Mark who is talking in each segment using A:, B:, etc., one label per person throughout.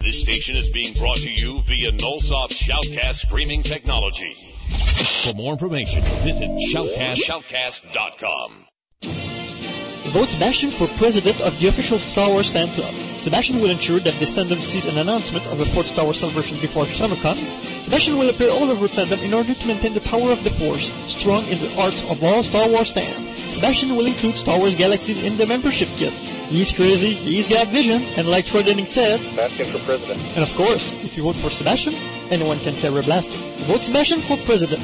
A: This station is being brought to you via Nullsoft Shoutcast streaming technology. For more information, visit shoutcast, shoutcast.com.
B: Vote Sebastian for president of the official Flowers Fan Club. Sebastian will ensure that this fandom sees an announcement of a Fourth Tower celebration before summer comes. Sebastian will appear all over fandom in order to maintain the power of the Force, strong in the hearts of all Star Wars fans. Sebastian will include Star Wars Galaxies in the membership kit. He's crazy, he's got vision, and like Troy Denning said,
C: Asking for president.
B: and of course, if you vote for Sebastian, anyone can tear a blaster. Vote Sebastian for president.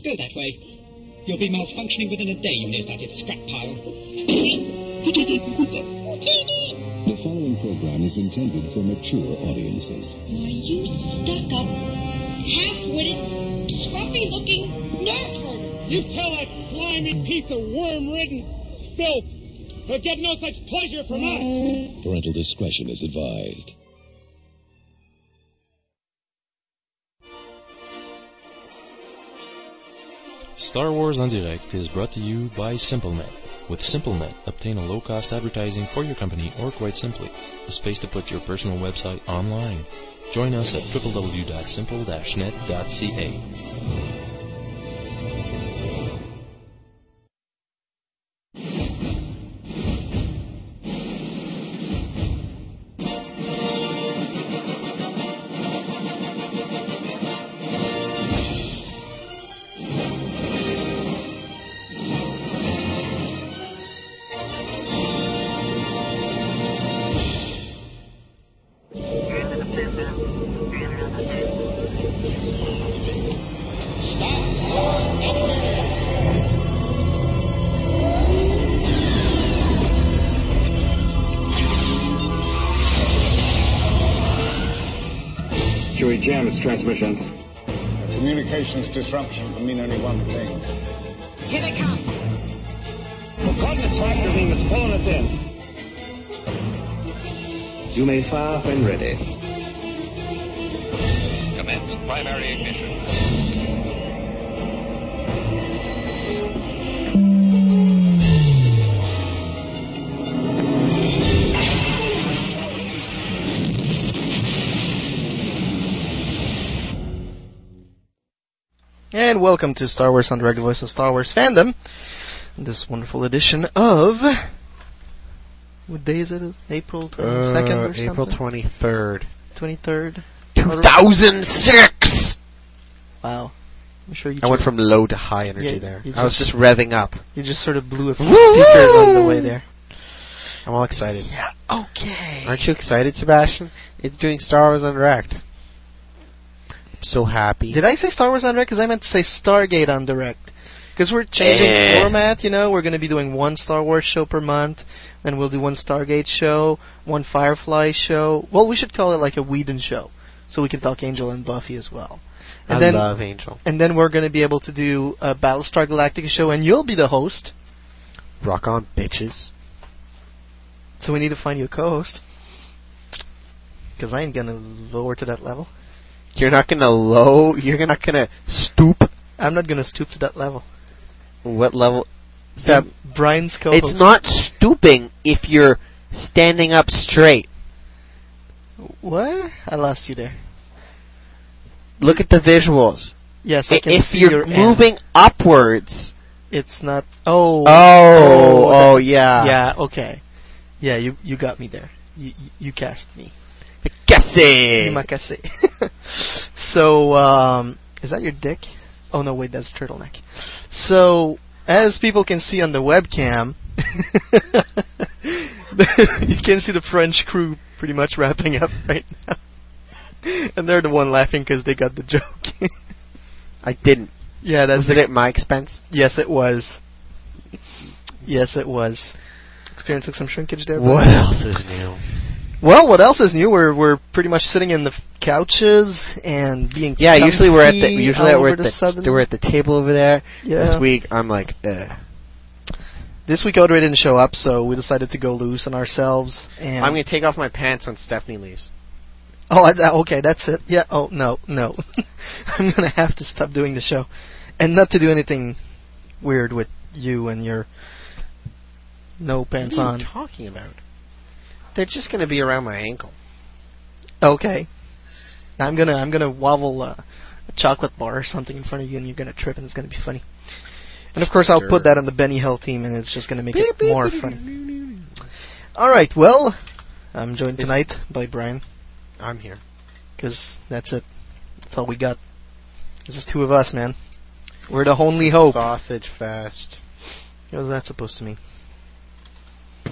D: Go that way. You'll be malfunctioning within a day you near that scrap pile.
E: The following program is intended for mature audiences.
F: Are you stuck up, half-witted, scruffy-looking nerd?
G: You tell that slimy piece of worm-ridden filth he'll get no such pleasure from us.
E: Parental discretion is advised.
H: Star Wars On Direct is brought to you by SimpleNet. With SimpleNet, obtain a low-cost advertising for your company or quite simply, a space to put your personal website online. Join us at www.simple-net.ca.
I: Chewie, jam its transmissions.
C: Communications disruption can mean only one thing.
F: Here they come.
C: We're caught in a tractor beam that's pulling us in.
I: You may fire when ready.
A: Commence primary ignition.
J: And welcome to Star Wars on Direct the Voice of Star Wars Fandom. This wonderful edition of. What day is it? April 22nd or
K: Uh, April
J: something?
K: 23rd.
J: 23rd?
K: 2006!
J: Wow. I'm sure you
K: I went
J: just,
K: from low to high energy
J: Yeah,
K: there.
J: you
K: I was
J: just-
K: just revving up.
J: you just sort of blew a few
K: Woo-hoo!
J: speakers on the way there.
K: I'm all excited.
J: Yeah, okay.
K: Aren't you excited, Sebastian? It's doing Star Wars on Direct. I'm so happy.
J: Did I say Star Wars on Direct? Because I meant to say Stargate on Direct. Because we're changing
K: Eh.
J: format, you know. We're going to be doing one Star Wars show per month. Then we'll do one Stargate show, one Firefly show. Well, we should call it like a Whedon show. So we can talk Angel and Buffy as well. And
K: I
J: then,
K: love Angel.
J: And then we're going to be able to do a Battlestar Galactica show, and you'll be the host.
K: Rock on, bitches.
J: So we need to find you a co-host. Because I ain't going to lower to that level.
K: You're not gonna low. You're not gonna stoop.
J: I'm not going to stoop to that level.
K: What level?
J: That Brian's co-host.
K: It's not stooping if you're standing up straight.
J: What? I lost you there.
K: Look at the visuals.
J: Yes, I
K: I-
J: can
K: If
J: see
K: you're
J: your end.
K: moving upwards.
J: It's not. Oh.
K: Oh,
J: oh,
K: oh yeah.
J: Yeah. Okay. Yeah, you you got me there. You you, you cast me. You
K: Guessing.
J: makase. so, um, is that your dick? Oh no, wait, that's a turtleneck. So, as people can see on the webcam, you can see the French crew pretty much wrapping up right now, and they're the one laughing because they got the joke.
K: I didn't.
J: yeah, that's
K: Was it at my expense?
J: Yes, it was. Yes, it was. Experiencing some shrinkage there.
K: What
J: but-
K: else is new?
J: Well, what else is new? We're we're pretty much sitting in the f- couches and being
K: Yeah, usually we're at the
J: comfy
K: usually
J: all over
K: we're at
J: the,
K: the,
J: southern.
K: we're at the table over there.
J: yeah.
K: This week I'm like, uh,
J: This week Audrey didn't show up, so we decided to go loose on ourselves. And
K: I'm gonna take off my pants when Stephanie leaves.
J: oh, I, that- okay, that's it. Yeah. Oh no, no, I'm gonna have to stop doing the show, and not to do anything weird with you and your no pants
K: what are
J: on.
K: you talking about? They're just gonna be around my ankle.
J: Okay. I'm gonna I'm gonna wobble uh, a chocolate bar or something in front of you, and you're gonna trip, and it's gonna be funny. And of course, I'll
K: Sure.
J: put that on the Benny Hill team, and it's just gonna make it more funny. All right. Well, I'm joined tonight by Brian,
K: I'm here.
J: because that's it. That's all we got. It's just two of us, man. We're the only hope.
K: Sausage fest.
J: What was that supposed to mean?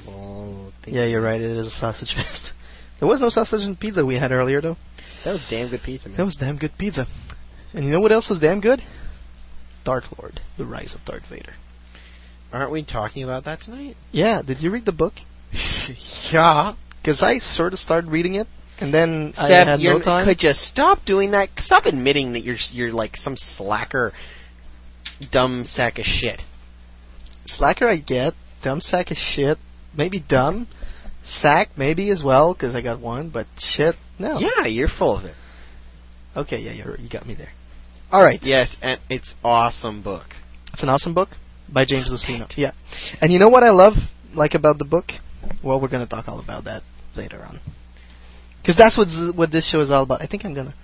K: Oh, thank
J: Yeah,
K: you.
J: you're right. It is a sausage fest. There was no sausage and pizza we had earlier, though.
K: That was damn good pizza, man.
J: That was damn good pizza. And you know what else is damn good? Dark Lord, The Rise of Darth Vader.
K: Aren't we talking about that tonight?
J: Yeah, did you read the book?
K: yeah.
J: Because I sort of started reading it, and then I
K: Steph,
J: had
K: you
J: no time.
K: could just stop doing that. Stop admitting that you're s- you're like some slacker, dumb sack of shit.
J: Slacker, I get. Dumb sack of shit. Maybe dumb. Sack, maybe as well, because I got one, but shit, no.
K: Yeah, you're full of it.
J: Okay, yeah, you're, you got me there. All right.
K: Yes, and it's awesome book.
J: It's an awesome book by James Luceno. Yeah. And you know what I love, like, about the book? Well, we're going to talk all about that later on. Because that's what, what this show is all about. I think I'm going to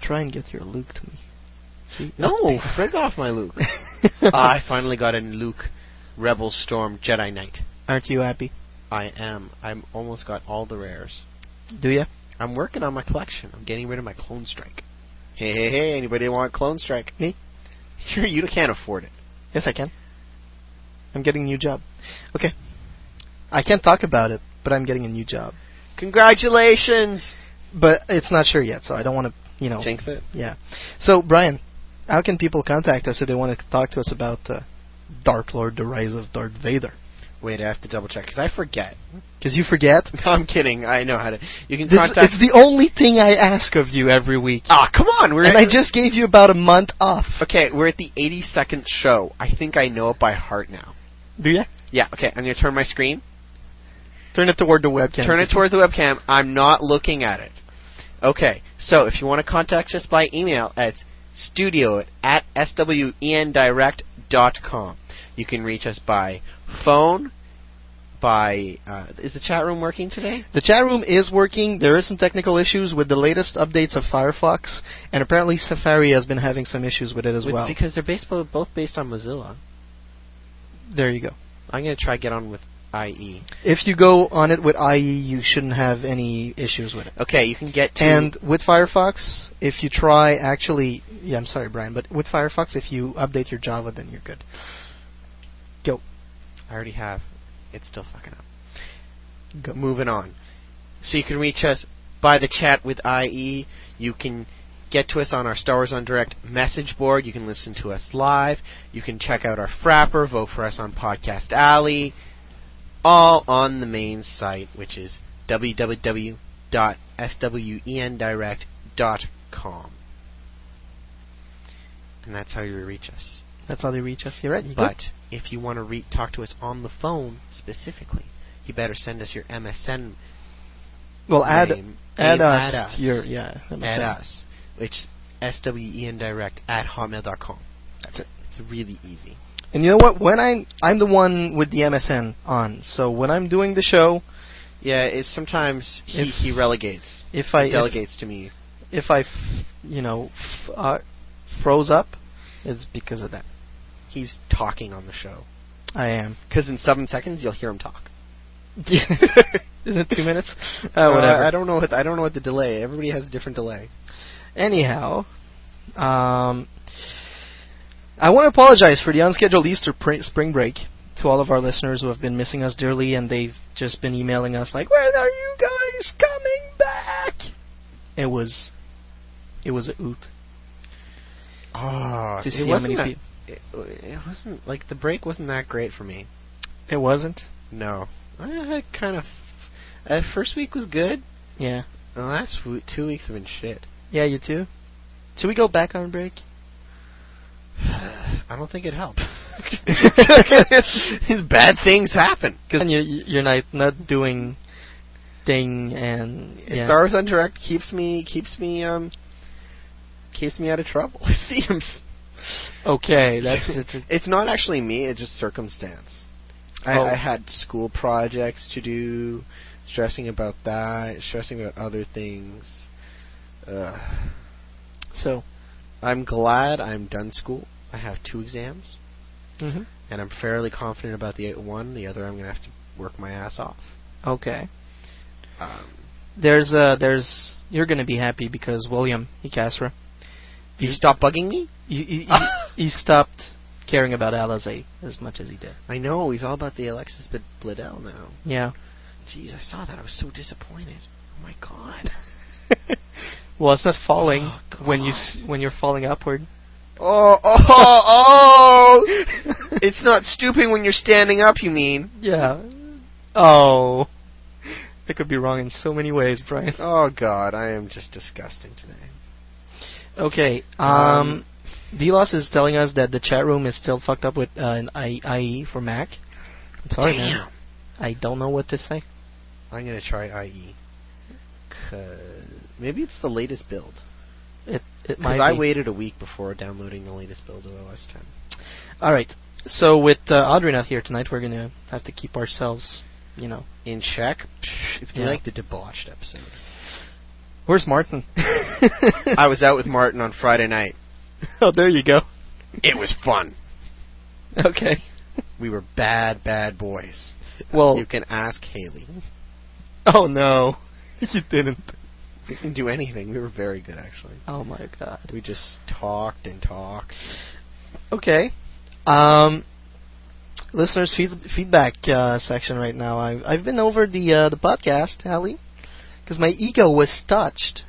J: try and get your Luke to me. See?
K: No, frig off my Luke. Ah, I finally got a Luke, Rebel Storm Jedi Knight.
J: Aren't you happy?
K: I am. I'm almost got all the rares.
J: Do you?
K: I'm working on my collection. I'm getting rid of my Clone Strike. Hey, hey, hey! Anybody want Clone Strike?
J: Me?
K: Sure, you can't afford it.
J: Yes, I can. I'm getting a new job. Okay. I can't talk about it, but I'm getting a new job.
K: Congratulations!
J: But it's not sure yet, so I don't want to, you know.
K: Jinx it.
J: Yeah. So, Brian, how can people contact us if they want to talk to us about uh, Dark Lord, The Rise of Darth Vader?
K: Wait, I have to double check because I forget.
J: Because you forget.
K: No, I'm kidding. I know how to. You can
J: This,
K: contact.
J: it's the only thing I ask of you every week.
K: ah, come on. We're
J: and I just gave you about a month off.
K: okay. We're at the 82nd show. I think I know it by heart now.
J: Do you?
K: Yeah. Okay. I'm gonna turn my screen.
J: Turn it toward the webcam.
K: Turn it toward the webcam. I'm not looking at it. Okay. So if you want to contact us by email, it's studio at E swendirect.com. You can reach us by phone. By uh, is the chat room working today?
J: The chat room is working. There is some technical issues with the latest updates of Firefox, and apparently Safari has been having some issues with it as
K: it's
J: well.
K: because they're based, both based on Mozilla.
J: there you go.
K: I'm gonna try get on with E. IE.
J: If you go on it with IE, you shouldn't have any issues with it.
K: Okay, you can get to
J: And with Firefox, if you try actually, yeah, I'm sorry, Brian, but with Firefox, if you update your Java, then you're good. Go.
K: I already have. It's still fucking up.
J: Go.
K: Moving on. So you can reach us by the chat with IE. You can get to us on our Star Wars on Direct message board. You can listen to us live. You can check out our Frapper. Vote for us on Podcast Alley. All on the main site, which is E www.swendirect.com. And that's how you reach us.
J: That's how they reach us. You're right. You
K: But
J: good?
K: if you want to re- talk to us on the phone specifically, you better send us your MSN
J: well, add
K: name.
J: add
K: name
J: us.
K: at us.
J: Your yeah. that makes
K: At
J: sense.
K: us. It's swendirect E at hotmail.com.
J: That's it.
K: It's really easy.
J: And you know what? When I'm I'm the one with the MSN on, so when I'm doing the show,
K: Yeah, it's sometimes he,
J: If-
K: he relegates.
J: if
K: He
J: I if,
K: delegates to me.
J: if I f- you know f- uh, froze up, it's because of that.
K: He's talking on the show.
J: I am.
K: Because in seven seconds, you'll hear him talk.
J: Is it two minutes? Uh, whatever.
K: I, I don't know what I don't know what the delay. Everybody has a different delay.
J: Anyhow, um, I want to apologize for the unscheduled Easter pr- spring break to all of our listeners who have been missing us dearly, and they've just been emailing us like, "When are you guys coming back?" It was, it was a oot
K: Oh,
J: to
K: it
J: see how
K: wasn't
J: many
K: that-
J: people.
K: it, it wasn't like the break wasn't that great for me.
J: It wasn't.
K: No, I had kind of. Uh, first week was good.
J: Yeah.
K: The last w- two weeks have been shit.
J: Yeah, you too. Should we go back on break?
K: I don't think it helped. These bad things happen. Cause
J: And you, you're not not doing thing and yeah.
K: Star Wars Undirect keeps me keeps me um keeps me out of trouble. It seems.
J: Okay, that's it.
K: It's not actually me. It's just circumstance. I,
J: Oh.
K: I had school projects to do, stressing about that, stressing about other things. Ugh.
J: So,
K: I'm glad I'm done school. I have two exams,
J: Mhm.
K: and I'm fairly confident about the one. The other, I'm gonna have to work my ass off.
J: Okay.
K: Um,
J: There's uh there's you're gonna be happy because William Icasra.
K: He stopped bugging me.
J: He he, he, he stopped caring about Alize as much as he did.
K: I know he's all about the Alexis Bid- Bledel now.
J: Yeah.
K: Jeez, I saw that. I was so disappointed. Oh my god.
J: Well, it's not falling when you s- when you're falling upward.
K: Oh, oh, oh! it's not stooping when you're standing up, you mean?
J: Yeah. Oh. I could be wrong in so many ways, Brian.
K: Oh, God, I am just disgusting today.
J: Okay. Um,
K: Um,
J: Delos is telling us that the chat room is still fucked up with uh, an I- IE for Mac. I'm sorry, man.
K: Damn.
J: I don't know what to say.
K: I'm gonna try IE. Cause maybe it's the latest build.
J: It it might.
K: Because I
J: be.
K: waited a week before downloading the latest build of OS 10.
J: All right. So with uh, Audrey not here tonight, we're gonna have to keep ourselves, you know.
K: In check, psh, it's gonna
J: Yeah.
K: be like the debauched episode.
J: Where's Martin?
K: I was out with Martin on Friday night.
J: oh, there you go.
K: It was fun.
J: Okay.
K: We were bad, bad boys.
J: Well-
K: you can ask Haley.
J: Oh no, you didn't.
K: We didn't do anything. We were very good, actually.
J: Oh my god.
K: We just talked and talked.
J: Okay. Um, listeners' feed- feedback uh, section right now. I've, I've been over the uh, the podcast, Ali, because my ego was touched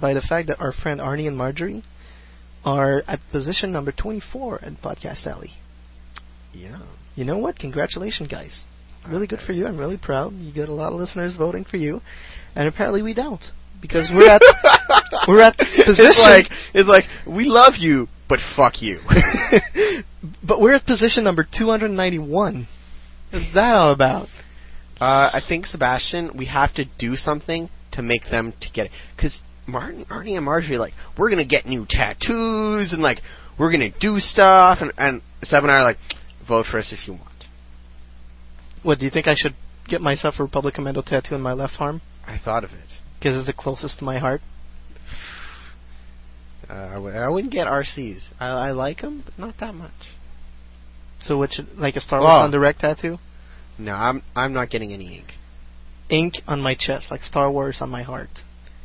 J: by the fact that our friend Arnie and Marjorie are at position number 24 at Podcast Alley.
K: Yeah.
J: You know what? Congratulations, guys. Really good for you. I'm really proud. You got a lot of listeners voting for you, and apparently we don't because we're at we're at position
K: It's like it's like we love you, but fuck you.
J: But we're at position number 291. What's that all about?
K: Uh, I think Sebastian, we have to do something to make them to get it. Cause Martin, Arnie, and Marjorie, like, we're gonna get new tattoos and like we're gonna do stuff. And, and Seb and I are like, vote for us if you want.
J: What, do you think I should get myself a Republic Commando tattoo on my left arm?
K: I thought of it.
J: Because it's the closest to my heart.
K: Uh, I, w- I wouldn't get RCs. I, I like them, but not that much.
J: So what should, like a Star Wars
K: Oh.
J: on direct tattoo?
K: No, I'm I'm not getting any ink.
J: Ink on my chest, like Star Wars on my heart.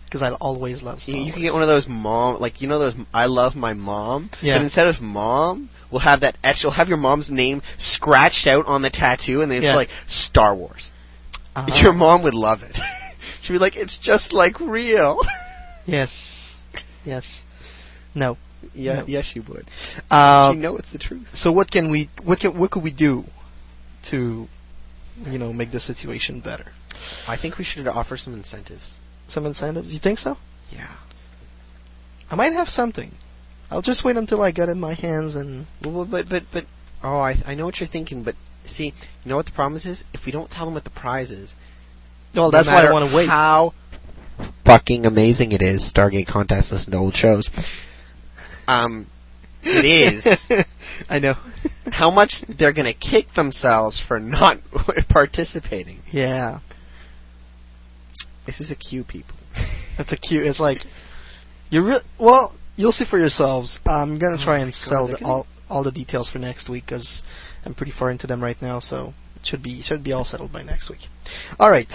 J: Because I'll always love Star
K: You, you can
J: Wars.
K: get one of those mom, like you know those "I love my mom."
J: Yeah.
K: But instead of mom, we'll have that etched. We'll have your mom's name scratched out on the tattoo, and then it's
J: Yeah.
K: like Star Wars.
J: Ah.
K: Your mom would love it. She'd be like, "It's just like real."
J: Yes. Yes. No.
K: yeah,
J: No.
K: yeah, she would.
J: Um,
K: she know it's the truth.
J: so what can we, what can, what could we do to, you know, make the situation better?
K: I think we should offer some incentives.
J: Some incentives? You think so?
K: Yeah.
J: I might have something. I'll just wait until I get it in my hands and
K: Well, but but but oh, I I know what you're thinking, but see, you know what the problem is? If we don't tell them what the prize is,
J: Well,
K: No
J: that's why I
K: matter
J: want to wait.
K: How fucking amazing it is! Stargate contest. Listen to old shows. Um, it is
J: I know.
K: how much they're gonna kick themselves for not participating.
J: yeah,
K: This is a cue, people.
J: that's a cute. It's like you re- well, you'll see for yourselves. I'm gonna
K: Oh
J: try
K: my
J: and
K: God,
J: sell
K: they're
J: the,
K: gonna-
J: all all the details for next week because I'm pretty far into them right now. So it should be should be all settled by next week. All right.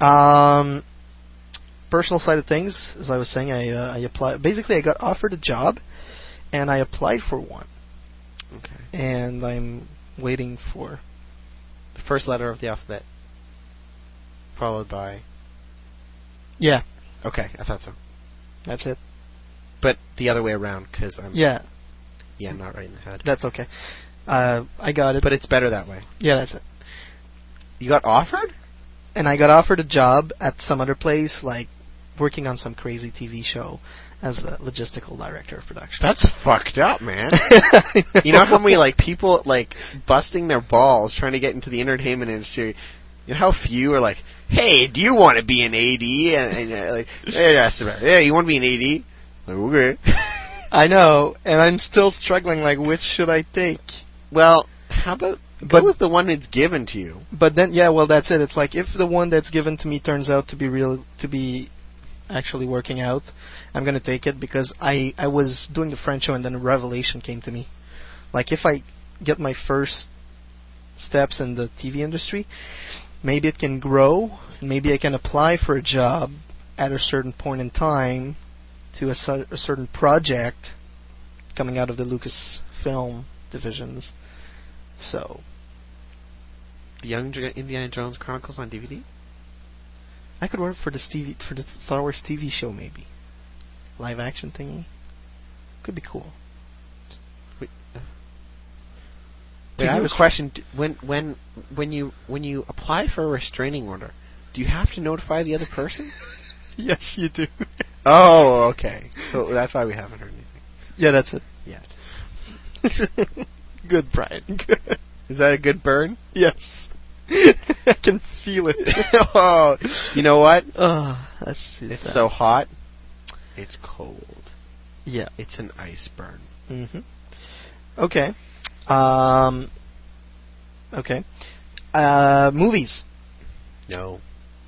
J: Um, personal side of things, as I was saying, I uh, I applied. Basically, I got offered a job, and I applied for one,
K: Okay.
J: and I'm waiting for
K: The first letter of the alphabet, followed by.
J: yeah.
K: Okay, I thought so.
J: That's it.
K: But the other way around, because I'm
J: Yeah,
K: yeah, I'm not right in the head.
J: that's okay. Uh, I got it.
K: but it's better that way.
J: Yeah, that's it.
K: You got offered?
J: And I got offered a job at some other place, like working on some crazy TV show as a logistical director of production.
K: That's fucked up, man.
J: I
K: You know how many like people like busting their balls trying to get into the entertainment industry? You know how few are like, "Hey, do you want to be an AD?" And, and you're like, "Hey, that's about- yeah, you want to be an AD?" Like, okay.
J: I know, and I'm still struggling. Like, which should I take?
K: Well, how about But Go with the one that's given to you.
J: But then, yeah, well, that's it. It's like if the one that's given to me turns out to be real, to be actually working out, I'm gonna take it because I I was doing the French show and then a revelation came to me. Like if I get my first steps in the TV industry, maybe it can grow. Maybe I can apply for a job at a certain point in time to a, cer- a certain project coming out of the Lucasfilm divisions. So,
K: The Young Dra- Indiana Jones Chronicles on DVD?
J: I could work for the TV for the Star Wars TV show maybe, live action thingy. Could be cool.
K: uh. Wait, I have a
J: Restri-
K: question. D- When when when you when you apply for a restraining order, do you have to notify the other person?
J: yes, you do.
K: oh, okay. So that's why we haven't heard anything
J: Yeah, that's it.
K: yet.
J: Good, Brian. Good.
K: Is that a good burn?
J: Yes. I can feel it.
K: oh, you know what?
J: oh, that's
K: It's so hot. It's cold.
J: yeah.
K: It's an ice burn.
J: Mm-hmm. Okay. Um. Okay. Uh, movies.
K: No,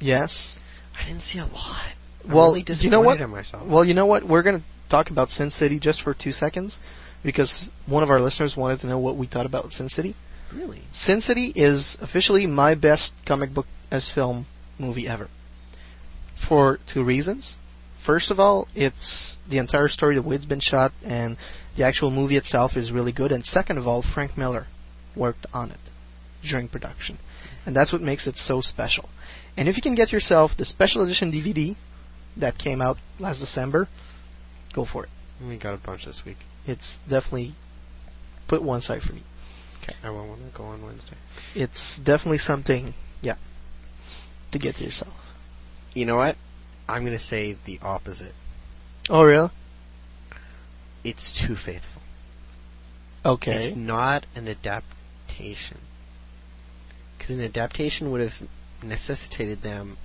J: Yes.
K: I didn't see a lot. I'm
J: Well,
K: really
J: you know what?
K: disappointed in myself.
J: Well, you know what? We're gonna talk about Sin City just for two seconds because one of our listeners wanted to know what we thought about Sin City.
K: really,
J: Sin City is officially my best comic book as film movie ever. For two reasons. First of all, it's the entire story, the way it's been shot, and the actual movie itself is really good. And second of all, Frank Miller worked on it during production. And that's what makes it so special. And if you can get yourself the special edition DVD that came out last December, go for it.
K: we got a bunch this week.
J: It's definitely put one side for me.
K: Okay, I won't want to go on Wednesday.
J: it's definitely something, yeah, to get to yourself.
K: You know what? I'm gonna say the opposite.
J: Oh, really?
K: It's too faithful.
J: Okay.
K: It's not an adaptation. Because an adaptation would have necessitated them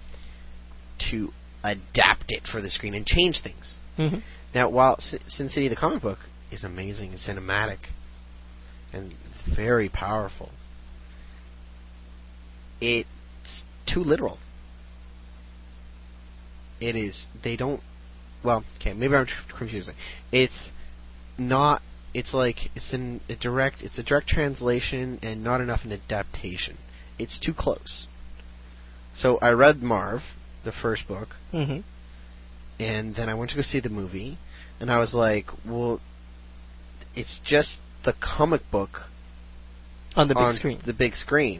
K: to adapt it for the screen and change things.
J: Mhm.
K: Now, while S- Sin City, the comic book, is amazing and cinematic and very powerful, it's too literal. It is. They don't. Well, okay, maybe I'm tr- confusing. It's not. It's like it's in a direct. It's a direct translation and not enough an adaptation. It's too close. So I read Marv, the first book,
J: Mhm.
K: and then I went to go see the movie, and I was like, well, it's just the comic book
J: On the big
K: on
J: screen.
K: The big screen.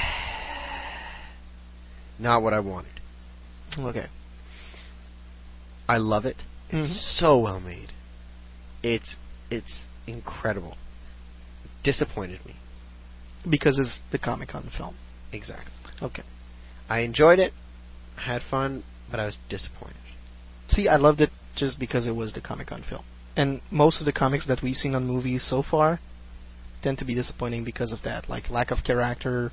K: Not what I wanted.
J: okay.
K: I love it. It's
J: Mhm.
K: so well made. It's it's incredible. Disappointed me.
J: Because it's the Comic Con film.
K: Exactly.
J: Okay.
K: I enjoyed it. Had fun, but I was disappointed.
J: See, I loved it just because it was the Comic Con film. And most of the comics that we've seen on movies so far tend to be disappointing because of that, like lack of character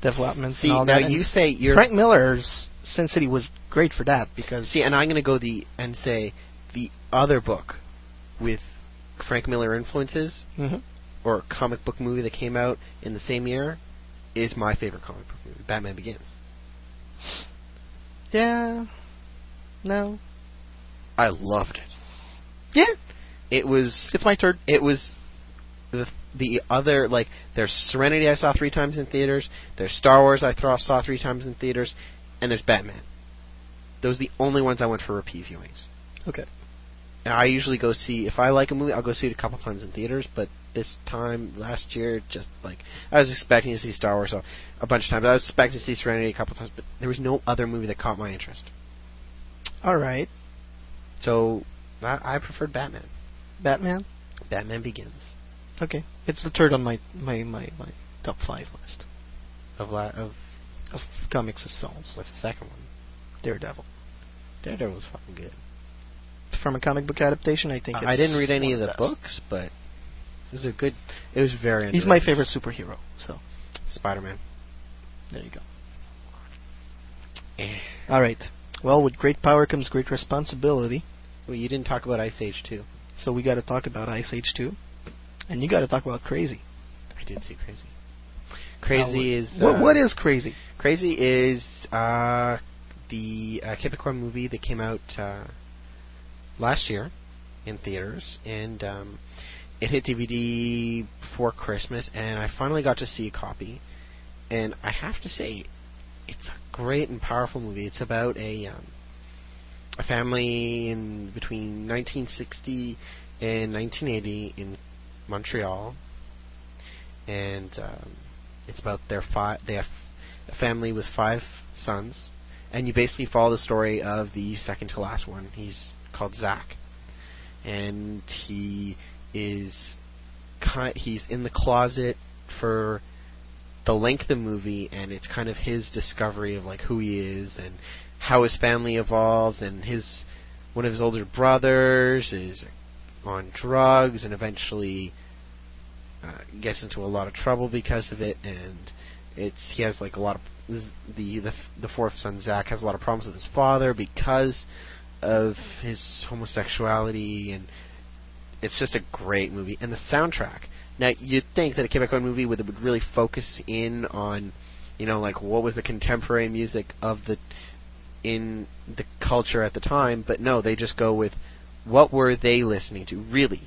J: developments
K: See,
J: and all
K: now
J: that. And
K: you say you're
J: Frank Miller's Sin City was great for that because
K: See, and I'm gonna go the and say the other book with Frank Miller influences
J: Mhm.
K: or comic book movie that came out in the same year is my favorite comic book movie, Batman Begins.
J: yeah, no,
K: I loved it.
J: yeah,
K: It was
J: it's my turd.
K: it was the the other like there's Serenity I saw three times in theaters, there's Star Wars I thro- saw three times in theaters, and there's Batman. Those are the only ones I went for repeat viewings.
J: Okay.
K: And I usually go see if I like a movie, I'll go see it a couple times in theaters. But this time last year, just like I was expecting to see Star Wars a, a bunch of times, I was expecting to see Serenity a couple times, but there was no other movie that caught my interest.
J: All right,
K: So I, I preferred Batman.
J: Batman.
K: Batman Begins
J: Okay, it's the third on my my my, my top five list
K: of la- of
J: of comics as films.
K: what's the second one?
J: Daredevil.
K: Daredevil was fucking good.
J: From a comic book adaptation, I think.
K: I I didn't read any of the
J: books.
K: books, but it was a good. It was very.
J: He's my favorite superhero, so
K: Spider Man.
J: there you go.
K: Eh.
J: All right. Well, with great power comes great responsibility.
K: Well, you didn't talk about Ice Age too.
J: So we got to talk about Ice Age 2, and you got to talk about Crazy.
K: I did say crazy. Crazy is
J: What-
K: uh,
J: what is crazy?
K: Crazy is uh, the uh, Quebecois movie that came out uh, last year in theaters, and um, it hit DVD before Christmas, and I finally got to see a copy, and I have to say, it's a great and powerful movie. It's about a um, a family in between 1960 and 1980 in Montreal, and um, it's about their five. They have a family with five sons, and you basically follow the story of the second to last one. He's called Zach, and he is ki- he's in the closet for the length of the movie, and it's kind of his discovery of like who he is and how his family evolves, and his one of his older brothers is on drugs and eventually uh, gets into a lot of trouble because of it, and it's he has like a lot of z- the the f- the fourth son Zach has a lot of problems with his father because of his homosexuality, and it's just a great movie. And the soundtrack. Now you'd think that a Quebecois movie would would really focus in on, you know, like what was the contemporary music of the in the culture at the time, but no, they just go with what were they listening to really.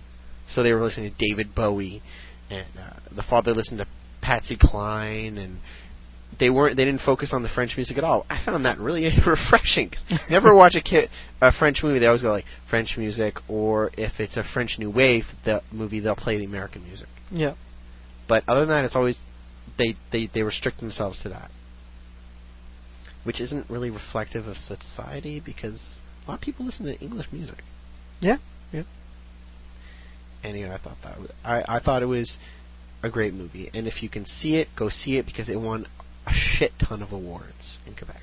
K: So they were listening to David Bowie, and uh, the father listened to Patsy Cline, and they weren't they didn't focus on the French music at all. I found that really refreshing. 'cause never watch a kid a French movie. They always go like French music, or if it's a French New Wave the movie, they'll play the American music.
J: Yeah.
K: But other than that, it's always they they they restrict themselves to that, which isn't really reflective of society because a lot of people listen to English music.
J: Yeah. Yeah.
K: Anyway, I thought that was, I I thought it was a great movie, and if you can see it, go see it because it won a shit ton of awards in Quebec.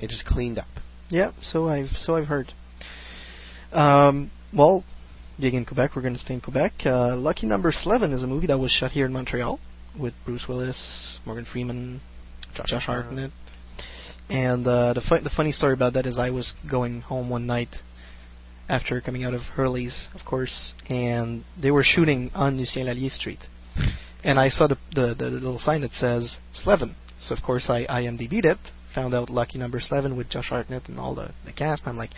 K: It just cleaned up.
J: Yeah, so I've so I've heard. Um, well, being in Quebec, we're going to stay in Quebec. Uh, Lucky Number Eleven is a movie that was shot here in Montreal with Bruce Willis, Morgan Freeman,
K: Josh
J: Josh Hartnett.
K: Hartnett.
J: And uh, the fu- the funny story about that is I was going home one night after coming out of Hurley's, of course, and they were shooting on Lucien Lallier Street, and I saw the the, the little sign that says Slevin. So of course I IMDb'd it, found out Lucky Number Slevin with Josh Hartnett and all the the cast. I'm like,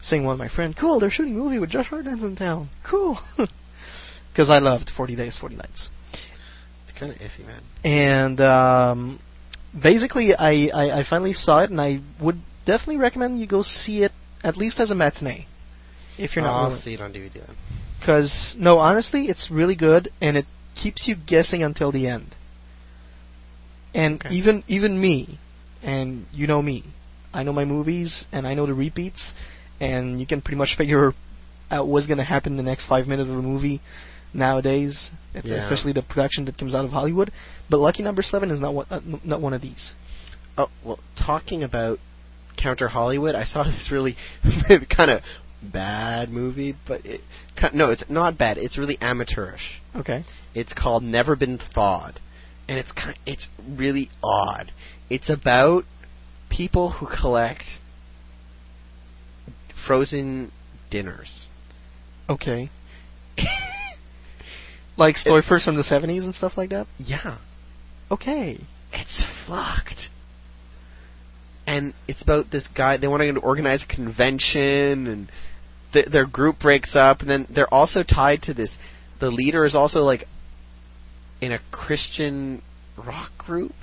J: saying one of my friend, cool, they're shooting a movie with Josh Hartnett in town, cool, because I loved Forty Days, Forty Nights.
K: It's kind of iffy, man.
J: And um, basically, I, I, I finally saw it, and I would definitely recommend you go see it at least as a matinee, if you're not.
K: I'll see it on DVD then.
J: Because no, honestly, it's really good, and it keeps you guessing until the end. And even even me, and you know me, I know my movies, and I know the repeats, and you can pretty much figure out what's gonna happen in the next five minutes of a movie nowadays, it's-
K: Yeah.
J: especially the production that comes out of Hollywood. But Lucky Number Seven is not one, uh, n- not one of these.
K: Oh well, talking about counter Hollywood, I saw this really kind of bad movie, but it ki- no, it's not bad. It's really amateurish.
J: Okay.
K: It's called Never Been Thawed, and it's kind it's really odd. It's about people who collect frozen dinners.
J: Okay. like story first from the seventies and stuff like that.
K: Yeah.
J: Okay.
K: It's fucked. And it's about this guy. They want to organize a convention, and th- their group breaks up. And then they're also tied to this. The leader is also like in a Christian rock group,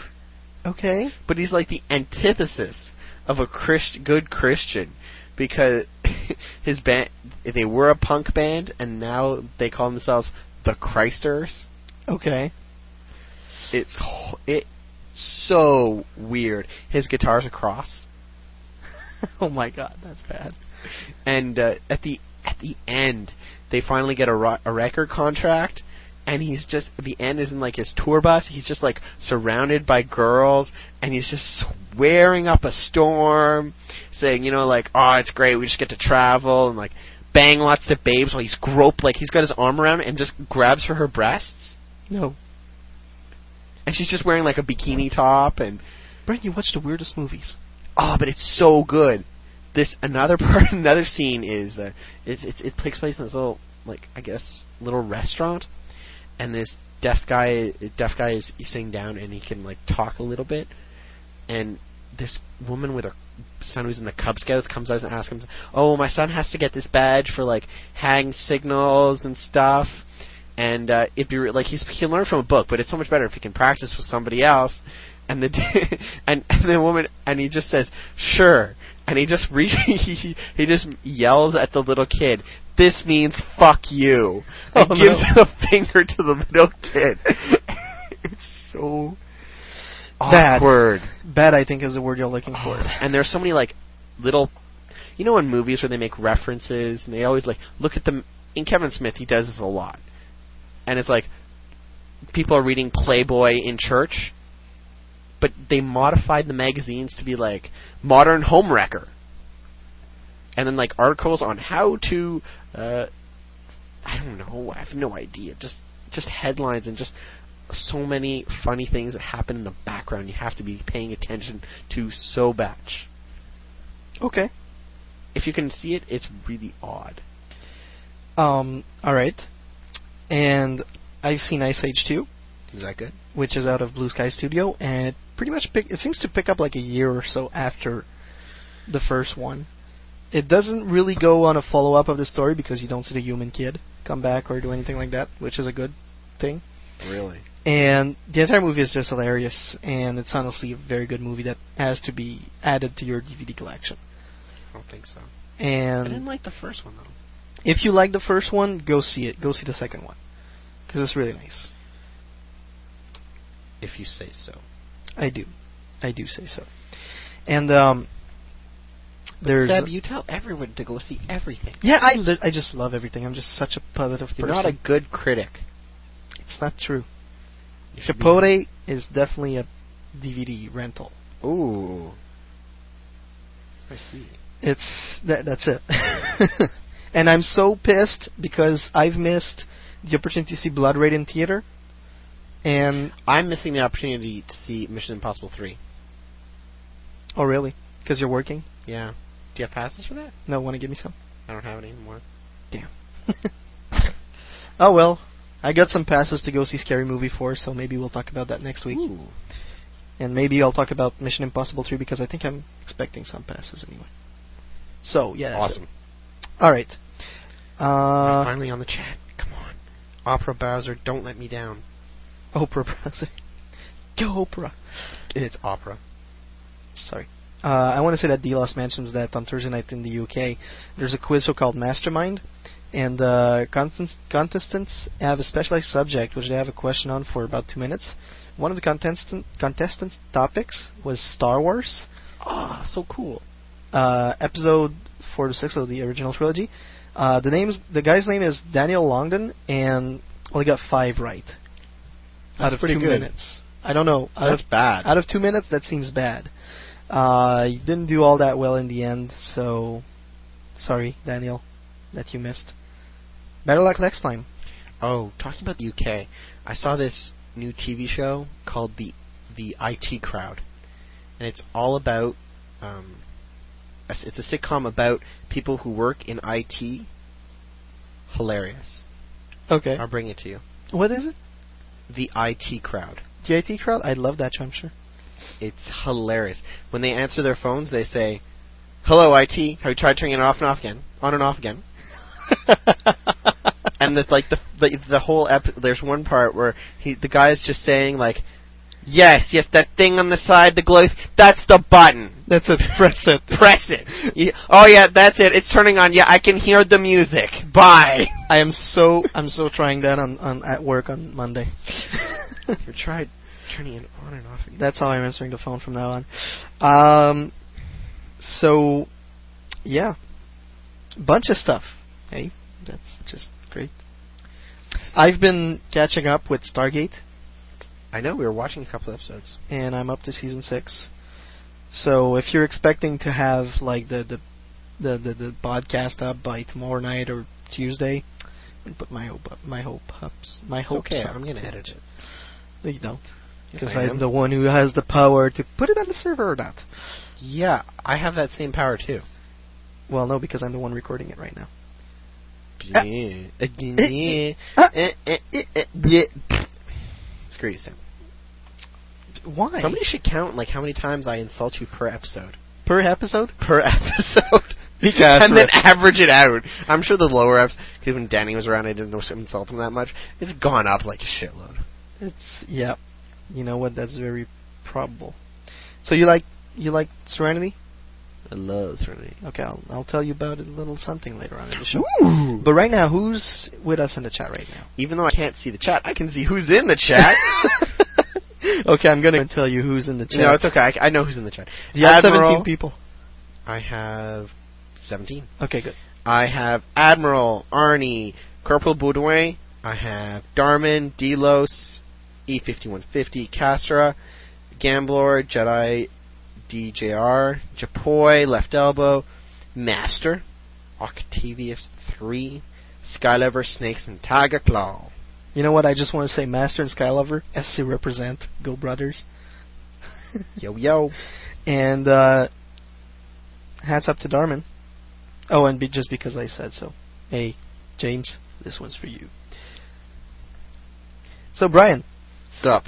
J: Okay.
K: but he's like the antithesis of a Christ- good Christian because his band. They were a punk band, and now they call themselves the Christers
J: Okay.
K: it's h- it so weird. His guitar's a cross,
J: oh my god, that's bad.
K: and uh, at the at the end, they finally get a, ro- a record contract, and he's just the end is in like his tour bus. He's just like surrounded by girls, and he's just swearing up a storm, saying you know like oh it's great we just get to travel and like bang lots of babes while he's groped like he's got his arm around her and just grabs for her breasts,
J: No.
K: and she's just wearing like a bikini top and.
J: Brent, you watch the weirdest movies.
K: oh, but it's so good. This another part, another scene is uh, it's, it's it takes place in this little like I guess little restaurant, and this deaf guy deaf guy is sitting down and he can like talk a little bit, and this woman with her son who's in the Cub Scouts comes out and asks him, "Oh, my son has to get this badge for like hang signals and stuff." And uh, it'd be re- like he's, he can learn from a book, but it's so much better if he can practice with somebody else. And the d- and, and the woman and he just says, "Sure." And he just re- he, he just yells at the little kid, "This means fuck you!" And
J: Oh, no.
K: gives the finger to the little kid. it's so
J: Bad.
K: awkward.
J: Bad, I think, is the word you're looking for.
K: And there's so many like little, you know, in movies where they make references and they always like look at them. In Kevin Smith, he does this a lot, and it's like people are reading Playboy in church, but they modified the magazines to be like Modern Home Wrecker, and then like articles on how to, uh, I don't know, I have no idea. Just just headlines and just so many funny things that happen in the background. You have to be paying attention to so much.
J: Okay.
K: If you can see it, it's really odd.
J: Um, alright. And I've seen Ice Age 2,
K: Is that good?
J: which is out of Blue Sky Studio, and it pretty much pick, it seems to pick up like a year or so after the first one. It doesn't really go on a follow up of the story because you don't see the human kid come back or do anything like that, which is a good thing.
K: Really?
J: And the entire movie is just hilarious, and it's honestly a very good movie that has to be added to your DVD collection.
K: I don't think so. I
J: And
K: didn't like the first one though.
J: if you like the first one, go see it. Go see the second one because it's really nice.
K: If you say so.
J: I do, I do say so. And um, there's
K: Seb, you tell everyone to go see everything.
J: yeah, I li- I just love everything. I'm just such a positive
K: You're
J: person.
K: not a good critic.
J: it's not true.
K: You should be-
J: Chipotle is definitely a DVD rental.
K: Ooh. I see.
J: It's that, that's it. and I'm so pissed because I've missed the opportunity to see Blood Raid in theater. And
K: I'm missing the opportunity to see Mission Impossible 3.
J: oh really? Because you're working?
K: Yeah. Do you have passes for that?
J: No, want to give me some?
K: I don't have any anymore.
J: Damn. oh well, I got some passes to go see Scary Movie 4, so maybe we'll talk about that next week.
K: Ooh.
J: And maybe I'll talk about Mission Impossible 3 because I think I'm expecting some passes anyway. So, yeah. that's
K: Awesome.
J: it. Alright.
K: We're
J: Uh,
K: finally on the chat. Come on. Opera Bowser, don't let me down.
J: Oprah browser. Go Oprah.
K: It's opera.
J: Sorry. Uh, I want to say that Delos mentions that on Thursday night in the UK, there's a quiz show called Mastermind, and uh, contest- contestants have a specialized subject which they have a question on for about two minutes. One of the contestant- contestants' topics was Star Wars. Ah, so cool. Uh, episode four to six of the original trilogy. Uh, the name's the guy's name is Daniel Longden, and well, he got five right out
K: That's
J: of
K: pretty
J: two
K: good.
J: minutes. I don't know. Out
K: That's
J: of-
K: bad.
J: Out of two minutes, that seems bad. Uh, you didn't do all that well in the end, so sorry, Daniel, that you missed. Better luck next time.
K: Oh, talking about the UK, I saw this new TV show called the the IT Crowd, and it's all about um, a s- it's a sitcom about people who work in IT. Hilarious.
J: Okay.
K: I'll bring it to you.
J: What is it?
K: The IT Crowd.
J: The IT crowd? I love that, I'm sure.
K: It's hilarious. When they answer their phones, they say, "Hello, IT. Have you tried turning it off and off again? On and off again." and it's like the, the the whole ep. There's one part where he the guy is just saying like, "Yes, yes, that thing on the side, the glow. That's the button.
J: That's it. Press it.
K: Press it. Ye- Oh yeah, that's it. It's turning on. Yeah, I can hear the music. Bye."
J: I am so I'm so trying that on, on at work on Monday.
K: you tried turning it on and off again.
J: That's how I'm answering the phone from now on. Um, so, yeah, bunch of stuff. Hey, that's just great. I've been catching up with Stargate,
K: I know we were watching a couple episodes.
J: and I'm up to season six. So if you're expecting to have like the the the the, the podcast up by tomorrow night or Tuesday, I'm gonna put my hope up, my hope up, my
K: It's
J: hopes
K: okay.
J: up
K: I'm gonna
J: to-
K: edit it.
J: No, you don't,
K: Yes,
J: because
K: I
J: I'm
K: am.
J: the one who has the power to put it on the server or not.
K: Yeah, I have that same power too.
J: Well, no, because I'm the one recording it right now.
K: Yeah.
J: Ah.
K: Eh, eh, eh, eh, eh. Screw you, Sam.
J: Why?
K: Somebody should count like how many times I insult you per episode.
J: Per episode?
K: Per episode.
J: Because
K: and then average it out. I'm sure the lower eps, because when Danny was around, I didn't insult him that much. It's gone up like a shitload.
J: It's yeah. You know what? That's very probable. So you like you like Serenity?
K: I love Serenity.
J: Okay, I'll, I'll tell you about it a little something later on in the show. Ooh. But right now, who's with us in the chat right now?
K: Even though I can't see the chat, I can see who's in the chat.
J: okay, I'm gonna tell you who's in the chat.
K: No, it's okay. I, I know who's in the chat.
J: Do you have Admiral, 17 people?
K: I have 17.
J: Okay, good.
K: I have Admiral, Arnie, Corporal Boudouin. I have Darman, Delos, E5150, Castra, Gambler, Jedi, DJR, Japoy, Left Elbow, Master, Octavius 3, Skylover, Snakes, and Tagaclaw.
J: You know what? I just want to say Master and Skylover, SC represent. Go Brothers.
K: yo, yo.
J: And uh, hats up to Darman. Oh, and be just because I said so. Hey, James, this one's for you. So, Brian.
K: What's up?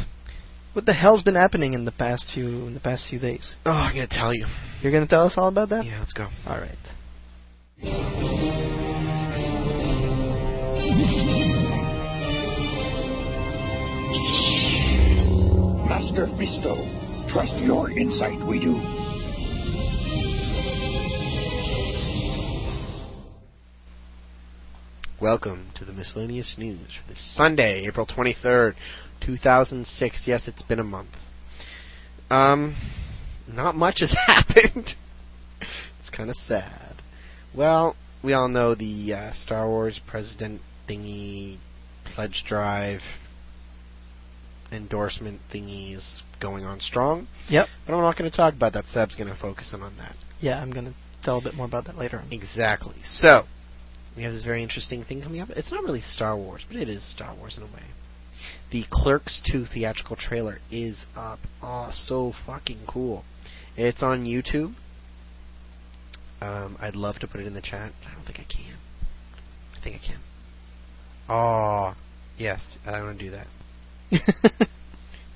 J: What the hell's been happening in the past few in the past few days?
K: Oh, I'm gonna tell you.
J: You're gonna tell us all about that?
K: Yeah, let's go.
J: All right.
A: Master Fisto, trust your insight, we do.
K: Welcome to the miscellaneous news for this Sunday, April 23rd, 2006. Yes, it's been a month. Um, not much has happened. it's kind of sad. Well, we all know the uh, Star Wars president thingy pledge drive endorsement thingy is going on strong.
J: Yep.
K: But I'm not going to talk about that. Seb's going to focus in on that.
J: Yeah, I'm going to tell a bit more about that later on.
K: Exactly. So, we have this very interesting thing coming up. It's not really Star Wars, but it is Star Wars in a way. The Clerks 2 theatrical trailer is up. Oh, so fucking cool. It's on YouTube. Um, I'd love to put it in the chat. I don't think I can. I think I can. Oh, yes. I want to do that.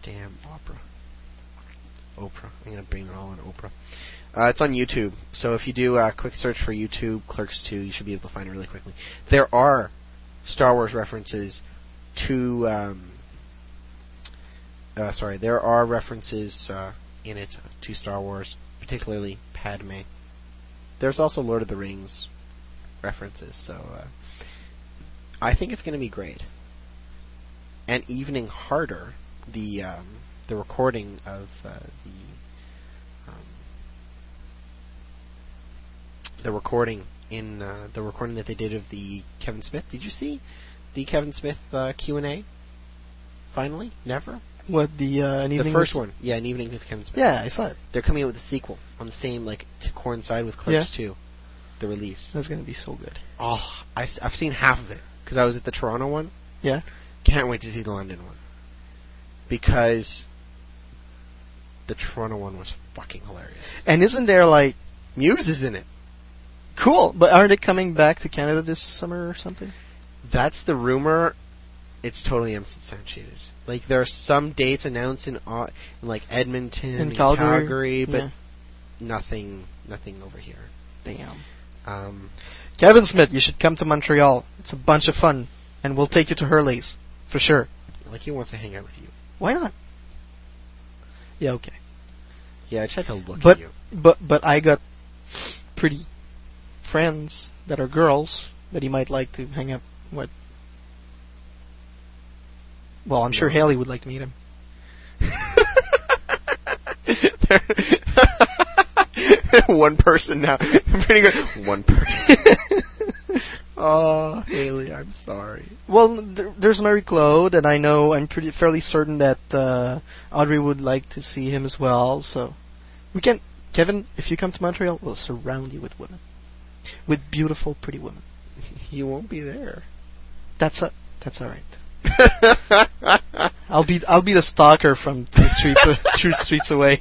K: Damn, Oprah. Oprah. I'm gonna bring it all on Oprah. Uh, it's on YouTube, so if you do a uh, quick search for YouTube Clerks 2, you should be able to find it really quickly. There are Star Wars references to. Um, uh, sorry, there are references uh, in it to Star Wars, particularly Padme. There's also Lord of the Rings references, so uh, I think it's going to be great and evening harder the um, the recording of uh, the um, the recording in uh, the recording that they did of the Kevin Smith. Did you see the Kevin Smith uh, Q and A? Finally, never.
J: What the uh, an evening
K: the first one? Yeah, an evening with Kevin Smith.
J: Yeah, I saw it.
K: They're coming out with a sequel on the same like to coincide with Clerks yeah. 2, the release.
J: That's gonna be so good.
K: Oh, I, I've seen half of it because I was at the Toronto one.
J: Yeah
K: can't wait to see the London one because the Toronto one was fucking hilarious.
J: And isn't there like
K: Muse is in it?
J: Cool, but aren't they coming back to Canada this summer or something?
K: That's the rumor. It's totally unsubstantiated. Like there are some dates announced in, uh, in like Edmonton, in
J: Calgary,
K: Calgary but yeah. nothing, nothing over here.
J: Damn.
K: Um,
J: Kevin Smith, you should come to Montreal. It's a bunch of fun, and we'll take you to Hurley's. For sure.
K: Like he wants to hang out with you.
J: Why not? Yeah, okay.
K: Yeah, I just had to look
J: but,
K: at you.
J: But but I got pretty friends that are girls that he might like to hang out with. Well, I'm no. sure Haley would like to meet him.
K: one person now. I'm pretty good. One person.
J: Oh, Haley, I'm sorry. Well, th- there's Mary Claude, and I know I'm pretty fairly certain that uh, Audrey would like to see him as well. So we can, Kevin, if you come to Montreal, we'll surround you with women, with beautiful, pretty women.
K: you won't be there.
J: That's a, that's all right. I'll be I'll be the stalker from three streets two streets away.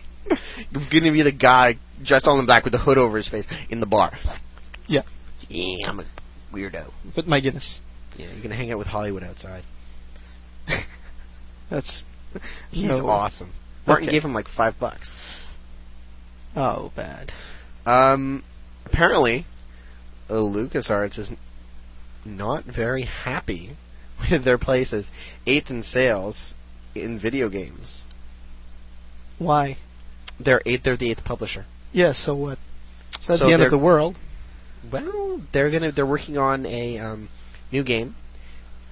K: You're gonna be the guy dressed all in black with the hood over his face in the bar.
J: Yeah.
K: Yeah, I'm a weirdo.
J: But my goodness.
K: Yeah, you're gonna hang out with Hollywood outside.
J: That's
K: He's
J: No.
K: awesome. Martin
J: Okay.
K: gave him like five bucks.
J: Oh, bad.
K: Um, apparently, uh, LucasArts is n- not very happy with their places eighth in sales in video games.
J: Why?
K: They're eight. They're the eighth publisher.
J: Yeah, so what? It's not
K: So
J: the end
K: they're-
J: of the world.
K: Well, they're gonna. They're working on a um, new game.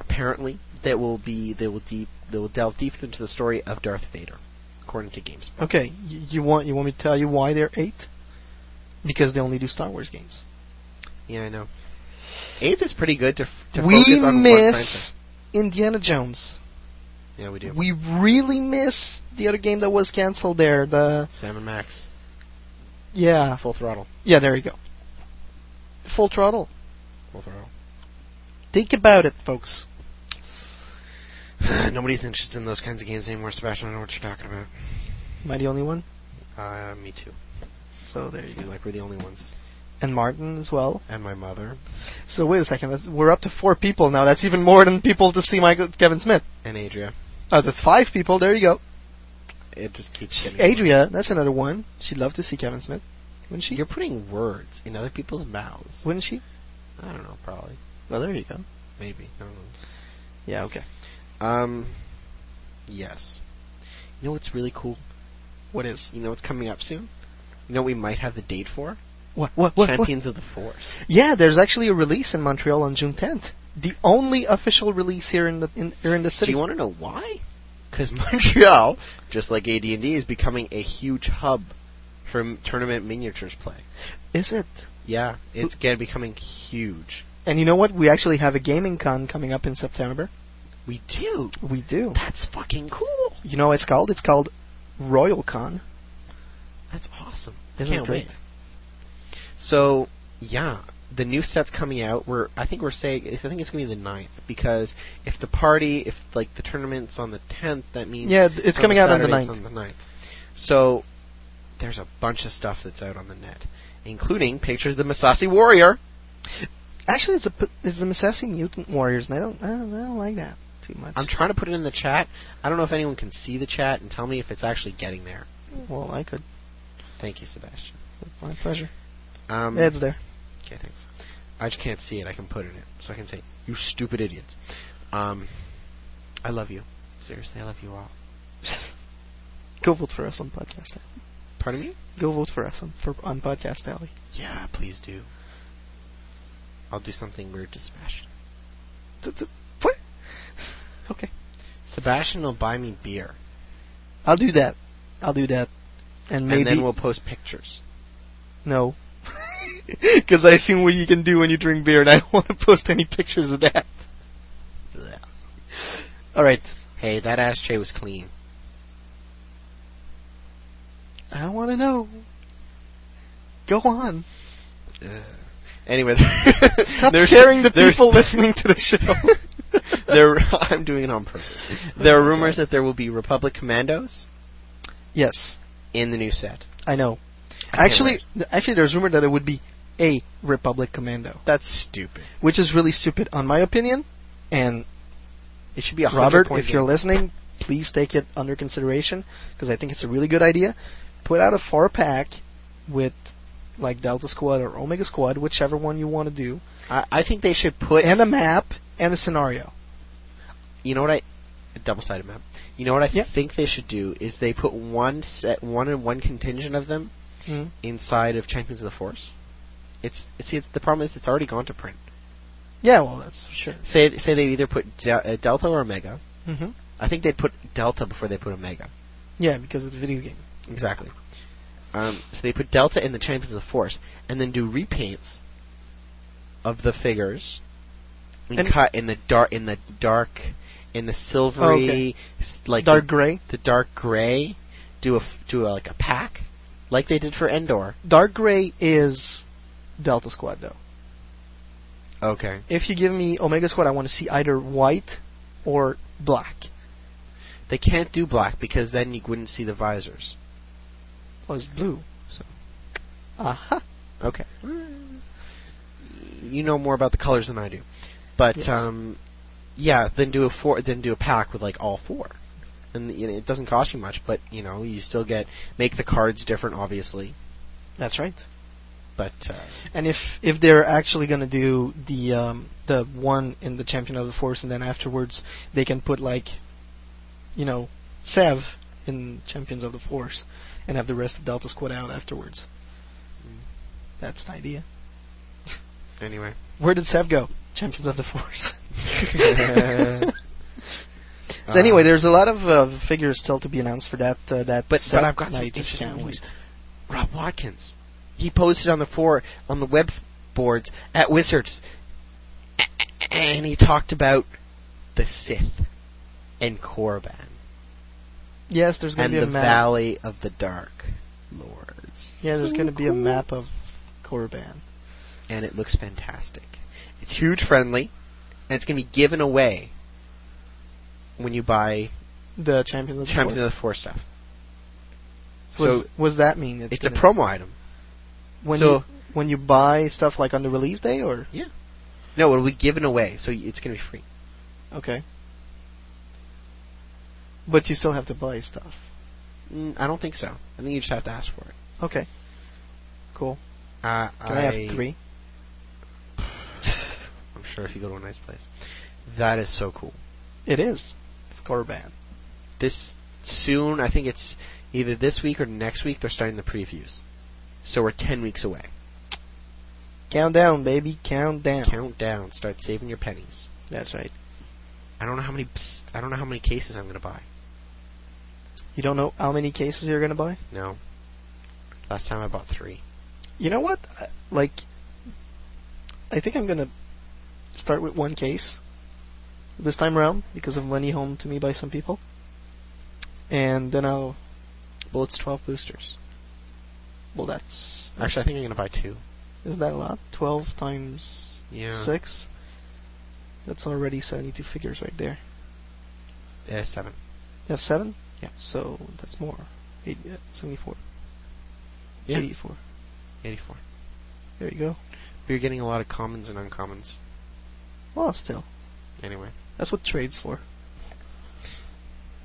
K: Apparently, that will be. They will deep. They will delve deep into the story of Darth Vader, according to Games.
J: Okay, you, you want you want me to tell you why they're eight? Because they only do Star Wars games.
K: Yeah, I know. Eighth is pretty good to, f- to
J: we
K: focus on one franchise.
J: miss Indiana Jones.
K: Yeah, we do.
J: We really miss the other game that was canceled there. The
K: Sam and Max,
J: yeah,
K: Full Throttle,
J: yeah. There you go. Full throttle.
K: Full Throttle.
J: Think about it, folks.
K: Nobody's interested in those kinds of games anymore, Sebastian. I know what you're talking about.
J: Am I the only one?
K: Uh, me too.
J: So there you
K: Seems
J: go.
K: like we're the only ones.
J: And Martin as well.
K: And my mother.
J: So wait a second. That's, we're up to four people now. That's even more than people to see Michael Kevin Smith.
K: And Adria.
J: Oh, that's five people. There you go.
K: It just keeps getting.
J: Adria, that's another one. She'd love to see Kevin Smith. Wouldn't she?
K: You're putting words in other people's mouths.
J: Wouldn't she?
K: I don't know, probably.
J: Well, there you go.
K: Maybe. I don't know.
J: Yeah, okay.
K: Um, yes. You know what's really cool?
J: What is?
K: You know what's coming up soon? You know what we might have the date for?
J: What? What? What?
K: Champions of the Force.
J: What? Yeah, there's actually a release in Montreal on June 10th. The only official release here in the in, here in the
K: Do
J: city.
K: you want to know why? Because Montreal, just like AD&D, is becoming a huge hub for m- tournament miniatures play.
J: Is it?
K: Yeah, it's getting becoming huge.
J: And you know what? We actually have a gaming con coming up in September.
K: We do.
J: We do.
K: That's fucking cool.
J: You know what it's called? It's called Royal Con.
K: That's awesome.
J: Isn't it
K: Can't
J: great?
K: wait. So yeah, the new set's coming out. We're I think we're saying I think it's gonna be the 9th because if the party if like the tournament's on the tenth, that means
J: Yeah, th- it's
K: on
J: coming out on the
K: Saturday, it's
J: 9th.
K: On the 9th. So there's a bunch of stuff that's out on the net, including pictures of the Masasi warrior.
J: Actually, it's a p- it's the Misasi Mutant Warriors, and I don't I don't, I don't like that too much.
K: I'm trying to put it in the chat. I don't know if anyone can see the chat and tell me if it's actually getting there.
J: well, I could.
K: Thank you, Sebastian.
J: My pleasure.
K: Um,
J: Yeah, it's there.
K: Okay, thanks. I just can't see it. I can put it in, so I can say, "You stupid idiots." Um, I love you. Seriously, I love you all.
J: Go vote for us on Podcast Alley.
K: Pardon me?
J: Go vote for us on, for, on Podcast Alley.
K: Yeah, please do. I'll do something weird to Sebastian.
J: Th- th- What? Okay.
K: Sebastian will buy me beer,
J: I'll do that. I'll do that. And maybe
K: and then we'll post pictures.
J: no. Because I seen what you can do when you drink beer, and I don't want to post any pictures of that.
K: Blech.
J: All right.
K: Hey, that ashtray was clean.
J: I want to know. Go on.
K: Ugh. Uh, Anyway,
J: Stop
K: there's-
J: scaring the
K: there's-
J: people listening to the show.
K: there, I'm doing it on purpose. There are rumors that there will be Republic Commandos
J: yes,
K: in the new set.
J: I know.
K: I can't
J: actually,
K: wait.
J: th- actually, there's rumor that it would be a Republic Commando,
K: That's stupid.
J: which is really stupid, on my opinion. And
K: It should be a hundred
J: Robert,
K: point
J: if you're
K: game.
J: listening, please take it under consideration because I think it's a really good idea. Put out a four pack with like Delta Squad or Omega Squad, whichever one you want to do,
K: I, I think they should put.
J: and a map and a scenario.
K: you know what I? A double-sided map. You know what I
J: Yeah.
K: think they should do is they put one set, one and one contingent of them
J: Mm.
K: inside of Champions of the Force. It's see it's, the problem is it's already gone to print.
J: Yeah, well, that's for sure.
K: Say say they either put De- uh, Delta or Omega.
J: hmm
K: I think they'd put Delta before they put Omega.
J: Yeah, because of the video game.
K: Exactly. Um, so they put Delta in the Champions of the Force, and then do repaints of the figures, and,
J: And-
K: cut in the dark, in the dark, in the silvery, s- like
J: Dark
K: the,
J: gray.
K: the Oh, dark gray. Do a f- do a, like a pack, like they did for Endor.
J: Dark gray is Delta Squad though.
K: Okay.
J: If you give me Omega Squad, I want to see either white or black.
K: They can't do black because then you wouldn't see the visors.
J: Well, Oh, it's blue. So, aha.
K: Okay. You know more about the colors than I do, but
J: Yes.
K: um, yeah. Then do a four. Then do a pack with like all four, and you know, it doesn't cost you much, but you know you still get make the cards different, obviously.
J: That's right.
K: But uh,
J: and if if they're actually going to do the um, the one in the Champion of the Force, and then afterwards they can put like, you know, Sev in Champions of the Force, and have the rest of Delta Squad out afterwards. That's an idea.
K: anyway,
J: Where did Sev go? Champions of the Force.
K: Uh-huh.
J: so anyway, there's a lot of uh, figures still to be announced for that. Uh, that
K: but
J: Sev
K: but I've got some
J: night
K: interesting
J: discount.
K: news. Rob Watkins, he posted on the for on the web boards at Wizards, a- a- and he talked about the Sith and Korriban
J: Yes, there's going
K: and
J: to be a
K: the
J: map.
K: Valley of the Dark Lords.
J: Yeah, there's
K: So
J: going to be a
K: cool.
J: map of Korriban.
K: and it looks fantastic. It's huge friendly, and it's going to be given away when you buy
J: The Champions of the
K: Champions
J: Force.
K: of the Four stuff.
J: What's-
K: so
J: what's that mean? It's,
K: it's a
J: gonna-
K: promo item.
J: When
K: so-
J: you when you buy stuff like on the release day, or
K: yeah, No, it'll be given away, so y- it's going to be free.
J: okay. But you still have to buy stuff.
K: Mm, I don't think so. I think you just have to ask for it.
J: Okay, cool.
K: Uh,
J: Can I, have three?
K: I'm sure if you go to a nice place. That is so cool.
J: It is. It's Korriban.
K: This soon, I think it's either this week or next week, they're starting the previews. So we're 10 weeks away.
J: Countdown, baby, countdown.
K: Count down. Start saving your pennies.
J: That's right.
K: I don't know how many. ps- I don't know how many cases I'm gonna buy.
J: You don't know how many cases you're gonna buy.
K: No. Last time I bought three.
J: You know what? I- Like, I think I'm gonna start with one case this time around because of money home to me by some people, and then I'll.
K: Well, it's 12 boosters.
J: Well, that's
K: Actually, I think I'm gonna buy two.
J: Isn't that a lot? 12 times
K: Yeah.
J: 6? That's already 72 figures right there.
K: Yeah, seven.
J: You have 7?
K: Yeah.
J: So that's more. Eight, uh, 74.
K: Yeah.
J: 84.
K: 84.
J: There you go.
K: But you're getting a lot of commons and uncommons.
J: Well, still.
K: Anyway.
J: That's what trade's for.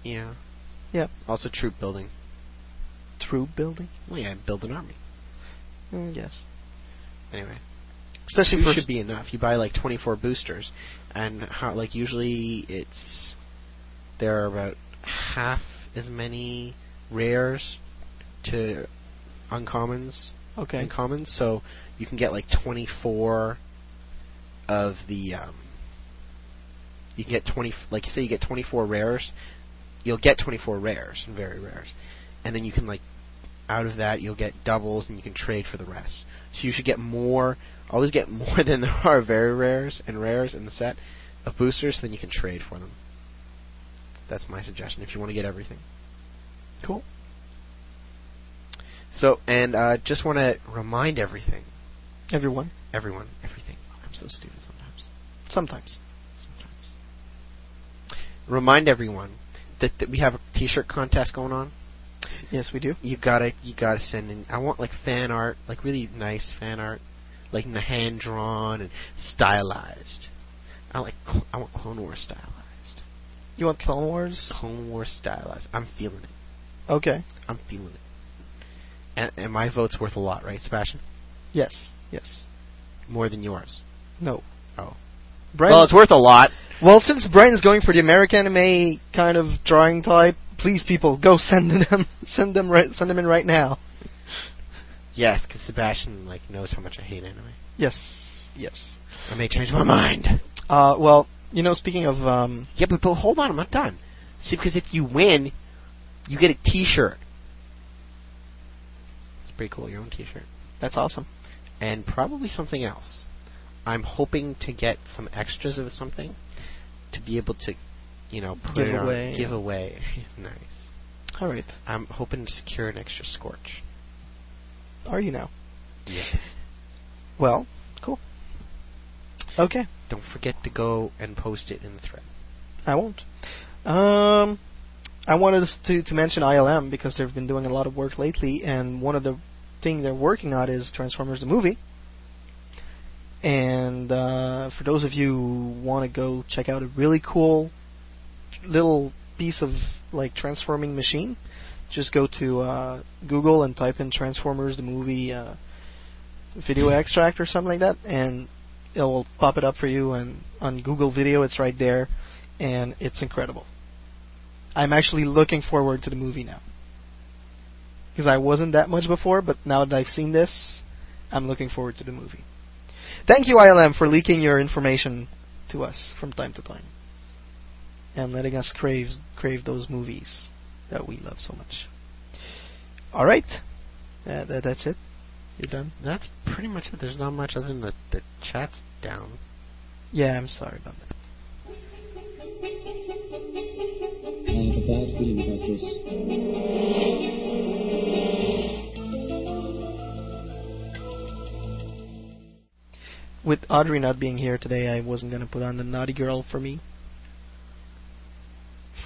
K: Yeah.
J: Yeah.
K: Also, troop building.
J: True building?
K: Well, yeah, build an army.
J: Mm, yes.
K: Anyway.
J: Especially
K: two
J: for-
K: should be enough. You buy like 24 boosters, and how, like usually it's there are about half as many rares to uncommons
J: Okay.
K: and commons, so you can get like 24 of the. Um, you can get 20, like say you get 24 rares, you'll get 24 rares and very rares, and then you can like out of that you'll get doubles and you can trade for the rest. So you should get more, always get more than there are very rares and rares in the set of boosters, then you can trade for them. That's my suggestion if you want to get everything.
J: Cool.
K: So and uh, just want to remind everything,
J: Everyone.
K: everyone, everything. I'm so stupid sometimes.
J: Sometimes.
K: Sometimes. Remind everyone that, that we have a T-shirt contest going on.
J: Yes, we do.
K: you gotta you gotta send in I want like fan art, like really nice fan art, like n- hand drawn and stylized. I like cl- I want Clone Wars stylized,
J: You want Clone Wars?
K: Clone Wars stylized. I'm feeling it.
J: Okay.
K: I'm feeling it. And, and my vote's worth a lot, right, Sebastian?
J: Yes. Yes.
K: More than yours.
J: No.
K: Oh,
J: Brian,
K: well, it's worth a lot.
J: well, since Brian is going for the American anime kind of drawing type, please, people, go send them, send them, right, send them in right now.
K: Yes, because Sebastian like knows how much I hate anime.
J: Yes, yes.
K: I may change my mind.
J: Uh, well, you know, speaking of, um,
K: Yeah, but, but hold on, I'm not done. See, because if you win, you get a T-shirt. It's pretty cool, your own T-shirt,
J: that's awesome.
K: and probably something else. I'm hoping to get some extras of something to be able to, you know, put
J: Give
K: it on-
J: away.
K: give away. nice.
J: All right,
K: I'm hoping to secure an extra Scorch.
J: are you now?
K: Yes.
J: Well, cool. Okay,
K: Don't forget to go and post it in the thread.
J: I won't. Um, I wanted us to to mention ILM because they've been doing a lot of work lately, and one of the thing they're working on is Transformers the movie. And uh, for those of you who want to go check out a really cool little piece of like transforming machine, just go to uh, Google and type in Transformers the movie uh, video extract or something like that, and it will pop it up for you. And on Google Video, it's right there, and it's incredible. I'm actually looking forward to the movie now because I wasn't that much before, but now that I've seen this, I'm looking forward to the movie. Thank you, ILM, for leaking your information to us from time to time and letting us crave crave those movies that we love so much. All right, uh, that, that's it. You're done.
K: That's pretty much it. There's not much other than the, the chat's down.
J: Yeah, I'm sorry about that.
L: I have a bad feeling about this.
J: With Audrey not being here today, I wasn't gonna put on the naughty girl for me.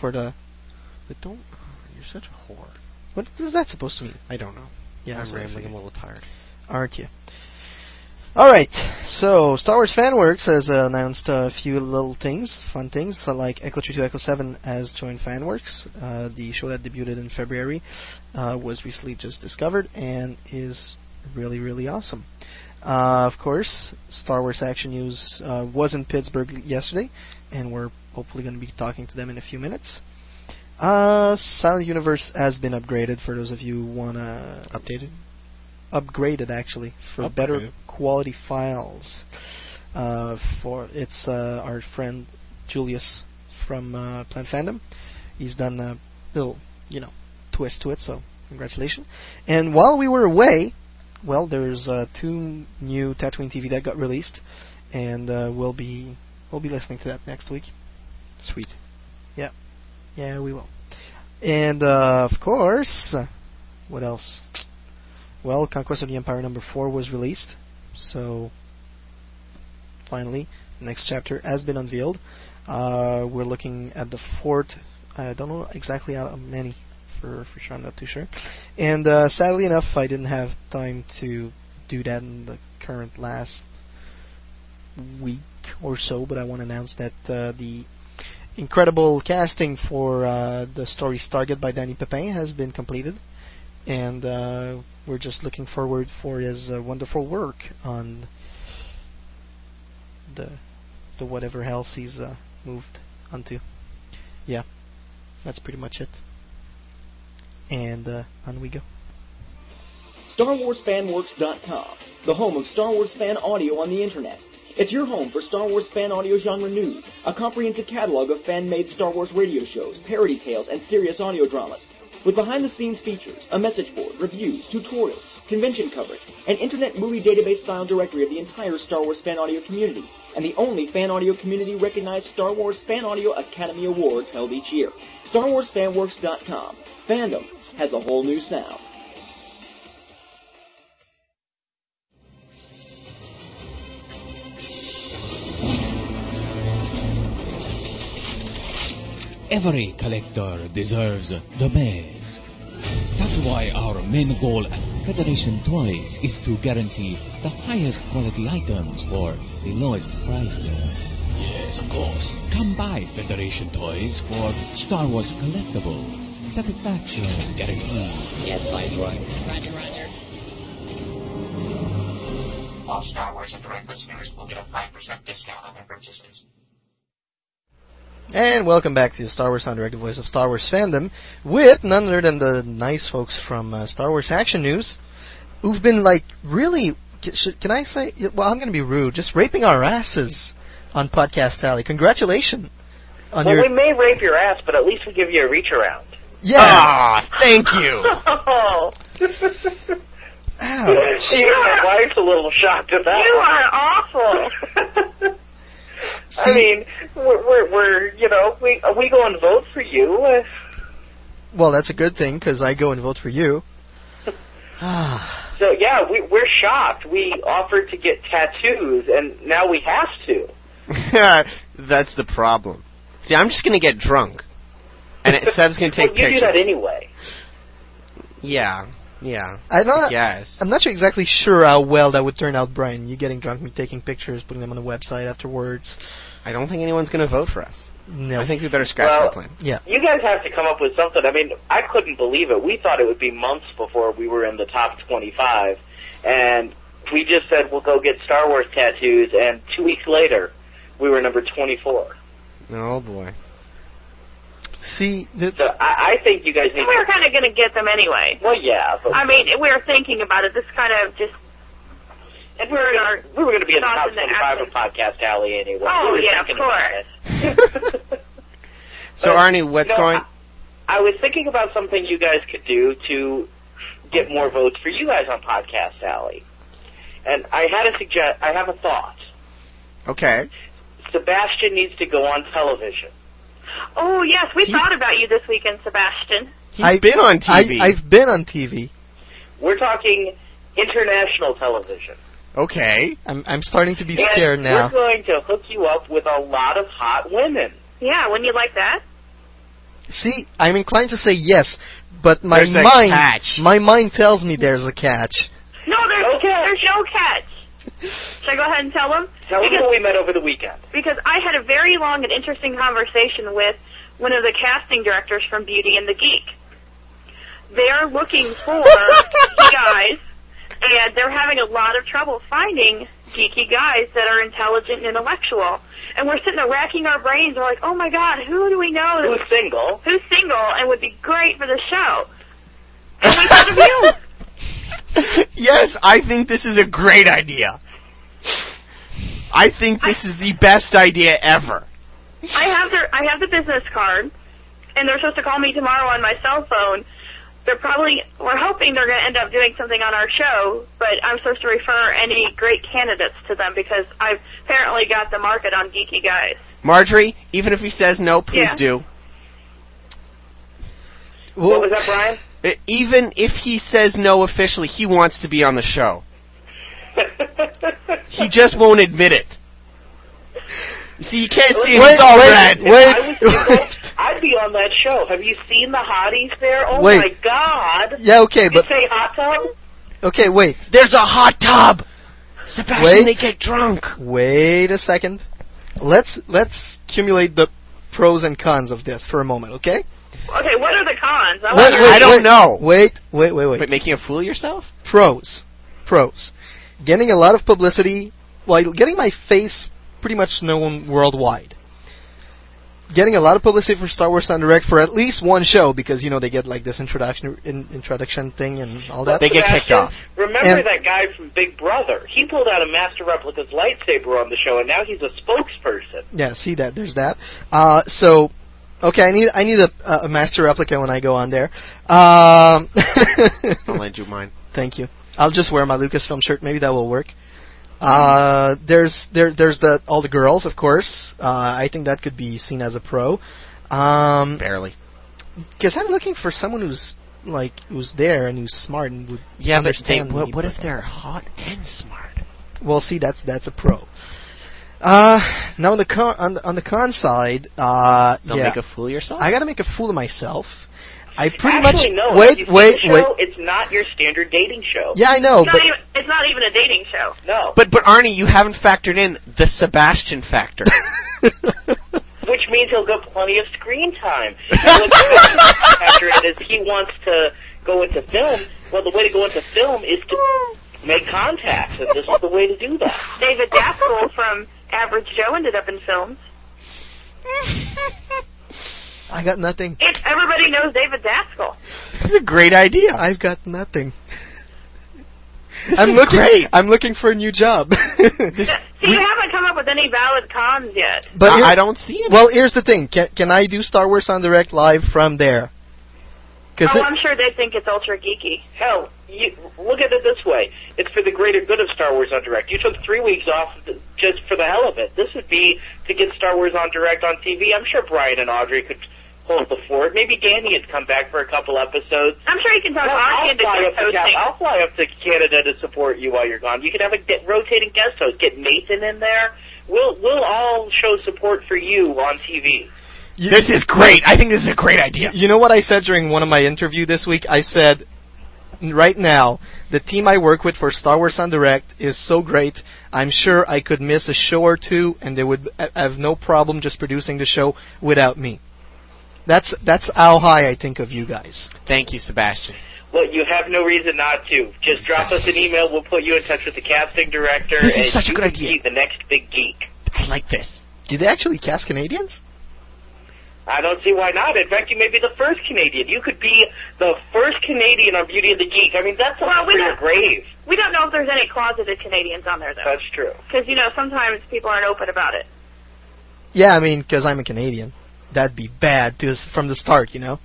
J: For the
K: But don't. You're such a whore.
J: what is that supposed to mean?
K: I don't know.
J: Yeah, that's
K: I'm
J: what I
K: rambling. I'm a
J: figured.
K: little tired.
J: aren't you? All right, so Star Wars FanWorks has uh, announced a few little things, fun things, so like Echo 2 to Echo 7 has joined FanWorks. Uh, the show that debuted in February uh, was recently just discovered and is really, really awesome. Uh, of course, Star Wars Action News uh, was in Pittsburgh yesterday, and we're hopefully going to be talking to them in a few minutes. Uh, Silent Universe has been upgraded for those of you who want to.
K: Updated?
J: Upgraded, actually, for better quality files. Uh, for It's uh, our friend Julius from uh, Plant Fandom. He's done a little, you know, twist to it, so congratulations. And while we were away, well, there's uh, two new Tatooine TV that got released, and uh, we'll be we'll be listening to that next week.
K: Sweet.
J: Yeah, yeah, we will. And uh, of course, what else? Well, Conquest of the Empire number four was released, so finally, the next chapter has been unveiled. Uh, we're looking at the fort. I don't know exactly how many for for sure. I'm not too sure. And uh, sadly enough, I didn't have time to do that in the current last week or so. But I want to announce that uh, the incredible casting for uh, the story Stargate by Danny Pepin has been completed, and uh, we're just looking forward for his uh, wonderful work on the the whatever else he's uh, moved onto. Yeah, that's pretty much it. And uh, on we go.
B: StarWarsFanWorks.com, the home of Star Wars fan audio on the internet. It's your home for Star Wars fan audio genre news, a comprehensive catalog of fan-made Star Wars radio shows, parody tales, and serious audio dramas. With behind-the-scenes features, a message board, reviews, tutorials, convention coverage, an internet movie database style directory of the entire Star Wars fan audio community, and the only fan audio community recognized Star Wars Fan Audio Academy Awards held each year. StarWarsFanWorks.com. Fandom has a whole new sound.
M: Every collector deserves the best. That's why our main goal at Federation Toys is to guarantee the highest quality items for the lowest prices. Yes, of course. Come by Federation Toys for Star Wars collectibles. Satisfaction guaranteed. Yes, Viceroy.
D: Roger, roger.
A: All Star Wars and direct listeners will get a 5% discount on their purchases.
J: And welcome back to Star Wars Sound Directed Voice of Star Wars Fandom with none other than the nice folks from uh, Star Wars Action News who've been like really, c- should, can I say, well, I'm going to be rude, just raping our asses on Podcast Alley. Congratulations on
N: well, we
J: your.
N: may rape your ass, but at least we give you a reach around.
J: yeah!
K: Ah,
J: thank
N: Oh.
J: Ouch.
N: Even my wife's a little shocked at that.
C: You
N: one.
C: are awful.
N: I mean, we're, we're, we're you know we we go and vote for you. Uh,
J: Well, that's a good thing because I go and vote for you. Ah,
N: So yeah, we, we're shocked. We offered to get tattoos, and now we have to.
K: That's the problem. See, I'm just gonna get drunk, and it, Seb's gonna take
N: we'll give
K: pictures.
N: you that anyway.
K: Yeah, Yeah.
J: I'm not.
K: Yes.
J: I'm not sure exactly sure how well that would turn out, Brian. You getting drunk, me taking pictures, putting them on the website afterwards.
K: I don't think anyone's going to vote for us.
J: No.
K: I think we better scratch
J: Well,
K: that plan.
J: Yeah.
C: You guys have to come up with something. I mean, I couldn't believe it. We thought it would be months before we were in the top 25, and we just said we'll go get Star Wars tattoos, and two weeks later, we were number 24.
K: Oh boy.
J: See, that's
C: So I, I think you guys need.
F: And we were kind of going to get them anyway.
C: Well, yeah. But
F: I mean, we were thinking about it. This kind of just.
C: and we were gonna, we were going to be in the
F: thoughts
C: top
F: in the
C: 25 of Podcast Alley anyway.
F: Oh,
C: We were
F: yeah, of
C: thinking about
F: course.
C: it.
K: So Arnie, what's
C: no,
K: going?
C: I was thinking about something you guys could do to get more votes for you guys on Podcast Alley. And I had a suggest. I have a thought.
K: Okay.
C: Sebastian needs to go on television.
F: Oh yes, we thought about you this weekend, Sebastian.
K: I've been on TV.
J: I, have been on TV.
C: We're talking international television.
K: Okay.
J: I'm I'm starting to be
C: And
J: scared now.
C: We're going to hook you up with a lot of hot women.
F: Yeah, wouldn't you like that?
J: See, I'm inclined to say yes, but my
K: There's a
J: mind
K: catch.
J: my mind tells me there's a catch.
F: No, there's there's no catch. Should I go ahead and tell them?
C: Tell them
F: because,
C: who we met over the weekend.
F: because I had a very long and interesting conversation with one of the casting directors from Beauty and the Geek. They're looking for guys, and they're having a lot of trouble finding geeky guys that are intelligent and intellectual. And we're sitting there racking our brains. We're like, oh my god, who do we know that
C: Who's single?
F: who's single and would be great for the show. And we thought of you.
K: Yes, I think this is a great idea. I think this is the best idea ever.
F: I have their I have the business card, and they're supposed to call me tomorrow on my cell phone. They're probably we're hoping they're going to end up doing something on our show, but I'm supposed to refer any great candidates to them because I've apparently got the market on geeky guys.
K: Marjorie, even if he says no, please
F: Yeah.
K: do.
C: what was that, Brian?
K: Uh, Even if he says no officially, he wants to be on the show. he just won't admit it. See, you can't see it.
J: Wait,
K: It's all
J: wait,
K: red.
J: wait.
C: If I was single, I'd be on that show. Have you seen the hotties there? Oh
J: Wait.
C: my god.
J: Yeah, okay,
C: Did
J: but-
C: you say hot tub?
J: Okay, wait.
K: There's a hot tub. Sebastian,
J: Wait.
K: they get drunk.
J: Wait a second. Let's let's cumulate the pros and cons of this for a moment, okay?
F: Okay, what are the cons? I
J: Wait,
F: wonder.
J: wait,
K: I don't
J: wait.
K: know.
J: Wait, wait, wait, wait.
K: But making a fool of yourself?
J: Pros. Pros. Getting a lot of publicity while getting my face pretty much known worldwide. Getting a lot of publicity for Star Wars on Direct for at least one show because you know they get like this introduction in, introduction thing and all that.
C: Well, Sebastian, Remember
J: And-
C: that guy from Big Brother? He pulled out a Master Replica's lightsaber on the show, and now he's a spokesperson.
J: Yeah, see that. There's that. Uh, so, okay, I need I need a, a master replica when I go on there. Um,
K: I'll lend you mine.
J: thank you. I'll just wear my Lucasfilm shirt. Maybe that will work. Uh, there's there there's the all the girls, of course. Uh, I think that could be seen as a pro. Um,
K: Barely.
J: Because I'm looking for someone who's like who's there and who's smart and would
K: Yeah, but they,
J: understand.
K: what,
J: me,
K: what
J: but-
K: if they're hot and smart?
J: well, see, that's that's a pro. Uh, now on the con on, the- on the con side, uh,
K: They'll
J: yeah,
K: make a fool of yourself?
J: I gotta make a fool of myself. I pretty much
C: Actually, no.
J: wait,
C: if you see
J: wait,
C: the
J: wait.
C: show, It's not your standard dating show.
J: Yeah, I know,
F: it's,
J: but
F: not even, it's not even a dating show.
C: No.
K: But but Arnie, you haven't factored in the Sebastian factor.
C: Which means he'll get plenty of screen time. And what the after it is he wants to go into film. Well, the way to go into film is to make contacts, and this is the way to do that.
F: David Daskell from Average Joe ended up in films.
J: I got nothing.
F: It's, everybody knows David Daskell.
K: this is a great idea.
J: I've got nothing.
K: This
J: I'm
K: is
J: looking.
K: great.
J: I'm looking for a new job.
F: See, you haven't come up with any valid cons yet.
J: but
K: I,
J: here-
K: I don't see it.
J: Well, here's the thing. Can can I do Star Wars on direct live from there? Because
F: oh, I'm sure they think it's ultra geeky.
C: Hell, you, look at it this way: it's for the greater good of Star Wars on Direct. You took three weeks off th- just for the hell of it. This would be to get Star Wars on Direct on TV. I'm sure Brian and Audrey could hold the fort. Maybe Danny had come back for a couple episodes.
F: I'm sure you can talk
C: Hell,
F: Ozzy
C: I'll,
F: into
C: fly up to Cap-
F: co-hosting.
C: I'll fly up to Canada to support you while you're gone. You could have a get, rotating guest host. Get Nathan in there. We'll we'll all show support for you on TV.
K: this is great. I think this is a great idea.
J: You know what I said during one of my interview this week? I said, right now, the team I work with for Star Wars on Direct is so great. I'm sure I could miss a show or two, and they would a- have no problem just producing the show without me. That's that's how high I think of you guys.
K: Thank you, Sebastian.
C: Well, you have no reason not to. Just drop us an email. We'll put you in touch with the casting director.
J: This is
C: and
J: such a
C: you
J: good
C: can
J: idea.
C: Be the next big geek.
K: I like this.
J: Do they actually cast Canadians?
C: I don't see why not. In fact, you may be the first Canadian. You could be the first Canadian on Beauty and the Geek. I mean, that's a
F: Well, we
C: for your
F: don't-
C: grave.
F: We don't know if there's any closeted Canadians on there though,
C: That's true.
F: because you know sometimes people aren't open about it.
J: Yeah, I mean, 'cause I'm a Canadian. That'd be bad to, from the start, you know.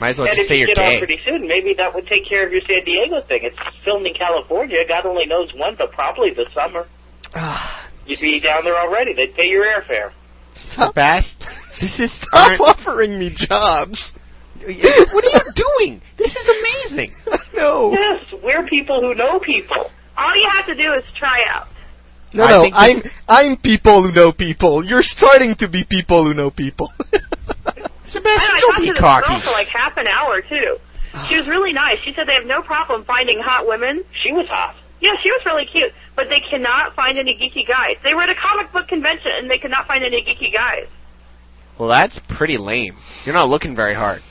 K: Might as
C: and if you get on pretty soon, maybe that would take care of your San Diego thing. It's filmed in California. God only knows when, but probably this summer.
J: Ah.
C: You'd be down there already. They'd pay your airfare.
J: Stop.
K: This is
J: Stop offering me jobs.
K: what are you doing? This is amazing.
J: no.
C: Yes, we're people who know people.
F: All you have to do is try out.
J: No,
K: I
J: no,
K: think
J: I'm I'm people who know people. You're starting to be people who know people.
F: I, know, I
K: Sebastian,
F: talked to this girl for like half an hour too. She was really nice. She said they have no problem finding hot women.
C: She was hot.
F: Yeah, she was really cute, but they cannot find any geeky guys. They were at a comic book convention and they could not find any geeky guys.
K: Well, that's pretty lame. You're not looking very hard.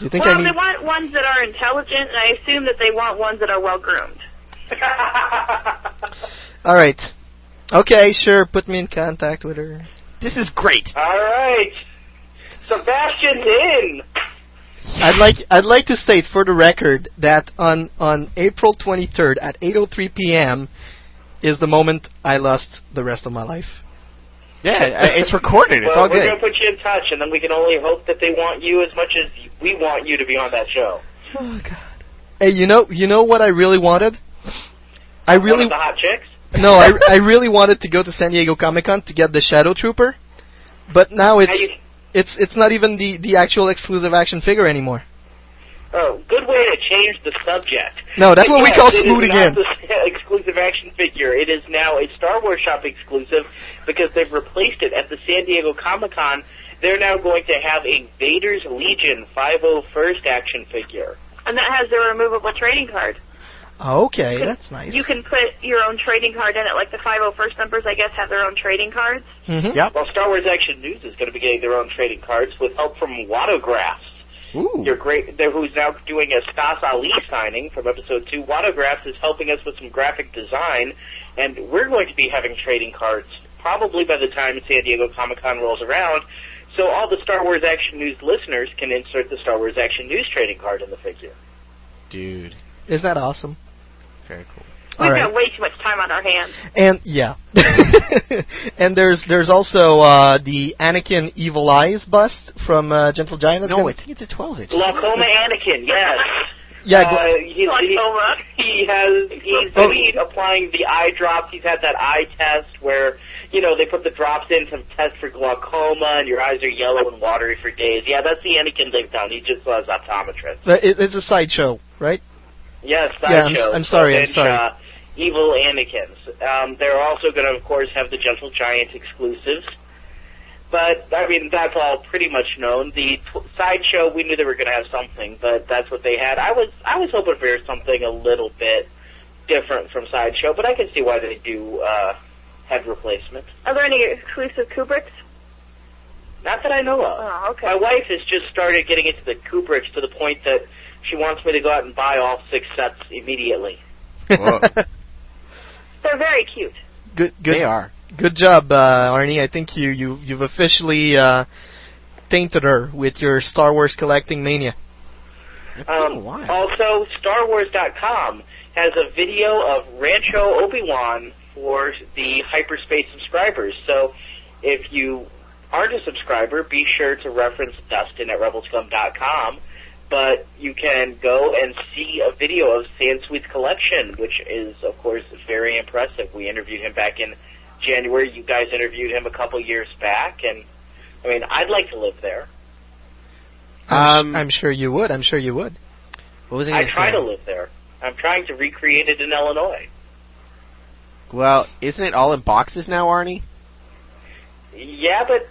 J: You think
F: well, they want ones that are intelligent, and I assume that they want ones that are well groomed.
J: All right. Okay, sure. Put me in contact with her. This is great.
C: All right. Sebastian's in.
J: I'd like I'd like to state for the record that on on April 23rd at 8:03 p.m. is the moment I lost the rest of my life.
K: Yeah, it's recorded. It's
C: well,
K: all
C: we're
K: good.
C: gonna put you in touch, and then we can only hope that they want you as much as we want you to be on that show.
J: Oh god. Hey, you know you know what I really wanted? I
C: One
J: really
C: of the hot chicks.
J: no, I I really wanted to go to San Diego Comic Con to get the Shadow Trooper, but now it's
C: Now you-
J: it's it's not even the the actual exclusive action figure anymore.
C: Oh, good way to change the subject.
J: No, that's what we call
C: it is
J: smoothing
C: not
J: in.
C: the exclusive action figure. It is now a Star Wars shop exclusive because they've replaced it at the San Diego Comic Con. They're now going to have a Vader's Legion 501st action figure.
F: And that has their removable trading card.
J: Okay, that's nice.
F: You can put your own trading card in it, like the 501st members, I guess, have their own trading cards.
J: Mm-hmm.
C: Well, Star Wars Action News is going to be getting their own trading cards with help from Wattographs.
J: Ooh.
C: Your great, there who's now doing a Stas Ali signing from episode two. Wattographs is helping us with some graphic design, and we're going to be having trading cards probably by the time San Diego Comic Con rolls around. So all the Star Wars Action News listeners can insert the Star Wars Action News trading card in the figure.
K: Dude,
J: Isn't that awesome?
K: very cool.
F: We've
J: All right.
F: got way too much time on our hands.
J: And yeah, and there's there's also uh, the Anakin Evil Eyes bust from uh, Gentle Giant. that's
K: No,
J: gonna-
K: I think it's a 12 inch.
C: Glaucoma Anakin, yes.
J: Yeah,
C: uh,
J: gla-
C: he, he, he has he's
J: Oh.
C: been applying the eye drops. He's had that eye test where you know they put the drops in to test for glaucoma, and your eyes are yellow and watery for days. Yeah, that's the Anakin they've done. He just saw his optometrist.
J: but it, it's a sideshow, right?
C: Yes,
J: Yeah,
C: sideshow.
J: I'm s- I'm sorry, I'm
C: And,
J: sorry.
C: Uh, evil Anakin's. Um, they're also going to, of course, have the Gentle Giant exclusives. But I mean, that's all pretty much known. The t- sideshow, we knew they were going to have something, but that's what they had. I was I was hoping for something a little bit different from sideshow, but I can see why they do uh, head replacement.
F: Are there any exclusive Kubricks?
C: Not that I know of.
F: Oh, okay.
C: My wife has just started getting into the Kubricks to the point that she wants me to go out and buy all six sets immediately.
F: They're very cute.
J: Good, good.
K: They are.
J: Good job, uh, Arnie. I think you you you've officially uh, tainted her with your Star Wars collecting mania.
C: Um, also, StarWars.com has a video of Rancho Obi Wan for the hyperspace subscribers. So, if you aren't a subscriber, be sure to reference Dustin at RebelScum.com. But you can go and see a video of Sansweet's collection, which is, of course, very impressive. We interviewed him back in January. You guys interviewed him a couple years back, and I mean, I'd like to live there.
J: I'm,
K: Um,
J: sh- I'm sure you would. I'm sure you would.
K: What was I
C: I
K: going
C: try
K: say?
C: to live there. I'm trying to recreate it in Illinois.
K: Well, isn't it all in boxes now, Arnie?
C: Yeah, but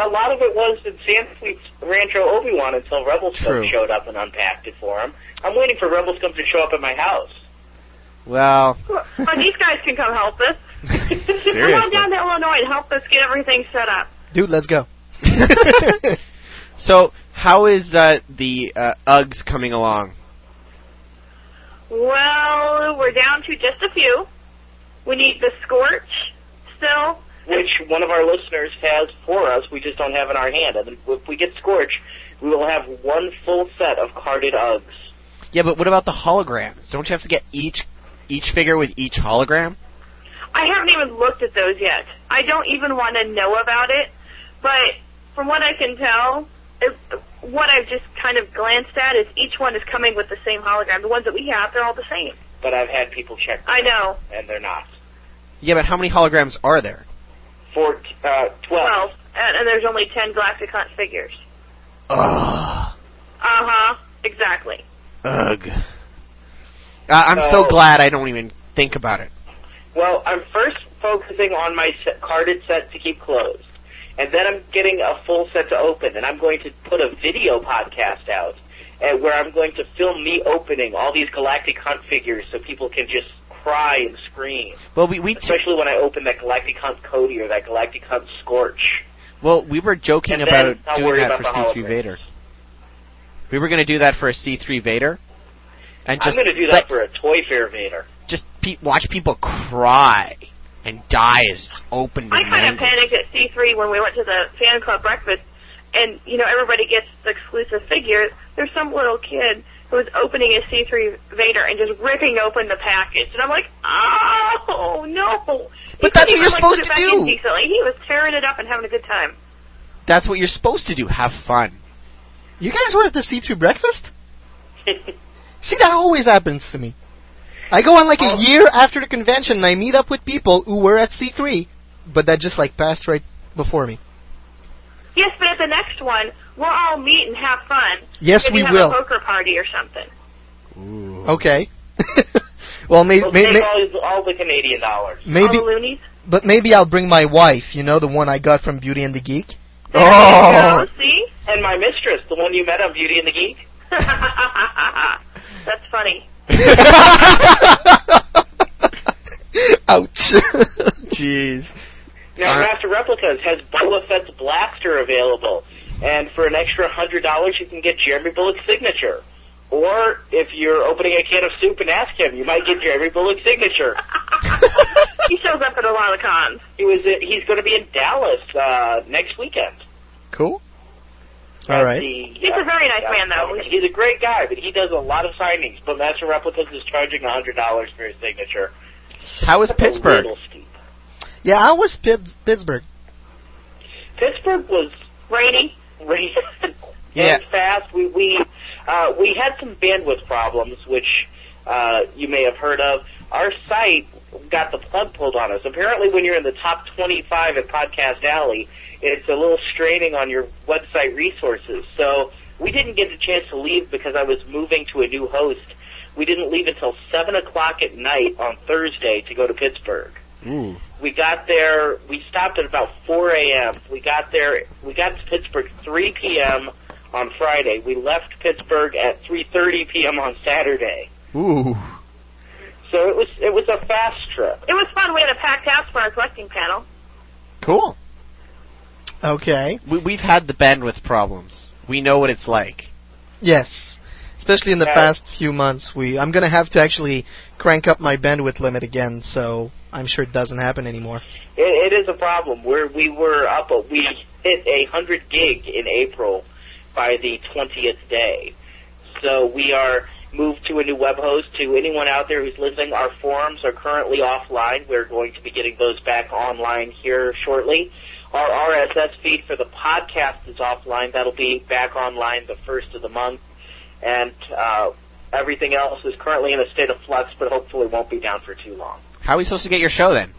C: a lot of it was that Sam tweets Rancho Obi Wan until Rebel Scum
K: True.
C: showed up and unpacked it for him. I'm waiting for Rebel Scum to show up at my house.
K: Well,
F: Well, these guys can come help us. Come on
K: Seriously.
F: down to Illinois and help us get everything set up.
K: dude, let's go. so, how is uh, the uh, Uggs coming along?
F: Well, we're down to just a few. We need the Scorch still.
C: which one of our listeners has for us. We just don't have in our hand. And if we get Scorch, we will have one full set of carded Uggs.
K: Yeah, but what about the holograms? Don't you have to get each each figure with each hologram?
F: I haven't even looked at those yet. I don't even want to know about it. But from what I can tell, it, what I've just kind of glanced at is each one is coming with the same hologram. The ones that we have, they're all the same.
C: But I've had people check. them
F: I know.
C: out, And they're not.
K: Yeah, but how many holograms are there?
C: Four, uh, twelve.
F: Twelve. And, and there's only ten Galactic Hunt figures.
K: Ugh.
F: Uh huh. Exactly.
K: Ugh. I- I'm so
C: So-
K: glad I don't even think about it.
C: Well, I'm first focusing on my set, carded set to keep closed. And then I'm getting a full set to open. And I'm going to put a video podcast out uh, where I'm going to film me opening all these Galactic Hunt figures so people can just cry and scream.
K: Well, we we t-
C: Especially when I open that Galactic Hunt Cody or that Galactic Hunt Scorch.
K: well we were joking
C: And then
K: about
C: I'll
K: doing
C: worry
K: that
C: about
K: for
C: the
K: C3
C: holograms.
K: Vader. We were gonna do that for a C3 Vader, and
C: I'm
K: just
C: going to do that
K: let-
C: for a Toy Fair Vader.
K: just pe- watch people cry and die as it's opened.
F: I
K: and
F: kind of
K: mangled.
F: panicked at C3 when we went to the fan club breakfast, and you know everybody gets the exclusive figure. There's some little kid who was opening his C3 Vader and just ripping open the package, and I'm like, oh no!
K: But
F: he
K: that's
F: couldn't
K: what you're
F: even, like, put
K: supposed
F: it
K: to
F: back
K: do.
F: In decently. He was tearing it up and having a good time.
K: That's what you're supposed to do. Have fun. You guys were at the C3 breakfast?
J: See, that always happens to me. I go on like a
K: Oh.
J: year after the convention and I meet up with people who were at C3, but that just like passed right before me.
F: Yes, but at the next one, we'll all meet and have fun.
J: Yes,
F: Maybe
J: we
F: have
J: will.
F: A poker party or something.
J: Okay. well, may,
C: We'll
J: may,
C: take
J: may-
C: all, all the Canadian dollars.
J: maybe,
F: All the loonies.
J: but maybe I'll bring my wife. You know, the one I got from Beauty and the Geek.
F: There you
J: Oh,
F: go, see?
C: And my mistress, the one you met on Beauty and the Geek.
F: That's funny.
J: ouch!
K: Jeez.
C: Now,
J: Uh-huh.
K: Uh,
C: Master Replicas has Boba Fett's blaster available, and for an extra hundred dollars, you can get Jeremy Bullock's signature. Or if you're opening a can of soup and ask him, you might get Jeremy Bullock's signature.
F: He shows up at a lot of cons.
C: He was uh, he's going to be in Dallas uh, next weekend.
J: Cool. All right.
C: The, uh,
F: He's a very nice man, though.
C: He's a great guy, but he does a lot of signings. But Master Replicas is charging a hundred dollars for his signature.
K: How was
C: That's a
K: Pittsburgh?
C: little steep.
J: Yeah, I was Pitts Pittsburgh.
C: Pittsburgh was
F: Rainy.
C: rain
J: Yeah.
C: and fast. We we uh, we had some bandwidth problems, which uh, you may have heard of. Our site got the plug pulled on us. Apparently, when you're in the top 25 at Podcast Alley, it's a little straining on your website resources. So we didn't get a chance to leave because I was moving to a new host. We didn't leave until seven o'clock at night on Thursday to go to Pittsburgh.
K: Ooh.
C: We got there. We stopped at about 4 a.m. We got there. We got to Pittsburgh 3 p.m. on Friday. We left Pittsburgh at 3:30 p.m. on Saturday.
J: Ooh.
C: So it was it was a fast trip.
F: It was fun. We had a packed house for our collecting panel.
K: Cool.
J: Okay.
K: We, we've had the bandwidth problems. We know what it's like.
J: Yes. Especially in the
K: Yeah.
J: past few months, we I'm gonna have to actually crank up my bandwidth limit again, so I'm sure it doesn't happen anymore.
C: It, it is a problem. Where we were up, a, we hit a hundred gig in April by the 20th day. So we are moved to a new web host. To anyone out there who's listening, our forums are currently offline. We're going to be getting those back online here shortly. Our RSS feed for the podcast is offline. That'll be back online the first of the month, and uh, everything else is currently in a state of flux, but hopefully won't be down for too long.
K: How are we supposed to get your show then?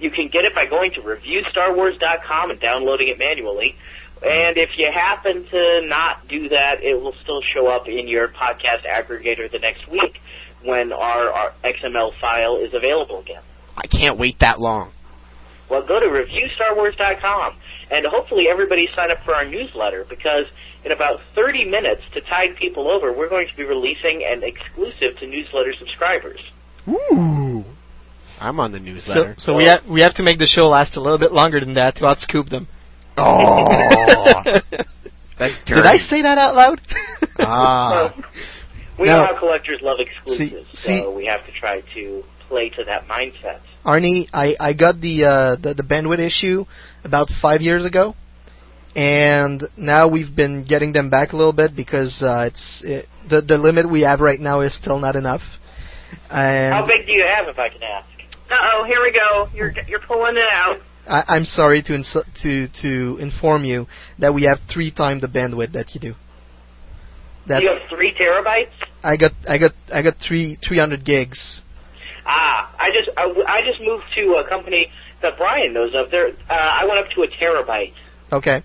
C: You can get it by going to reviewstarwars.com and downloading it manually. And if you happen to not do that, it will still show up in your podcast aggregator the next week when our, our XML file is available again.
K: I can't wait that long.
C: well, go to reviewstarwars.com and hopefully everybody sign up for our newsletter because in about 30 minutes to tide people over, we're going to be releasing an exclusive to newsletter subscribers.
J: Ooh.
K: I'm on the
J: So,
K: newsletter.
J: so we have we have to make the show last a little bit longer than that to outscoop them.
K: Oh. That's dirty.
J: Did I say that out loud?
K: Ah.
C: We
J: Uh, Now-
C: know how collectors love exclusives,
J: see-
C: so we have to try to play to that mindset.
J: Arnie, I, I got the, uh, the the bandwidth issue about five years ago, and now we've been getting them back a little bit because uh, it's it, the the limit we have right now is still not enough. And
C: how big do you have, if I can ask?
F: Uh oh, here we go. You're you're pulling it out.
J: I, I'm sorry to insu- to to inform you that we have three times the bandwidth that you do. That's
C: you have three terabytes.
J: I got I got I got three 300 gigs.
C: Ah, I just I, w- I just moved to a company that Brian knows of. There, uh, I went up to a terabyte
J: Okay.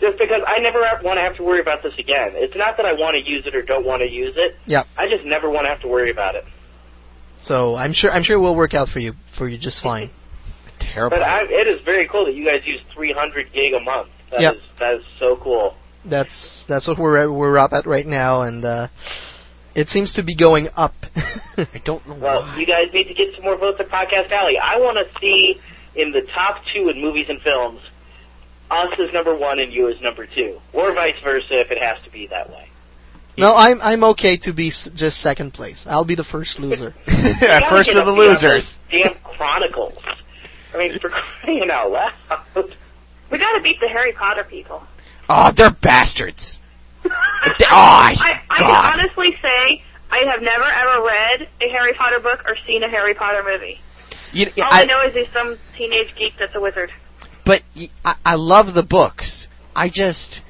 C: just because I never want to have to worry about this again. It's not that I want to use it or don't want to use it.
J: Yeah.
C: I just never want to have to worry about it.
J: So I'm sure I'm sure it will work out for you for you just fine.
C: But I, it is very cool that you guys use 300 gig a month. That is
J: Yeah.
C: that is so cool.
J: that's that's what we're we're up at right now, and uh, it seems to be going up. I
K: don't know.
C: Well, you guys need to get some more votes at Podcast Alley. I want to see in the top two in movies and films, us as number one and you as number two, or vice versa if it has to be that way.
J: No, I'm I'm okay to be s- just second place. I'll be the first loser.
C: You gotta get up there on those Damn Chronicles. I mean, for crying out loud.
F: We gotta beat the Harry Potter people.
K: Oh, they're bastards. They- oh,
F: I, I
K: God.
F: can honestly say I have never ever read a Harry Potter book or seen a Harry Potter movie.
K: You,
C: Oh,
F: All I,
K: I,
F: know is there's some teenage geek that's a wizard.
K: but y I I I love the books. I just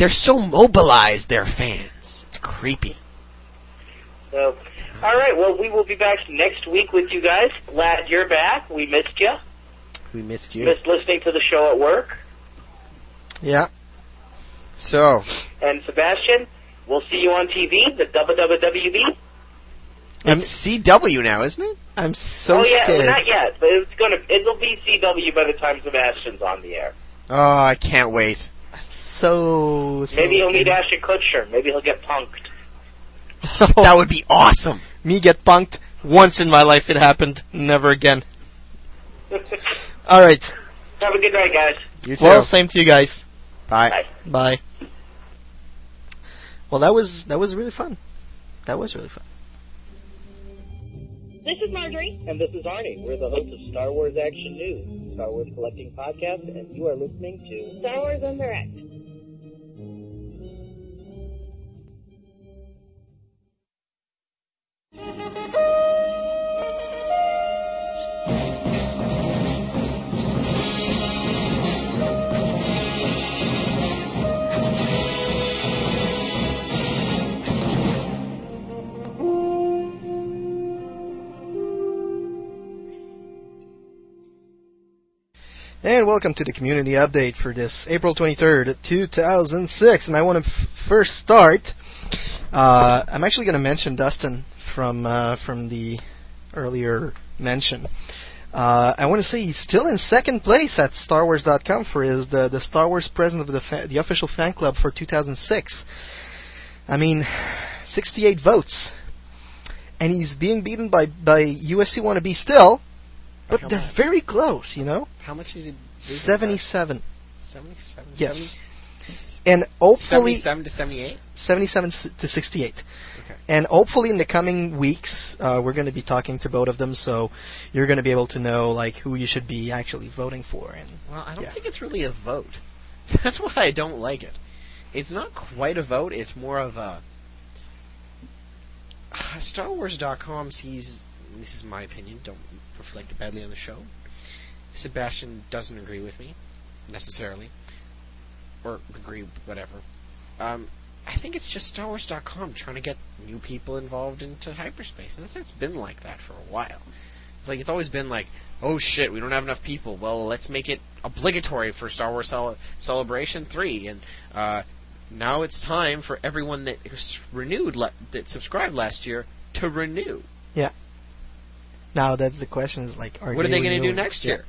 K: they're so mobilized. Their fans. It's creepy.
C: So, all right. Well, we will be back next week with you guys. Glad you're back. We missed you.
K: We missed
C: Missed listening to the show at work.
J: Yeah.
K: So
C: And Sebastian, we'll see you on TV. The WWWB.
K: it's CW now, isn't it?
J: I'm so
C: oh yeah,
K: scared.
C: not yet, but it's gonna. It'll be CW by the time Sebastian's on the air.
K: Oh, I can't wait.
J: So, so
C: Maybe he'll meet
J: scared.
C: Ashton Kutcher. Maybe he'll get punked.
J: that
K: would be awesome.
J: Me get punked once in my life. It happened. Never again. All right.
C: Have a good night, guys.
J: Well, same to you guys.
K: Bye.
J: Bye. Well, that was that was really fun. That was really fun.
F: This is Marjorie.
D: And this is Arnie. We're the hosts of Star Wars Action News, Star Wars Collecting Podcast, and you are listening to
F: Star Wars on Direct.
J: And welcome to the community update for this April 23rd, 2006. And I want to f- first start. Uh, I'm actually going to mention Dustin from uh, from the earlier mention. Uh, I want to say he's still in second place at StarWars.com for his the, the Star Wars president of the fa- the official fan club for 2006. I mean, 68 votes, and he's being beaten by by USC wannabe still, but
K: how
J: they're very close, you know.
K: How much is it?
J: 77.
K: Seventy-seven.
J: Yes. And hopefully
K: Seventy-seven to seventy-eight.
J: 77 s- to 68.
K: Okay.
J: And hopefully in the coming weeks, uh, we're going to be talking to both of them, so you're going to be able to know like who you should be actually voting for. And
K: Well, I don't
J: Yeah.
K: think it's really a vote. That's why I don't like it. It's not quite a vote. It's more of a StarWars.com sees. This is my opinion. Don't reflect it badly on the show. Sebastian doesn't agree with me necessarily, or agree whatever. Um, I think it's just StarWars.com trying to get new people involved into hyperspace, and it's been like that for a while. It's like it's always been like, oh shit, we don't have enough people. Well, let's make it obligatory for Star Wars Cele- Celebration three, and uh, now it's time for everyone that s- renewed le- that subscribed last year to renew.
J: now that's the question is like, are
K: what are they
J: going to
K: do next year?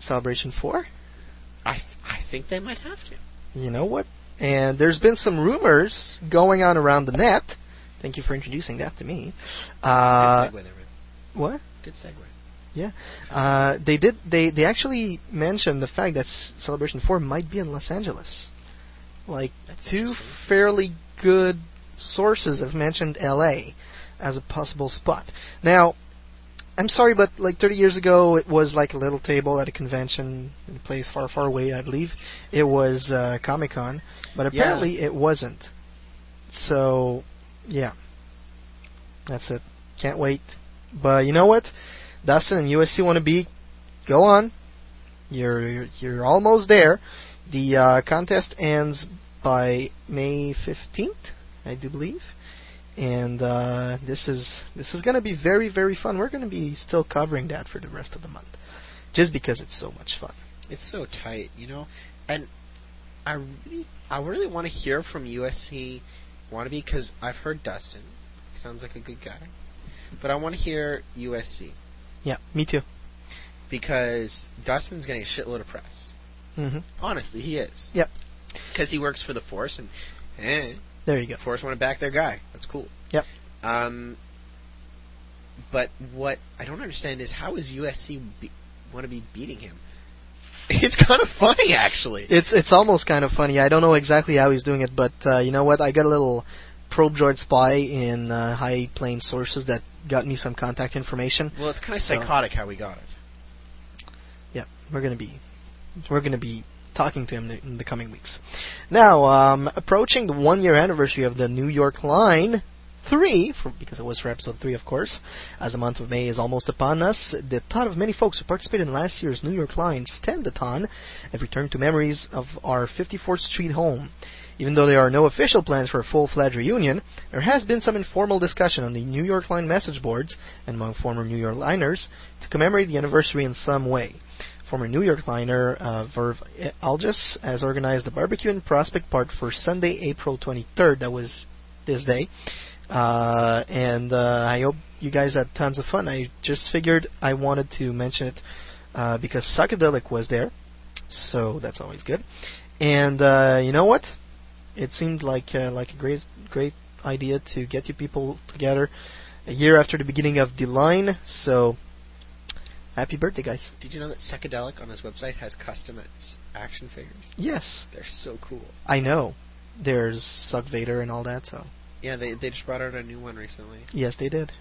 J: Celebration 4?
K: I I think they might have to.
J: You know what? And there's been some rumors going on around the net. Thank you for introducing that to me. Uh,
K: Good segue there, man.
J: what?
K: Good segue.
J: Yeah, uh, they did. They they actually mentioned the fact that S- Celebration Four might be in Los Angeles. Like two fairly good sources have mentioned L.A. as a possible spot. Now, I'm sorry, but like 30 years ago, it was like a little table at a convention in a place far, far away. I believe it was uh, Comic Con, but
K: Yeah.
J: apparently it wasn't. So, yeah, that's it. Can't wait. But you know what, Dustin and USC wannabe, go on. You're you're, you're almost there. The uh, contest ends by May 15th, I do believe and uh, this is this is going to be very very fun. We're going to be still covering that for the rest of the month, just because it's so much fun.
K: It's so tight, you know. And I really, I really want to hear from USC wannabe because I've heard Dustin. He sounds like a good guy, but I want to hear USC
J: Yeah, me too.
K: because Dustin's getting a shitload of press.
J: hmm
K: Honestly, he is.
J: Yep.
K: Because he works for the Force, and eh,
J: There you go.
K: Force want to back their guy. That's cool.
J: Yep.
K: Um. But what I don't understand is how is USC be- want to be beating him? It's kind of funny, actually.
J: It's it's almost kind of funny. I don't know exactly how he's doing it, but uh, you know what? I got a little probe droid spy in uh, high plane sources that got me some contact information.
K: Well, it's kind of
J: So-
K: psychotic how we got it.
J: Yeah, we're gonna be we're gonna be talking to him th- in the coming weeks. Now, um, approaching the one year anniversary of the New York line. Three, for, because it was for episode three, of course, as the month of May is almost upon us, the thought of many folks who participated in last year's New York Line Standathon have returned to memories of our 54th Street home. Even though there are no official plans for a full-fledged reunion, there has been some informal discussion on the New York Line message boards and among former New York liners to commemorate the anniversary in some way. Former New York liner uh, Verve Algis has organized a barbecue in Prospect Park for Sunday, April 23rd. That was this day. Uh, and uh, I hope you guys had tons of fun. I just figured I wanted to mention it uh, because Psychedelic was there, so that's always good. And uh, you know what? It seemed like uh, like a great great idea to get you people together a year after the beginning of the line. So happy birthday, guys!
K: Did you know that Psychedelic on his website has custom s- action figures?
J: Yes,
K: They're so cool.
J: I know. There's Sug Vader and all that, so.
K: Yeah, they they just brought out a new one recently.
J: Yes, they did.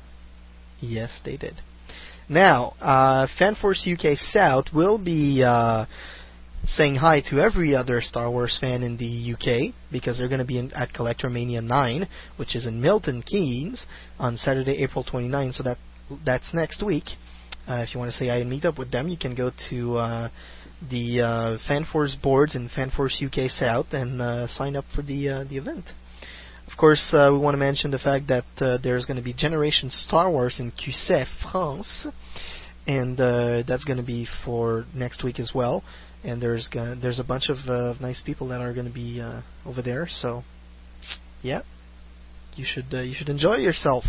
J: Yes, they did. Now, uh, FanForce UK South will be uh, saying hi to every other Star Wars fan in the UK because they're going to be in, at Collector Mania 9, which is in Milton Keynes on Saturday, April 29. So that that's next week. Uh, if you want to say hi and meet up with them, you can go to uh, the uh, FanForce boards in FanForce UK South and uh, sign up for the uh, the event. Of course, uh, we want to mention the fact that uh, there's going to be Generation Star Wars in QC France, and uh, that's going to be for next week as well. And there's go- there's a bunch of uh, nice people that are going to be uh, over there. So, yeah, you should uh, you should enjoy yourself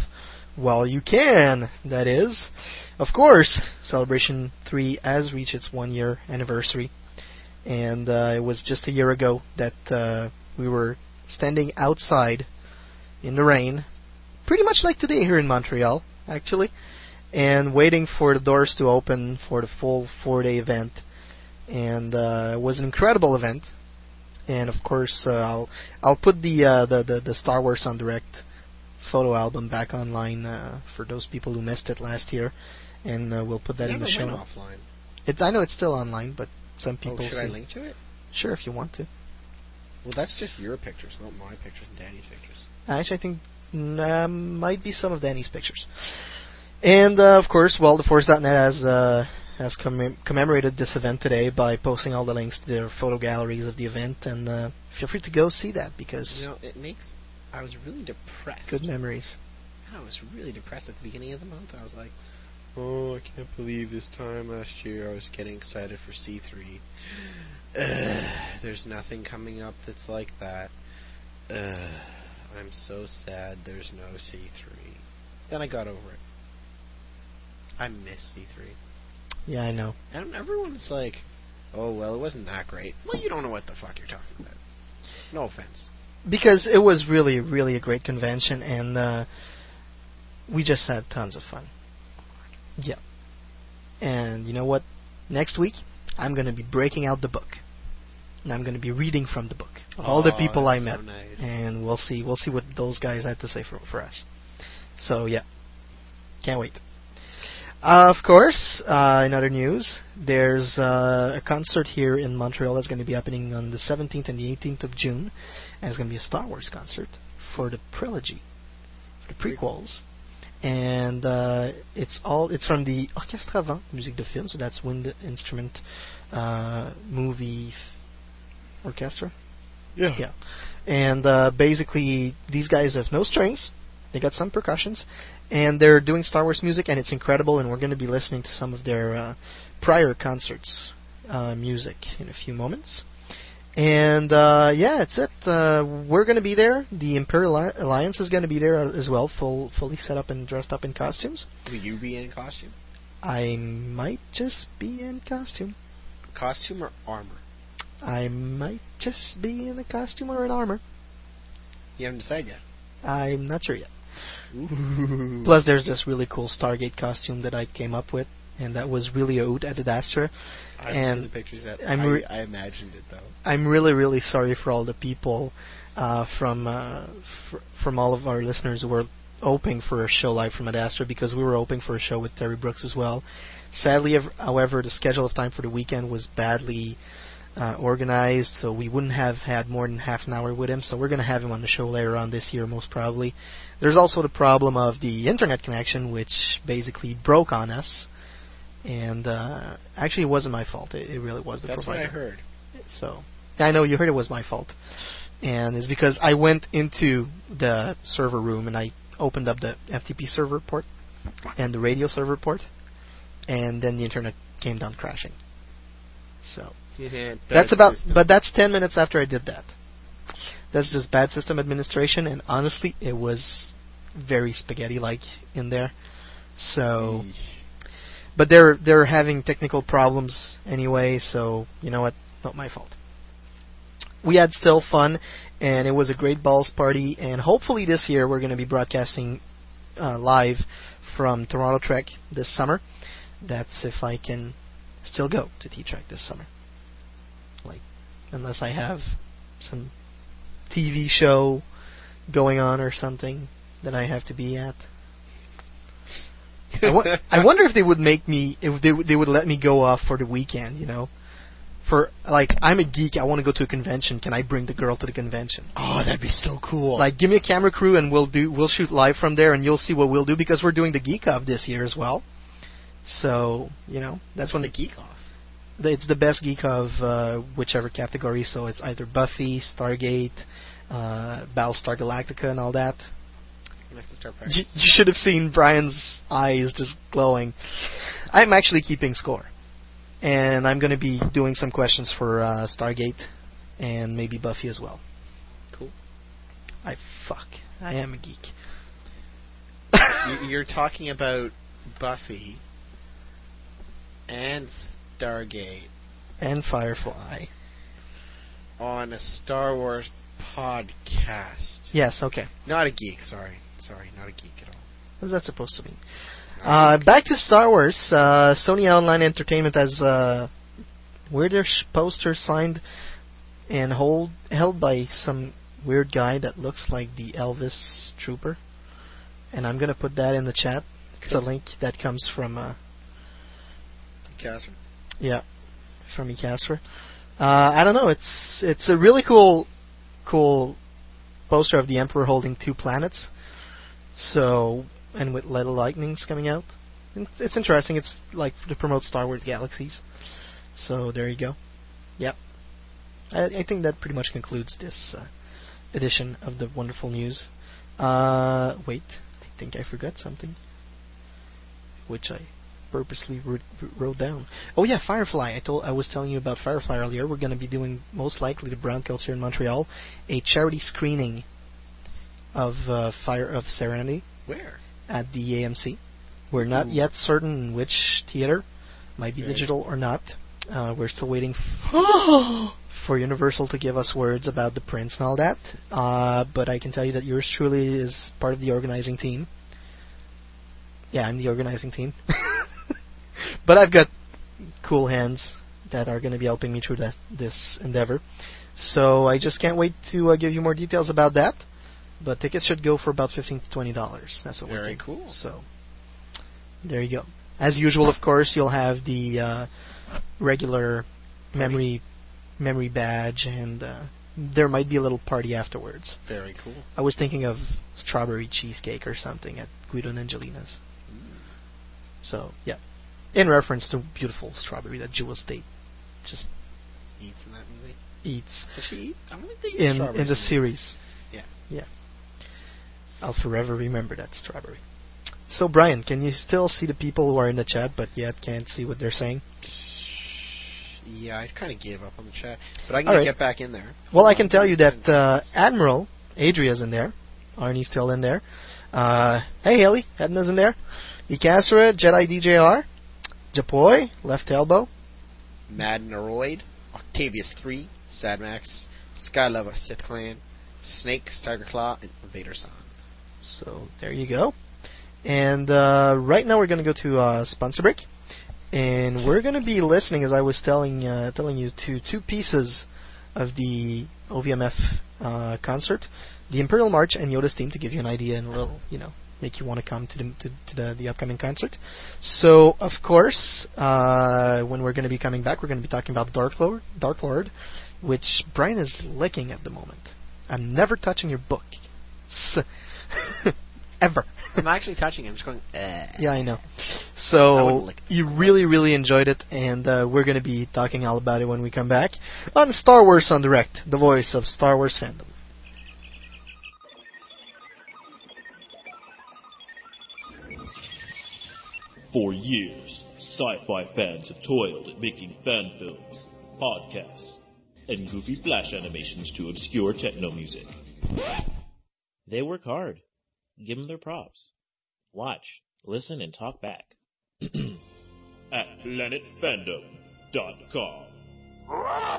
J: while you can. That is, of course, Celebration Three has reached its one year anniversary, and uh, it was just a year ago that uh, we were standing outside in the rain, pretty much like today here in Montreal, actually, and waiting for the doors to open for the full four day event. And uh, it was an incredible event. And of course, uh, I'll I'll put the, uh, the the the Star Wars on direct photo album back online uh, for those people who missed it last year, and uh, we'll put that in
K: Never
J: the show
K: went
J: notes.
K: offline.
J: It, I know it's still online, but some people
K: Oh, should I
J: see-
K: link to it?
J: Sure, if you want to.
K: Well, that's just your pictures, not my pictures and Danny's pictures.
J: Actually, I think uh, might be some of Danny's pictures. And uh, of course, well, theforce.net has uh, has commem- commemorated this event today by posting all the links to their photo galleries of the event, and uh, feel free to go see that because
K: You know, it makes. I was really depressed.
J: good memories.
K: I was really depressed at the beginning of the month. I was like, oh, I can't believe this time last year I was getting excited for C3. Ugh, there's nothing coming up that's like that. Ugh, I'm so sad there's no C3. Then I got over it. I miss C3.
J: Yeah, I know.
K: And everyone's like, oh, well, it wasn't that great. Well, you don't know what the fuck you're talking about. No offense.
J: Because it was really, really a great convention, and uh, we just had tons of fun. Yeah. And you know what? Next week, I'm going to be breaking out the book. And I'm going to be reading from the book. All the
K: Aw,
J: people I
K: Oh, that's
J: met.
K: so nice.
J: And we'll see. We'll see what those guys had to say for, for us. So, yeah. Can't wait. Of course, uh, in other news, there's uh, a concert here in Montreal that's going to be happening on the 17th and the 18th of June, and it's going to be a Star Wars concert for the trilogy, for the prequels, and uh, it's all it's from the Orchestre Avant Musique de Film, so that's wind instrument uh, movie f- orchestra.
K: Yeah.
J: Yeah. And uh, basically, these guys have no strings. They got some percussions, and they're doing Star Wars music, and it's incredible. And we're going to be listening to some of their uh, prior concerts uh, music in a few moments. And uh, yeah, that's it. Uh, we're going to be there. The Imperial Alli- Alliance is going to be there as well, full, fully set up and dressed up in costumes.
K: Will you be in costume?
J: I might just be in costume.
K: Costume or armor?
J: I might just be in a costume or in armor.
K: You haven't decided yet.
J: I'm not sure yet. Plus, there's this really cool Stargate costume that I came up with, and that was really a hoot at Adastra.
K: I haven't
J: and
K: seen the pictures yet.
J: I'm re-
K: I, I imagined it, though.
J: I'm really, really sorry for all the people uh, from uh, fr- from all of our listeners who were hoping for a show live from Adastra because we were hoping for a show with Terry Brooks as well. Sadly, ev- however, the schedule of time for the weekend was badly uh, organized, so we wouldn't have had more than half an hour with him. So we're going to have him on the show later on this year, most probably. There's also the problem of the internet connection, which basically broke on us. And uh, actually, it wasn't my fault. It, it really was the
K: That's what
J: provider.
K: I heard.
J: So I know you heard it was my fault, and it's because I went into the server room and I opened up the FTP server port and the radio server port, and then the internet came down crashing. So that's about, but that's ten minutes after I did that. That's just bad system administration, and honestly, it was very spaghetti-like in there. So, but they're they're having technical problems anyway, so you know what? Not my fault. We had still fun, and it was a great balls party. And hopefully this year we're going to be broadcasting uh, live from Toronto Trek this summer. That's if I can still go to T Trek this summer. Like, unless I have some TV show going on or something that I have to be at. I, w- I wonder if they would make me if they would- they would let me go off for the weekend, you know. For like I'm a geek, I want to go to a convention. Can I bring the girl to the convention?
K: Oh, that'd be so cool.
J: Like give me a camera crew and we'll do we'll shoot live from there and you'll see what we'll do because we're doing the geek off this year as well. So, you know, that's when the
K: geek off.
J: It's the best geek of uh, whichever category, so it's either Buffy, Stargate, uh, Battlestar Galactica, and all that.
K: I'm gonna have to start
J: You,
K: practicing.
J: you should have seen Brian's eyes just glowing. I'm actually keeping score, and I'm going to be doing some questions for uh, Stargate and maybe Buffy as well.
K: Cool.
J: I fuck. I am a geek.
K: You- You're talking about Buffy and Stargate
J: And Firefly.
K: on a Star Wars podcast.
J: Yes. Okay.
K: Not a geek, sorry. Sorry, not a geek at all.
J: What is that supposed to mean? Uh, back to Star Wars. Uh, Sony Online Entertainment has uh, weird poster signed and hold held by some weird guy that looks like the Elvis Trooper, and I'm gonna put that in the chat. It's a
K: Cause-
J: link that comes from uh,
K: Catherine?
J: yeah, from Ecasper. Uh, I don't know. It's it's a really cool, cool poster of the Emperor holding two planets. So and with little lightnings coming out, And it's interesting. It's like to promote Star Wars Galaxies. So there you go. Yep. I, I think that pretty much concludes this uh, edition of the wonderful news. Uh, wait, I think I forgot something, which I purposely wrote, wrote down. Oh yeah, Firefly. I told I was telling you about Firefly earlier. We're going to be doing most likely the Broncos here in Montreal, a charity screening of uh, Fire of Serenity
K: Where?
J: at the AMC. We're not yet certain in which theater, might be digital or not. Uh, we're still waiting for Universal to give us words about the prints and all that. Uh, but I can tell you that yours truly is part of the organizing team. Yeah, I'm the organizing team. but I've got cool hands that are going to be helping me through that, this endeavor. So I just can't wait to uh, give you more details about that. But tickets should go for about fifteen to twenty dollars. That's what we're
K: Very
J: thinking. cool. So there you go. As usual, of course, you'll have the uh, regular memory memory badge, and uh, there might be a little party afterwards.
K: Very cool.
J: I was thinking of strawberry cheesecake or something at Guido and Angelina's.
K: Mm.
J: So yeah, in reference to beautiful strawberry that Jewel State just
K: Eats in that movie.
J: eats
K: Does she eat? I don't think they eat
J: in
K: strawberries
J: in the
K: movie.
J: series.
K: Yeah.
J: Yeah. I'll forever remember that strawberry. So Brian, can you still see the people who are in the chat but yet can't see what they're saying?
K: Yeah, I kind of gave up on the chat, but I can
J: All right.
K: get back in there.
J: Well, I can tell you that uh, Admiral Adria's in there. Arnie's still in there. Uh, hey, Haley, Edna's in there. Icasra, Jedi DJR, Japoy, Left Elbow,
K: Madneroid, Octavius 3, Sadmax, Skylava Sith Clan, Snakes, Tiger Claw, and Vader San.
J: So there you go. And uh, right now we're going to go to uh, sponsor break, and we're going to be listening, as I was telling uh, telling you, to two pieces of the OVMF uh, concert, the Imperial March and Yoda's theme, to give you an idea and a little, you know, make you want to come to the to, to the, the upcoming concert. So of course, uh, when we're going to be coming back, we're going to be talking about Dark Lord, Dark Lord, which Brian is licking at the moment. I'm never touching your book. Ever.
K: I'm not actually touching it. I'm just going, eh.
J: Yeah, I know.
K: I wouldn't
J: So
K: lick
J: you really, really enjoyed it, and uh, we're going to be talking all about it when we come back on Star Wars on Direct, the voice of Star Wars fandom.
E: For years, sci-fi fans have toiled at making fan films, podcasts, and goofy flash animations to obscure techno music.
O: They work hard. Give them their props. Watch, listen, and talk back.
E: At planetfandom.com.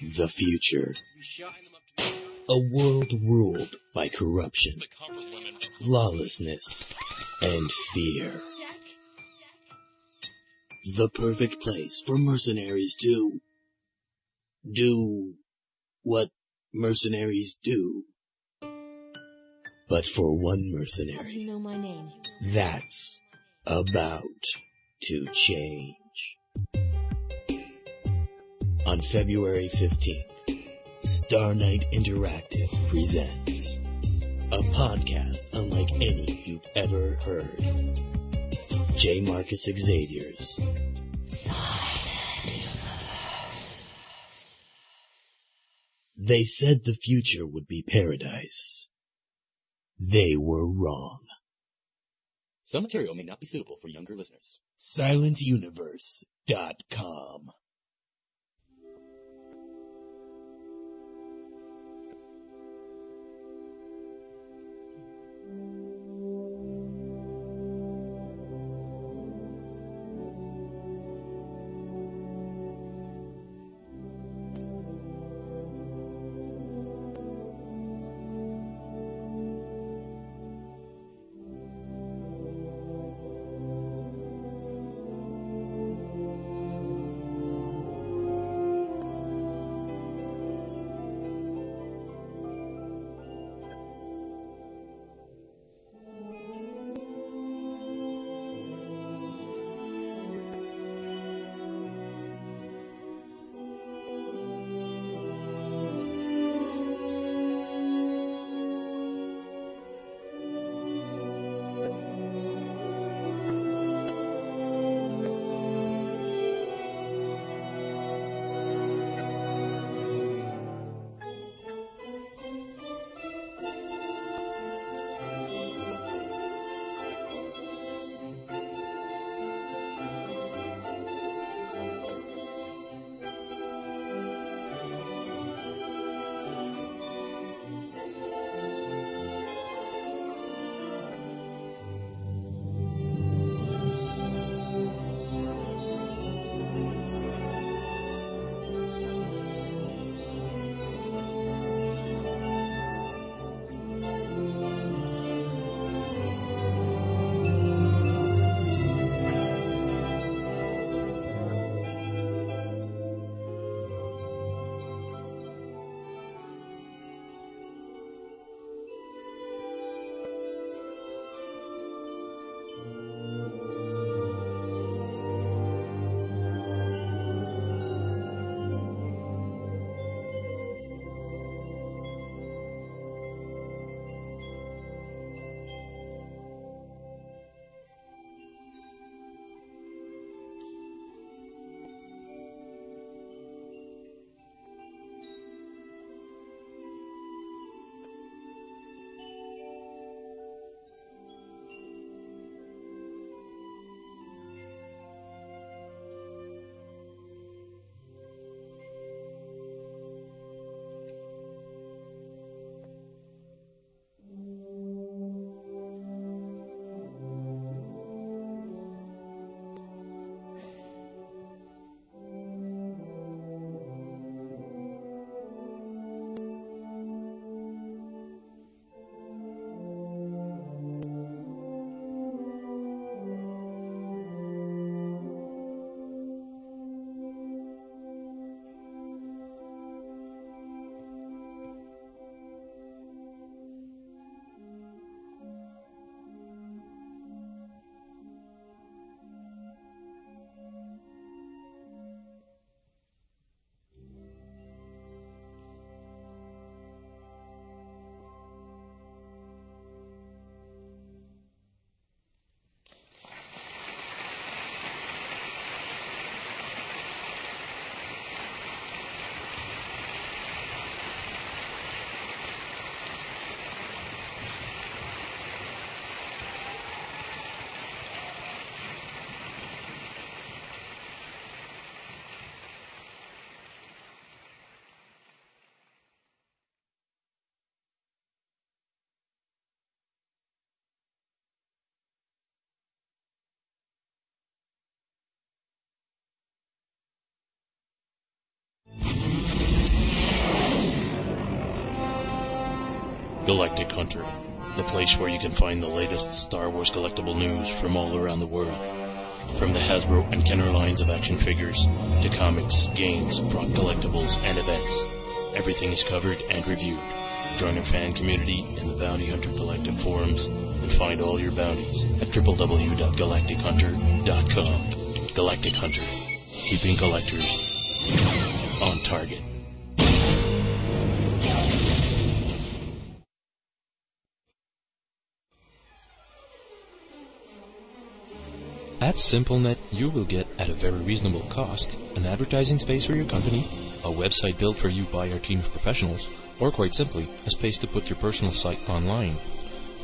P: The future. A world ruled by corruption, lawlessness, and fear. The perfect place for mercenaries to do what mercenaries do. But for one mercenary,
Q: you know my name?
P: that's about to change. On February 15th, Star Knight Interactive presents a podcast unlike any you've ever heard. J. Marcus Xavier's They said the future would be paradise. They were wrong.
R: Some material may not be suitable for younger listeners.
P: SilentUniverse.com.
H: Galactic Hunter, the place where you can find the latest Star Wars collectible news from all around the world. From the Hasbro and Kenner lines of action figures to comics, games, prop collectibles, and events, everything is covered and reviewed. Join our fan community in the Bounty Hunter Collective forums and find all your bounties at www.galactichunter.com. Galactic Hunter, keeping collectors on target. At SimpleNet, you will get, at a very reasonable cost, an advertising space for your company, a website built for you by our team of professionals, or quite simply, a space to put your personal site online.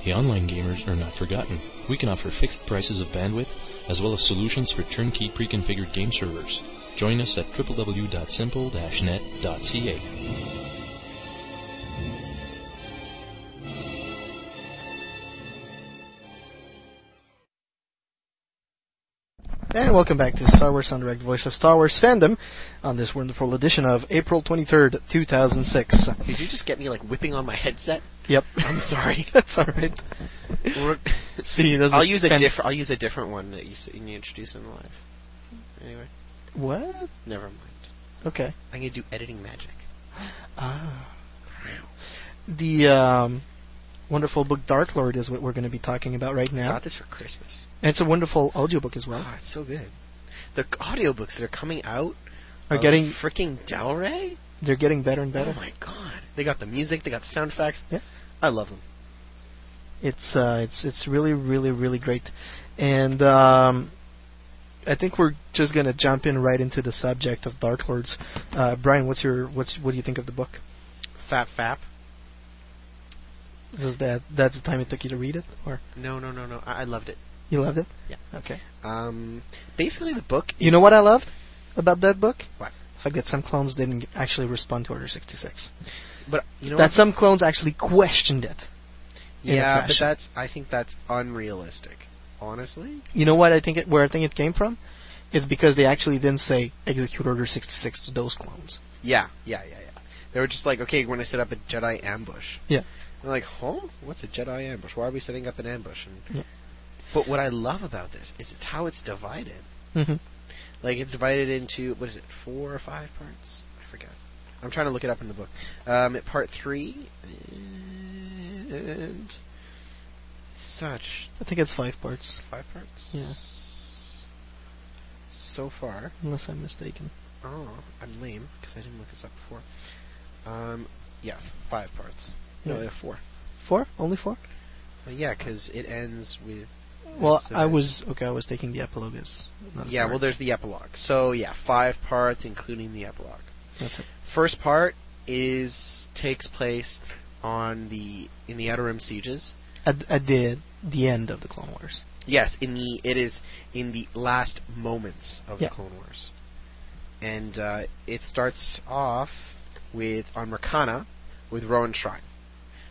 H: The online gamers are not forgotten. We can offer fixed prices of bandwidth, as well as solutions for turnkey pre-configured game servers. Join us at www.simple-net.ca.
J: And welcome back to Star Wars Sound Direct, voice of Star Wars fandom, on this wonderful edition of April 23rd, 2006.
K: Did you just get me like whipping on my headset?
J: Yep.
K: I'm sorry.
J: That's alright. See, that's
K: I'll use a
J: fan-
K: different. I'll use a different one that you, s- you introduce in live. Anyway,
J: What?
K: never mind.
J: Okay.
K: I'm gonna do editing magic.
J: Ah. The um, wonderful book Dark Lord is what we're going to be talking about right
K: I
J: now.
K: got this for Christmas.
J: And it's a wonderful audiobook as well.
K: Oh, it's so good. The c- audiobooks that are coming out
J: Are
K: of
J: getting-
K: freaking Del Rey.
J: They're getting better and
K: Oh
J: better.
K: my god! They got the music. They got the sound effects.
J: Yeah.
K: I love them.
J: It's uh, it's it's really really really great, and um, I think we're just gonna jump in right into the subject of Dark Lords. Uh, Brian, what's your what's what do you think of the book?
K: Fap fap.
J: This is that that's the time it took you to read it, or
K: No no no no. I, I loved it.
J: you loved it?
K: Yeah.
J: Okay.
K: Um. Basically, the book.
J: You know what I loved about that book?
K: What?
J: The fact that some clones didn't actually respond to Order 66.
K: But you know
J: that
K: what?
J: some clones actually questioned it. in a
K: Yeah, but
J: fashion.
K: that's. I think that's unrealistic. Honestly.
J: You know what I think it, where I think it came from? It's because they actually didn't say execute Order 66 to those clones.
K: Yeah yeah yeah yeah. They were just like, okay, we're gonna set up a Jedi ambush.
J: Yeah.
K: They're like, huh? What's a Jedi ambush? Why are we setting up an ambush? And,
J: Yeah.
K: But what I love about this is it's how it's divided.
J: Mm-hmm.
K: Like it's divided into what is it, four or five parts? I forgot. I'm trying to look it up in the book. Um, at part three and such
J: I think it's five parts,
K: five parts.
J: Yeah.
K: So far,
J: unless I'm mistaken.
K: oh, I'm lame because I didn't look this up before. Um, yeah, five parts. No,
J: Yeah.
K: yeah, four.
J: Four? Only four?
K: Uh, yeah, because it ends with.
J: Well,
K: this
J: I
K: event.
J: was okay. I was taking the epilogue as another
K: Yeah,
J: part.
K: well, there's the epilogue. So yeah, five parts, including the epilogue.
J: That's it.
K: First part is takes place on the in the Outer Rim sieges.
J: At, at the the end of the Clone Wars.
K: Yes, in the it is in the last moments of
J: Yeah.
K: the Clone Wars, and uh, it starts off with on Rakana with Rowan Shrine.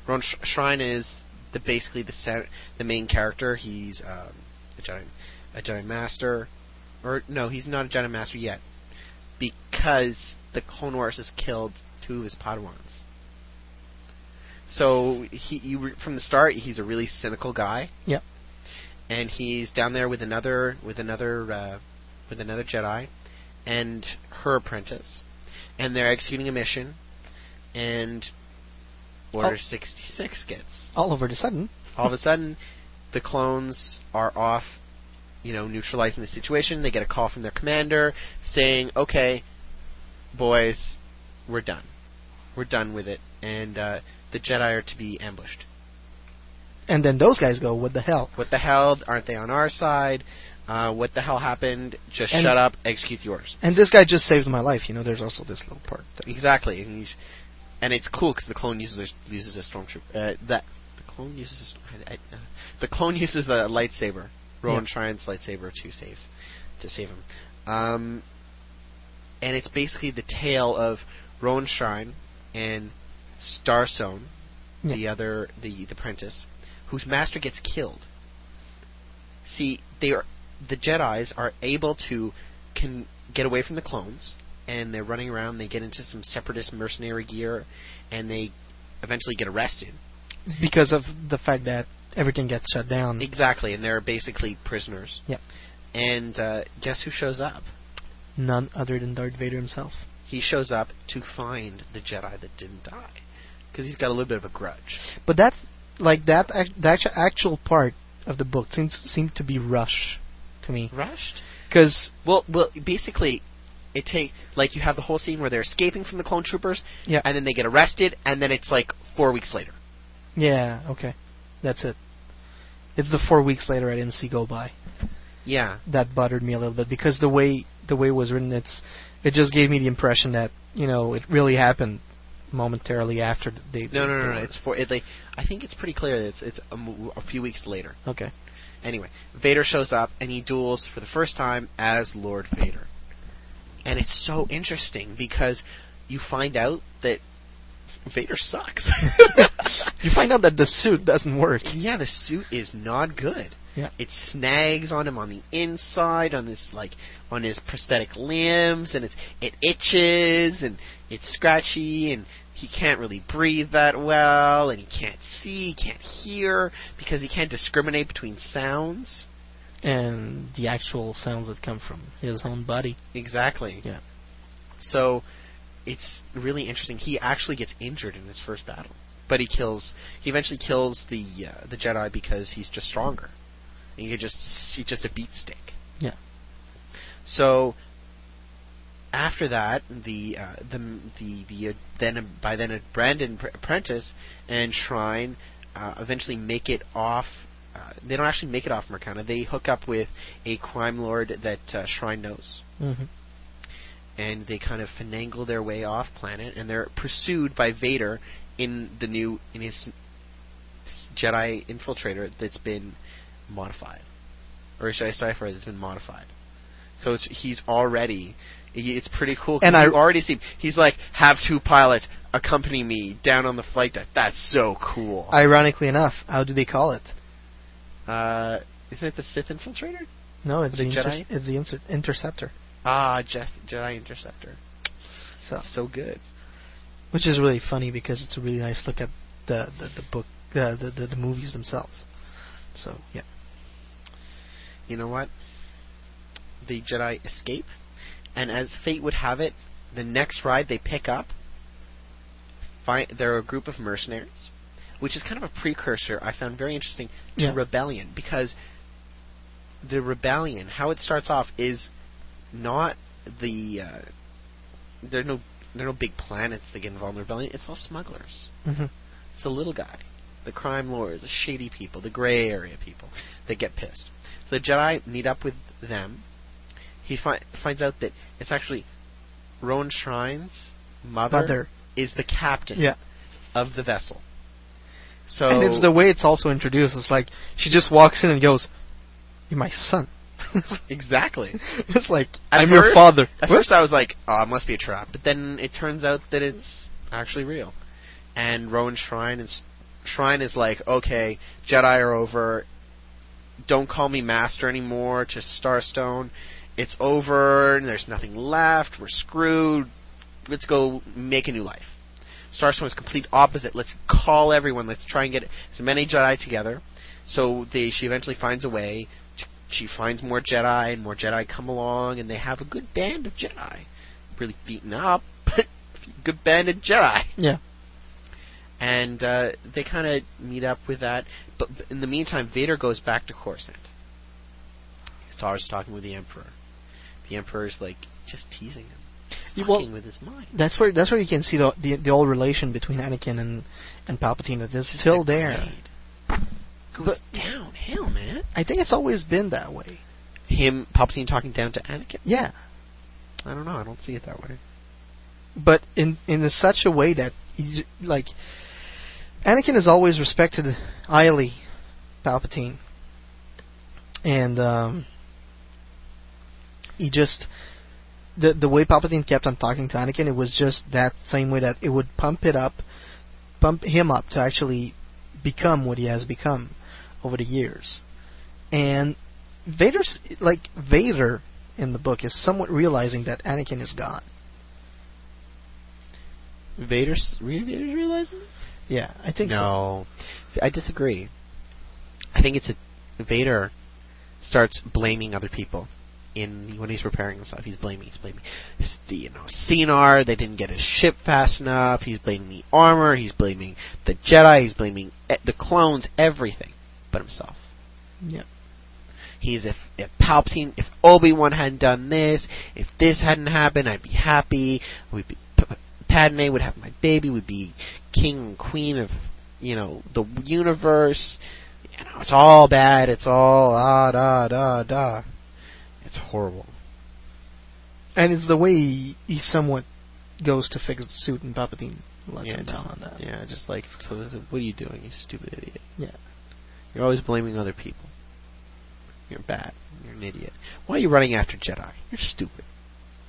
K: Rowan Sh- Shrine is the basically the sa- the main character. He's um, a Jedi a Jedi Master, or no, he's not a Jedi Master yet because the Clone Wars has killed two of his Padawans. So he you, re- from the start he's a really cynical guy
J: Yeah.
K: and he's down there with another with another uh, with another Jedi and her apprentice, and they're executing a mission, and Order
J: Oh.
K: sixty six gets
J: All over the sudden.
K: all of a sudden the clones are off, you know, neutralizing the situation. They get a call from their commander saying, "Okay, boys, we're done. We're done with it, and uh, the Jedi are to be ambushed."
J: And then those guys go, "What the hell?"
K: What the hell? Aren't they on our side? Uh, what the hell happened? Just
J: And-
K: shut up. Execute the orders.
J: And this guy just saved my life. You know, there's also this little part. that-
K: Exactly. And, he's, and it's cool because the clone uses a, uses a stormtrooper. Uh, that the clone uses I, I, uh, the clone uses a lightsaber. Rowan
J: Yeah.
K: Shrine's lightsaber to save to save him. Um, and it's basically the tale of Rowan Shrine and Starstone,
J: Yeah.
K: the other the the apprentice, whose master gets killed. See, they are the Jedi's are able to can get away from the clones, and they're running around. They get into some separatist mercenary gear, and they eventually get arrested
J: because of the fact that everything gets shut down.
K: Exactly, and they're basically prisoners.
J: Yep.
K: And uh, guess who shows up?
J: None other than Darth Vader himself.
K: He shows up to find the Jedi that didn't die, because he's got a little bit of a grudge.
J: But that, like that, ac- that actu- actual part of the book seems seemed to be rushed to me.
K: Rushed?
J: Because
K: well, well, basically, it take like you have the whole scene where they're escaping from the clone troopers,
J: Yeah.
K: and then they get arrested, and then it's like four weeks later.
J: yeah, okay, that's it. It's the four weeks later I didn't see go by.
K: Yeah,
J: that bothered me a little bit because the way the way it was written, it's it just gave me the impression that you know it really happened momentarily after th- they.
K: No, no,
J: they
K: no, no.
J: were-
K: It's for it, like I think it's pretty clear that it's it's a, mo- a few weeks later.
J: Okay.
K: Anyway, Vader shows up and he duels for the first time as Lord Vader, and it's so interesting because you find out that Vader sucks.
J: you find out that the suit doesn't work.
K: yeah, the suit is not good.
J: Yeah.
K: It snags on him on the inside, on his like on his prosthetic limbs, and it's it itches and it's scratchy, and he can't really breathe that well, and he can't see, can't hear because he can't discriminate between sounds.
J: And the actual sounds that come from his own body.
K: Exactly.
J: Yeah.
K: So it's really interesting. He actually gets injured in his first battle, but he kills. He eventually kills the uh, the Jedi because he's just stronger. And he could just he's just a beat stick.
J: Yeah.
K: So after that, the uh, the the the uh, then by then uh, Brandon Pr- Prentice and Shrine uh, eventually make it off. Uh, they don't actually make it off Mercana. They hook up with a crime lord that uh, Shrine knows
J: Mm-hmm.
K: and they kind of finagle their way off planet, and they're pursued by Vader in the new in his s- Jedi infiltrator that's been modified, or Jedi cipher that's been modified. So it's, he's already. i- It's pretty cool. 'cause
J: And I-
K: you already see him. He's like, have two pilots accompany me down on the flight deck. That's so cool.
J: Ironically enough, how do they call it?
K: uh, isn't it the Sith infiltrator?
J: No, it's
K: The
J: the,
K: Jedi?
J: it's the inter- interceptor,
K: Ah, Jes- Jedi interceptor.
J: So-
K: so good.
J: which is really funny because it's a really nice look at the the, the book, the, the the the movies themselves. So yeah,
K: you know what? The Jedi escape, and as fate would have it, the next ride they pick up, find, they're a group of mercenaries, which is kind of a precursor I found very interesting to
J: Yeah.
K: Rebellion because the Rebellion, how it starts off, is not the uh, there are no there are no big planets that get involved in Rebellion. It's all smugglers.
J: Mhm.
K: It's the little guy, the crime lords, the shady people, the gray area people that get pissed. So the Jedi meet up with them. He fi- finds out that it's actually Rowan Shrine's mother,
J: Mother.
K: is the captain
J: Yeah.
K: of the vessel. So
J: and it's the way it's also introduced. It's like she just walks in and goes, "You're my son."
K: exactly.
J: it's like
K: At
J: I'm
K: first-
J: your father.
K: At
J: What?
K: first, I was like, "Oh, it must be a trap," but then it turns out that it's actually real. And Rowan Shrine is Shrine is like, "Okay, Jedi are over. Don't call me Master anymore. Just Starstone. It's over. And there's nothing left. We're screwed. Let's go make a new life." Starstone is complete opposite. Let's call everyone. Let's try and get as many Jedi together. So they, she eventually finds a way. Sh- She finds more Jedi, and more Jedi come along, and they have a good band of Jedi. Really beaten up, but good band of Jedi.
J: Yeah.
K: And uh, they kind of meet up with that. But but in the meantime, Vader goes back to Coruscant. He starts talking with the Emperor. The Emperor's like just teasing him,
J: Yeah,
K: fucking
J: well,
K: with his mind.
J: That's where that's where you can see the the, the old relation between Anakin and and Palpatine. That is still there.
K: Goes downhill, man.
J: I think it's always been that way.
K: Him, Palpatine talking down to Anakin.
J: Yeah,
K: I don't know. I don't see it that way.
J: but in in such a way that you, j- like Anakin has always respected highly Palpatine, and um, he just the the way Palpatine kept on talking to Anakin, it was just that same way that it would pump it up, pump him up to actually become what he has become over the years. And Vader's like Vader in the book is somewhat realizing that Anakin is God.
K: Vader's, Vader's realizing?
J: Yeah, I think
K: no. See, I disagree. I think it's a Vader starts blaming other people in when he's repairing himself. He's blaming, he's blaming, s- you know, Cenar. They didn't get his ship fast enough. He's blaming the armor. He's blaming the Jedi. He's blaming e- the clones. Everything, but himself.
J: Yeah.
K: He's if if Palpatine, if Obi Wan hadn't done this, if this hadn't happened, I'd be happy. We'd be P- Padme would have my baby. We'd be king and queen of you know the universe. You know, it's all bad. It's all ah da da da. It's horrible.
J: And it's the way he, he somewhat goes to fix the suit in Palpatine lets
K: yeah,
J: him
K: just,
J: down on that.
K: yeah, just like so. This is, what are you doing, you stupid idiot?
J: Yeah.
K: You're always blaming other people. You're bad. You're an idiot. Why are you running after Jedi? You're stupid.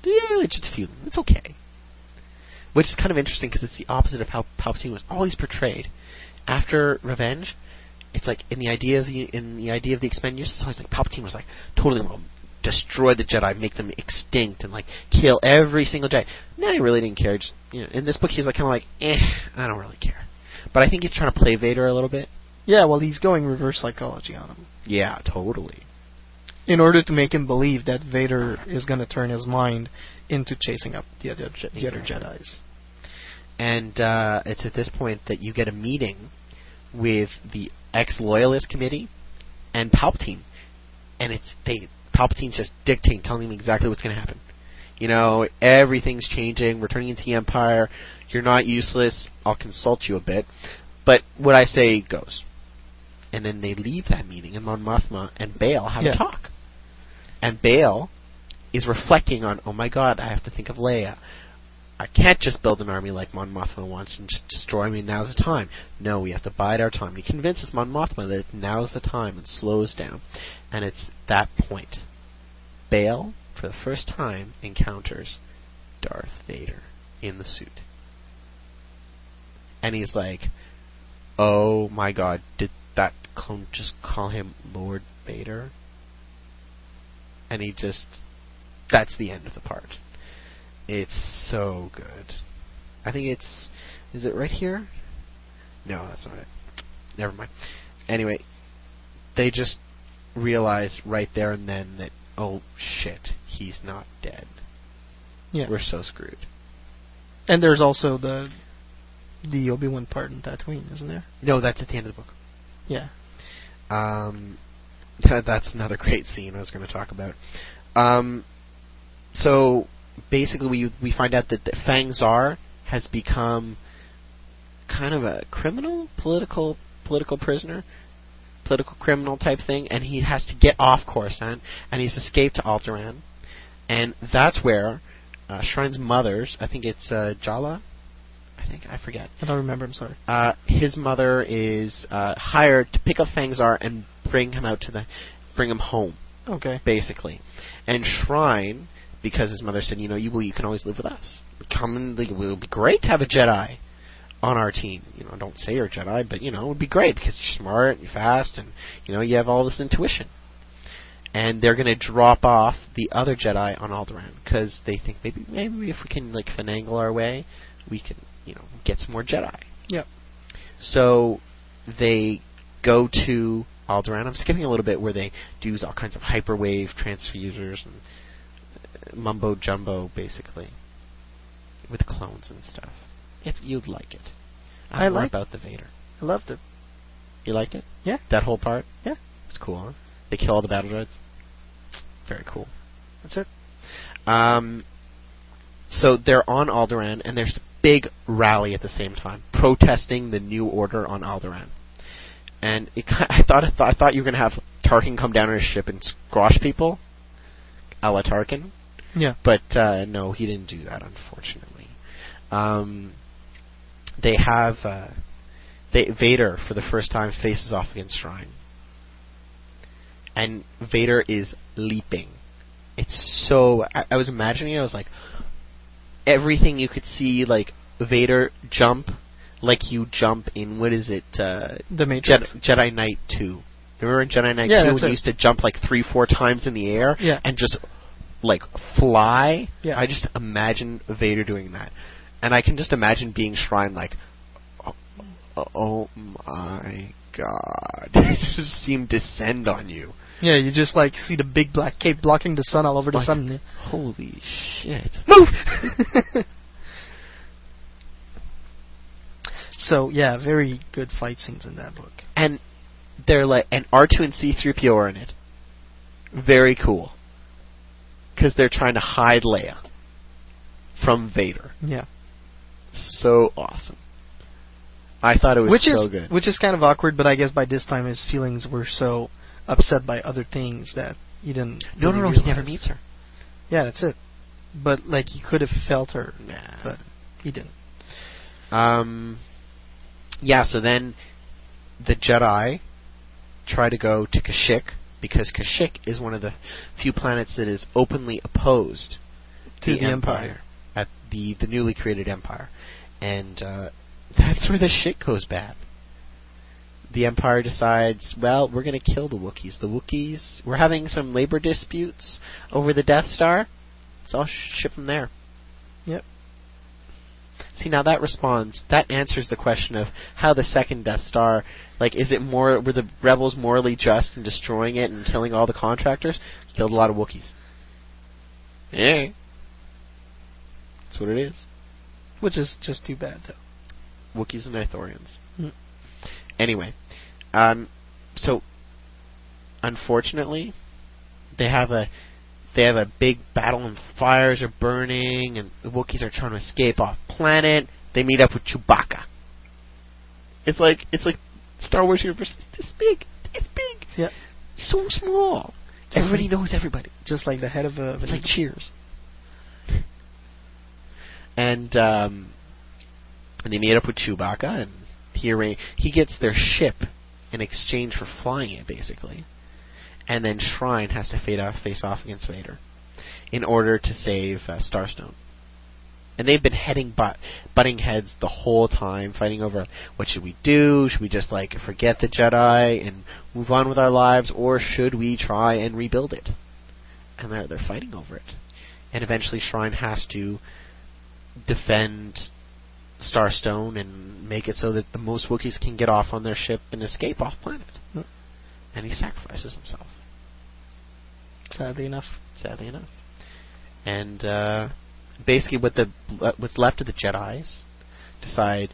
K: Yeah, it's just human. It's okay. Which is kind of interesting because it's the opposite of how Palpatine was always portrayed. After Revenge, it's like in the idea of the in the idea of the Expendables, it's always like Palpatine was like totally gonna destroy the Jedi, make them extinct, and like kill every single Jedi. No, he really didn't care. Just, you know, in this book, he's like kind of like, eh, I don't really care. But I think he's trying to play Vader a little bit.
J: Yeah, well, he's going reverse psychology on him.
K: Yeah, totally.
J: In order to make him believe that Vader is going to turn his mind into chasing up the other, Je- the other
K: Exactly.
J: Jedi's.
K: And uh, it's at this point that you get a meeting with the ex-loyalist committee and Palpatine, and it's they Palpatine's just dictating, telling them exactly what's going to happen. You know, everything's changing. We're turning into the Empire. You're not useless. I'll consult you a bit, but what I say goes. And then they leave that meeting, and Mon Mothma and Bail have
J: Yeah.
K: a talk. And Bail is reflecting on, oh my god, I have to think of Leia. I can't just build an army like Mon Mothma wants and just destroy me. Now's the time. No, we have to bide our time. He convinces Mon Mothma that now's the time and slows down. And it's that point. Bail, for the first time, encounters Darth Vader in the suit. And he's like, oh my god, did that clone just call him Lord Vader? And he just. That's the end of the part. It's so good. I think it's. Is it right here? No, that's not it. Never mind. Anyway, they just realize right there and then that, oh shit, he's not dead.
J: Yeah.
K: We're so screwed.
J: And there's also the the Obi Wan part in Tatooine, isn't there?
K: No, that's at the end of the book.
J: Yeah.
K: Um, that, that's another great scene I was going to talk about. Um, so basically, we we find out that, that Fang Czar has become kind of a criminal, political political prisoner, political criminal type thing, and he has to get off Coruscant, and he's escaped to Alderaan, and that's where uh, Shrine's mother's, I think it's uh, Jala, I think I forget.
J: I don't remember. I'm sorry.
K: Uh, his mother is uh, hired to pick up Fangzar and bring him out to the, bring him home,
J: Okay.
K: basically. And Shrine, because his mother said, you know, you will, you can always live with us. Come and it would be great to have a Jedi on our team. You know, don't say you're a Jedi, but you know, it would be great because you're smart, you're fast, and you know, you have all this intuition. And they're gonna drop off the other Jedi on Alderaan because they think maybe maybe if we can like finagle our way, we can you know get some more Jedi.
J: Yep.
K: So they go to Alderaan. I'm skipping a little bit where they do use all kinds of hyperwave transfusers and uh, mumbo jumbo, basically, with clones and stuff. If you'd like it,
J: I
K: have more
J: like-
K: about the Vader.
J: I loved it.
K: You liked it?
J: Yeah.
K: That whole part?
J: Yeah.
K: It's cool. Huh? They kill all the battle droids. Very cool.
J: That's it.
K: Um, so they're on Alderaan, and there's a big rally at the same time, protesting the new order on Alderaan. And it, ki- I thought I thought, I thought you were gonna have Tarkin come down on his ship and squash people, a la Tarkin.
J: Yeah.
K: But uh, no, he didn't do that, unfortunately. Um, they have uh, they, Vader for the first time faces off against Shrine, and Vader is leaping. It's so I, I was imagining it, I was like everything you could see like Vader jump like you jump in what is it uh,
J: The Matrix.
K: Jedi, Jedi Knight Two. Remember in Jedi Knight
J: Yeah,
K: Two
J: that's
K: when you
J: it.
K: used to jump like three four times in the air
J: Yeah.
K: and just like fly.
J: Yeah.
K: I just imagine Vader doing that, and I can just imagine being Shrine like, oh, oh my god. it just seemed to descend on you.
J: Yeah, you just like see the big black cape blocking the sun all over the
K: Like,
J: sun.
K: Holy shit.
J: Move. so yeah, very good fight scenes in that book.
K: And they're like, and R2 and C3PO are in it. Very cool. Because they're trying to hide Leia from Vader.
J: Yeah,
K: So awesome. I thought it was
J: which
K: so
J: is
K: good.
J: which is kind of awkward, but I guess by this time his feelings were so upset by other things that he didn't.
K: No,
J: really
K: no, no,
J: realize.
K: he never meets her.
J: Yeah, that's it. But like he could have felt her, but he didn't.
K: Um, yeah, so then the Jedi try to go to Kashyyyk because Kashyyyk is one of the few planets that is openly opposed
J: To the Empire.
K: at the the newly created Empire, and uh, that's where the shit goes bad. The Empire decides, well, we're going to kill the Wookiees. The Wookiees, we're having some labor disputes over the Death Star. So I'll ship them there.
J: Yep.
K: See now that responds that answers the question of how the second Death Star like is it more were the rebels morally just in destroying it and killing all the contractors? Killed a lot of Wookiees. Yeah. That's what it is.
J: Which is just too bad though.
K: Wookiees and Ithorians.
J: Mm.
K: Anyway, um, so unfortunately, they have a they have a big battle and fires are burning and the Wookiees are trying to escape off planet. They meet up with Chewbacca. It's like it's like Star Wars universe. It's this big. It's big.
J: Yeah.
K: So small.
J: Just
K: everybody
J: like-
K: knows everybody.
J: Just like the head of a. of
K: It's
J: an
K: like Cheers. and um, and they meet up with Chewbacca, and he arra- he gets their ship in exchange for flying it, basically. And then Shrine has to fade off, face off against Vader in order to save uh, Starstone. And they've been heading butt, butting heads the whole time, fighting over what should we do? Should we just like forget the Jedi and move on with our lives, or should we try and rebuild it? and they're they're fighting over it. And eventually, Shrine has to defend Starstone and make it so that the most Wookiees can get off on their ship and escape off planet.
J: Hmm.
K: And he sacrifices himself,
J: Sadly enough.
K: sadly enough. And uh, basically, what the uh, what's left of the Jedi's decide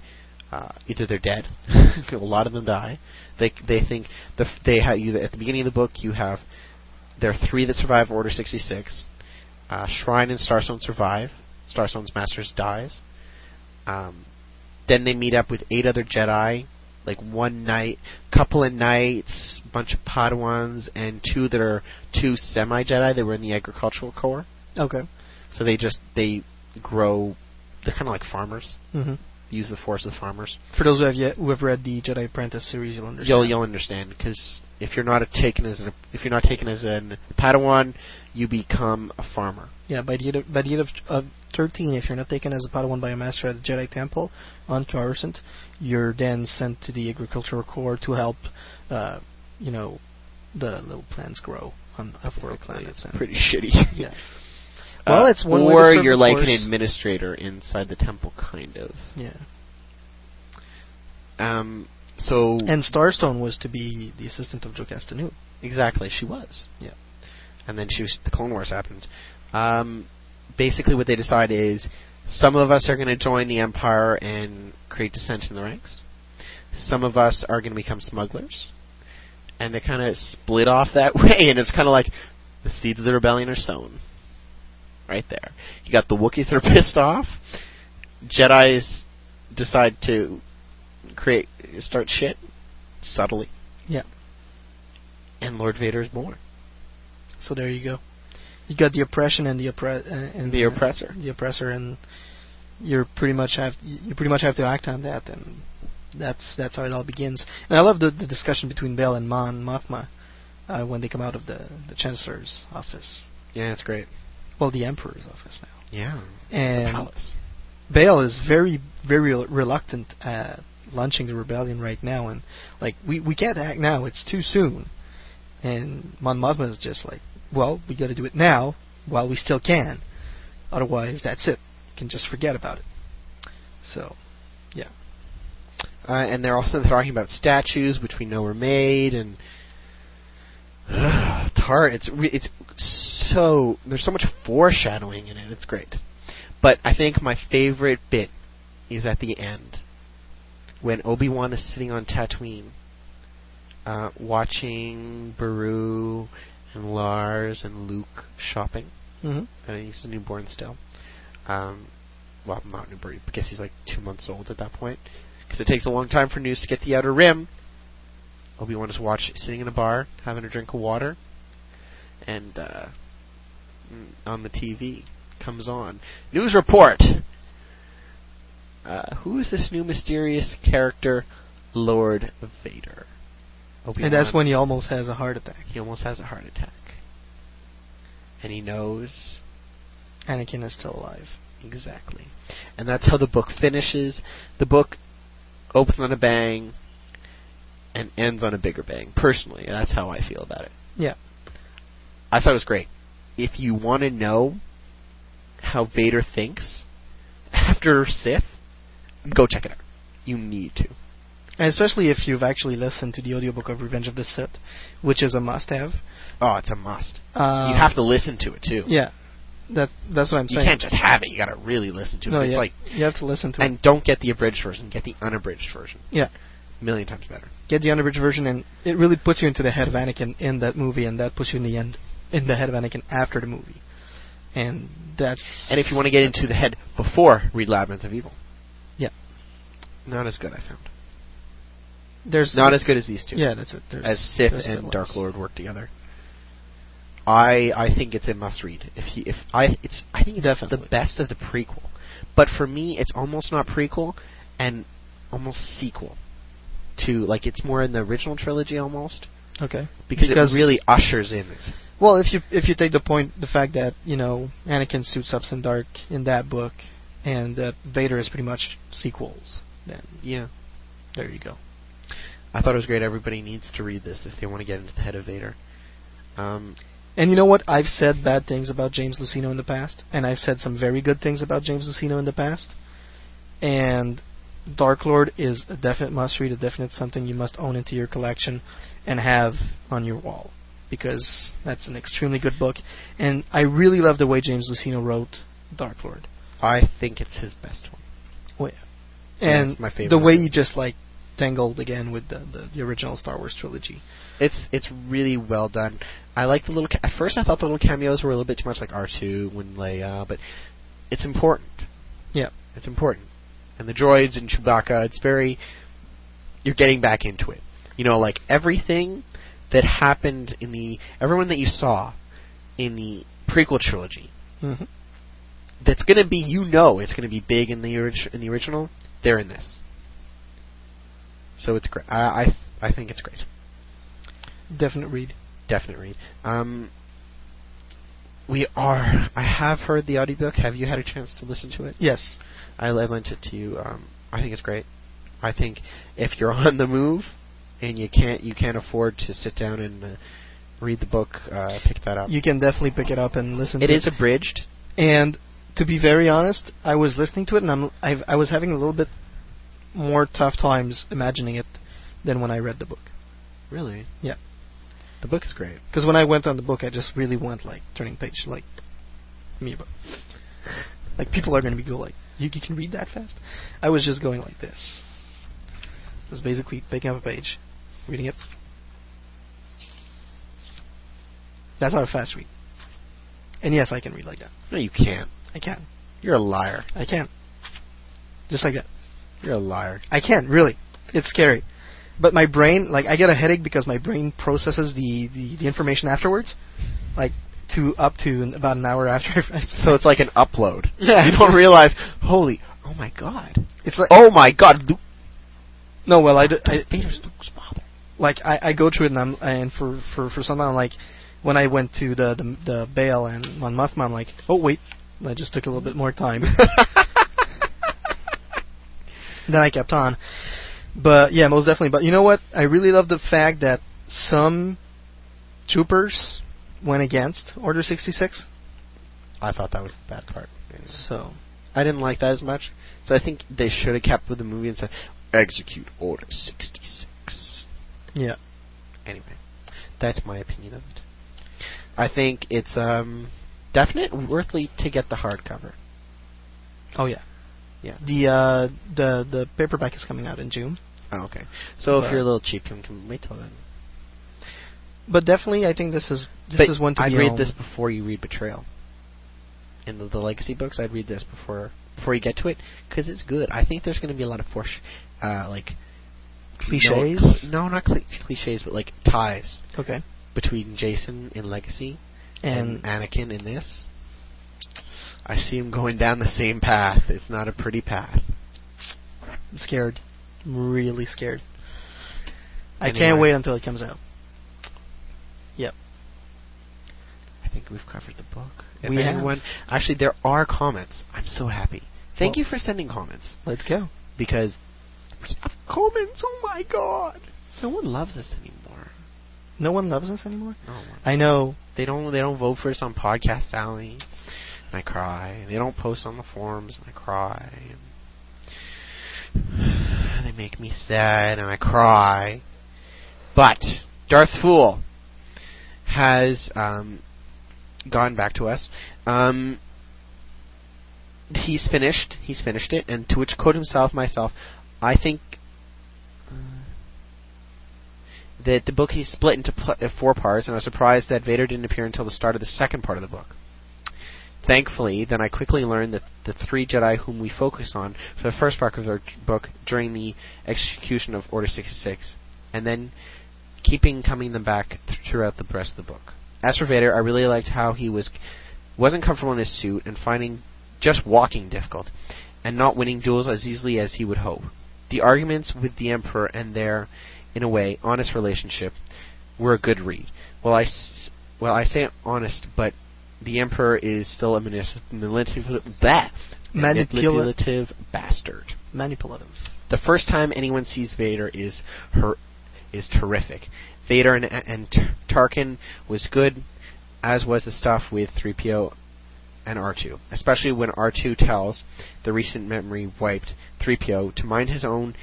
K: uh, either they're dead. a lot of them die. They they think the f- they have you at the beginning of the book you have there are three that survive Order 66. Uh, Shrine and Starstone survive. Starstone's Masters dies. Um, then they meet up with eight other Jedi, like one night, couple of knights, bunch of Padawans, and two that are two semi Jedi that were in the agricultural corps.
J: Okay.
K: So they just they grow. They're kind of like farmers.
J: Mhm.
K: Use the force with farmers.
J: For those who have yet who have read the Jedi Apprentice series, you'll understand.
K: You'll you'll understand because if you're not a, taken as an if you're not taken as an Padawan, you become a farmer.
J: Yeah, by the end of, by the end of, of 13, if you're not taken as a Padawan by a master at the Jedi Temple on Coruscant, you're then sent to the Agricultural Corps to help, uh, you know, the little plants grow on Upworld planets. and-
K: Pretty shitty.
J: Yeah. Well,
K: Uh,
J: it's one way to
K: or
J: serve
K: you're
J: the
K: like an
J: Force.
K: administrator inside the temple, kind of.
J: Yeah.
K: Um. So
J: And Starstone was to be the assistant of Joe Castanu.
K: exactly, she was.
J: Yeah.
K: and then she was, the Clone Wars happened. Um, basically, what they decide is some of us are going to join the Empire and create dissent in the ranks. Some of us are going to become smugglers, and they kind of split off that way. And it's kind of like the seeds of the rebellion are sown, right there. You got the Wookiees that are pissed off. Jedi's decide to create start shit subtly,
J: Yeah.
K: and Lord Vader is born.
J: So there you go. You got the oppression and the oppre- uh, and
K: The oppressor.
J: The oppressor and you're pretty much have you pretty much have to act on that and that's that's how it all begins. And I love the, the discussion between Bell and Ma and Mothma uh, when they come out of the, the Chancellor's office.
K: Yeah, that's great.
J: Well, the Emperor's office now.
K: Yeah.
J: And
K: palace.
J: Bale is very, very rel- reluctant at launching the rebellion right now, and like we we can't act now; it's too soon. And Mon Mothma is just like, well, we got to do it now while we still can. Otherwise, that's it. We can just forget about it. So, yeah,
K: Uh, and they're also talking about statues, which we know were made, and it's hard. It's re- it's so there's so much foreshadowing in it. It's great, but I think my favorite bit is at the end when Obi Wan is sitting on Tatooine, uh, watching Baru and Lars and Luke shopping.
J: Mhm.
K: And he's a newborn still. Um, well, not newborn. I guess he's like two months old at that point. Because it takes a long time for news to get the Outer Rim. Obi Wan is watch sitting in a bar, having a drink of water, and uh, mm, on the TV comes on news report. Uh, who is this new mysterious character, Lord Vader?
J: and that's
K: Obi-Wan-
J: when he almost has a heart attack.
K: he almost has a heart attack, and he knows
J: Anakin is still alive.
K: Exactly. and that's how the book finishes. The book opens on a bang and ends on a bigger bang. Personally, that's how I feel about it.
J: Yeah.
K: I thought it was great. If you want to know how Vader thinks after Sith, go check it out. You need to.
J: And especially if you've actually listened to the audiobook of Revenge of the Sith, which is a must-have.
K: Oh, it's a must.
J: Uh,
K: you have to listen to it too.
J: Yeah, that that's what I'm
K: You
J: saying.
K: can't just have it. You got to really listen to it.
J: No,
K: it's
J: yeah.
K: like
J: you have to listen to
K: and
J: it.
K: don't get the abridged version. Get the unabridged version.
J: Yeah,
K: A million times better.
J: get the unabridged version, and it really puts you into the head of Anakin in that movie, and that puts you in the end in the head of Anakin after the movie, and that's
K: And if you want to get into the head before read Labyrinth of Evil.
J: Yeah.
K: Not as good, I found.
J: there's
K: Not as good as these two.
J: Yeah, that's it. There's,
K: as Sith
J: there's
K: and
J: good
K: Dark
J: ones.
K: Lord work together. I I think it's a must read. If he if I it's I think it's the best of the prequel. But for me it's almost not prequel and almost sequel to like it's more in the original trilogy almost
J: Okay,
K: because, it really ushers in it.
J: Well, if you if you take the point, the fact that you know Anakin suits up some dark in that book, and that Vader is pretty much sequels, then
K: Yeah.
J: there you go.
K: I thought it was great. Everybody needs to read this if they want to get into the head of Vader. Um,
J: And you know what? I've said bad things about James Lucino in the past, and I've said some very good things about James Lucino in the past. And Dark Lord is a definite must read, a definite something you must own into your collection and have on your wall. Because that's an extremely good book. And I really love the way James Lucino wrote Dark Lord.
K: I think it's his best one.
J: Oh, yeah.
K: Yeah,
J: And
K: it's my favorite
J: the way
K: one.
J: he just like tangled again with the, the, the original Star Wars trilogy.
K: It's it's really well done. I like the little. Ca- at first, I thought the little cameos were a little bit too much like R two and Leia, but it's important.
J: Yeah.
K: It's important. And the droids and Chewbacca. It's very. You're getting back into it. You know, like everything that happened in the everyone that you saw in the prequel trilogy.
J: Mhm.
K: That's gonna be you know it's gonna be big in the orig- in the original. They're in this. So it's great. I I I think it's great
J: Definite read.
K: definite read. Um, we are. I have heard the audiobook. Have you had a chance to listen to it?
J: Yes.
K: I l- I lent it to you. Um, I think it's great. I think if you're on the move and you can't you can't afford to sit down and uh, read the book, uh, pick that up.
J: You can definitely pick it up and listen
K: it
J: to
K: is abridged.
J: And to be very honest, I was listening to it and I'm I've, I was having a little bit more tough times imagining it than when I read the book.
K: Really,
J: Yeah,
K: the book is great.
J: because when I went on the book, I just really went like turning page like amoeba. like people are going to be go like you, you can read that fast. I was just going like this. It was basically picking up a page, reading it. That's how fast I read. And yes, I can read like that.
K: No, you can't.
J: I can.
K: You're a liar.
J: I can. Just like that.
K: You're a liar.
J: I can, really. It's scary. But my brain, like, I get a headache because my brain processes the, the, the information afterwards, like, to up to an- about an hour after.
K: So it's like an upload.
J: Yeah.
K: You don't realize. Holy. Oh my god.
J: It's like,
K: Oh my god. Luke.
J: no, well, I, d- I-
K: Vader's Luke's father.
J: like, I, I go through it and I'm, and for, for, for some, I'm like, when I went to the, the, the bail and one month, I'm like, oh wait, I just took a little bit more time. then I kept on. But yeah, most definitely. But you know what? I really love the fact that some troopers went against Order 66.
K: I thought that was the bad part.
J: So
K: I didn't like that as much. So I think they should have kept with the movie and said, execute Order 66.
J: Yeah.
K: Anyway, that's my opinion of it. I think it's um, definite worthly to get the hardcover.
J: Oh yeah.
K: Yeah.
J: The uh, the the paperback is coming out in June.
K: Oh, okay. So
J: But-
K: if you're a little cheap, you can wait till then.
J: But definitely, I think this is this
K: But
J: is one to
K: I'd
J: be
K: read
J: owned.
K: this before you read Betrayal. In the, the legacy books, I'd read this before before you get to it because it's good. I think there's going to be a lot of forsh, uh, like
J: Cliches?
K: No, cl- no not cli cliches, but like ties
J: Okay.
K: between Jason in Legacy and, Anakin in this. I see him going down the same path. It's not a pretty path.
J: I'm scared, really scared. I can't
K: Anyway.
J: wait until it comes out. Yep.
K: I think we've covered the book. If
J: We have.
K: anyone, actually, there are comments. I'm so happy. Thank
J: Well-
K: you for sending comments
J: Let's go.
K: because comments. Oh my god! No one loves us anymore.
J: No one loves us anymore.
K: No one.
J: I know.
K: They don't. They don't vote for us on Podcast Alley, and I cry. They don't post on the forums, and I cry. And they make me sad, and I cry. But Darth Fool has um, gone back to us. Um, he's finished. He's finished it, and to which quote himself, myself, I think that the book he split into pl- uh, four parts, and I was surprised that Vader didn't appear until the start of the second part of the book. Thankfully, then I quickly learned that the three Jedi whom we focus on for the first part of the book during the execution of Order 66, and then keeping coming them back th- throughout the rest of the book. As for Vader, I really liked how he was wasn't comfortable in his suit and finding just walking difficult, and not winning duels as easily as he would hope. The arguments with the Emperor and their, in a way, honest relationship were a good read. Well, I s- well I say honest, but the Emperor is still a manip- manipulative, bah,
J: Manipula-
K: manipulative bastard.
J: Manipulative.
K: The first time anyone sees Vader is her is terrific. Vader and and T- Tarkin was good, as was the stuff with 3PO and R2, especially when R2 tells the recent memory wiped 3PO to mind his own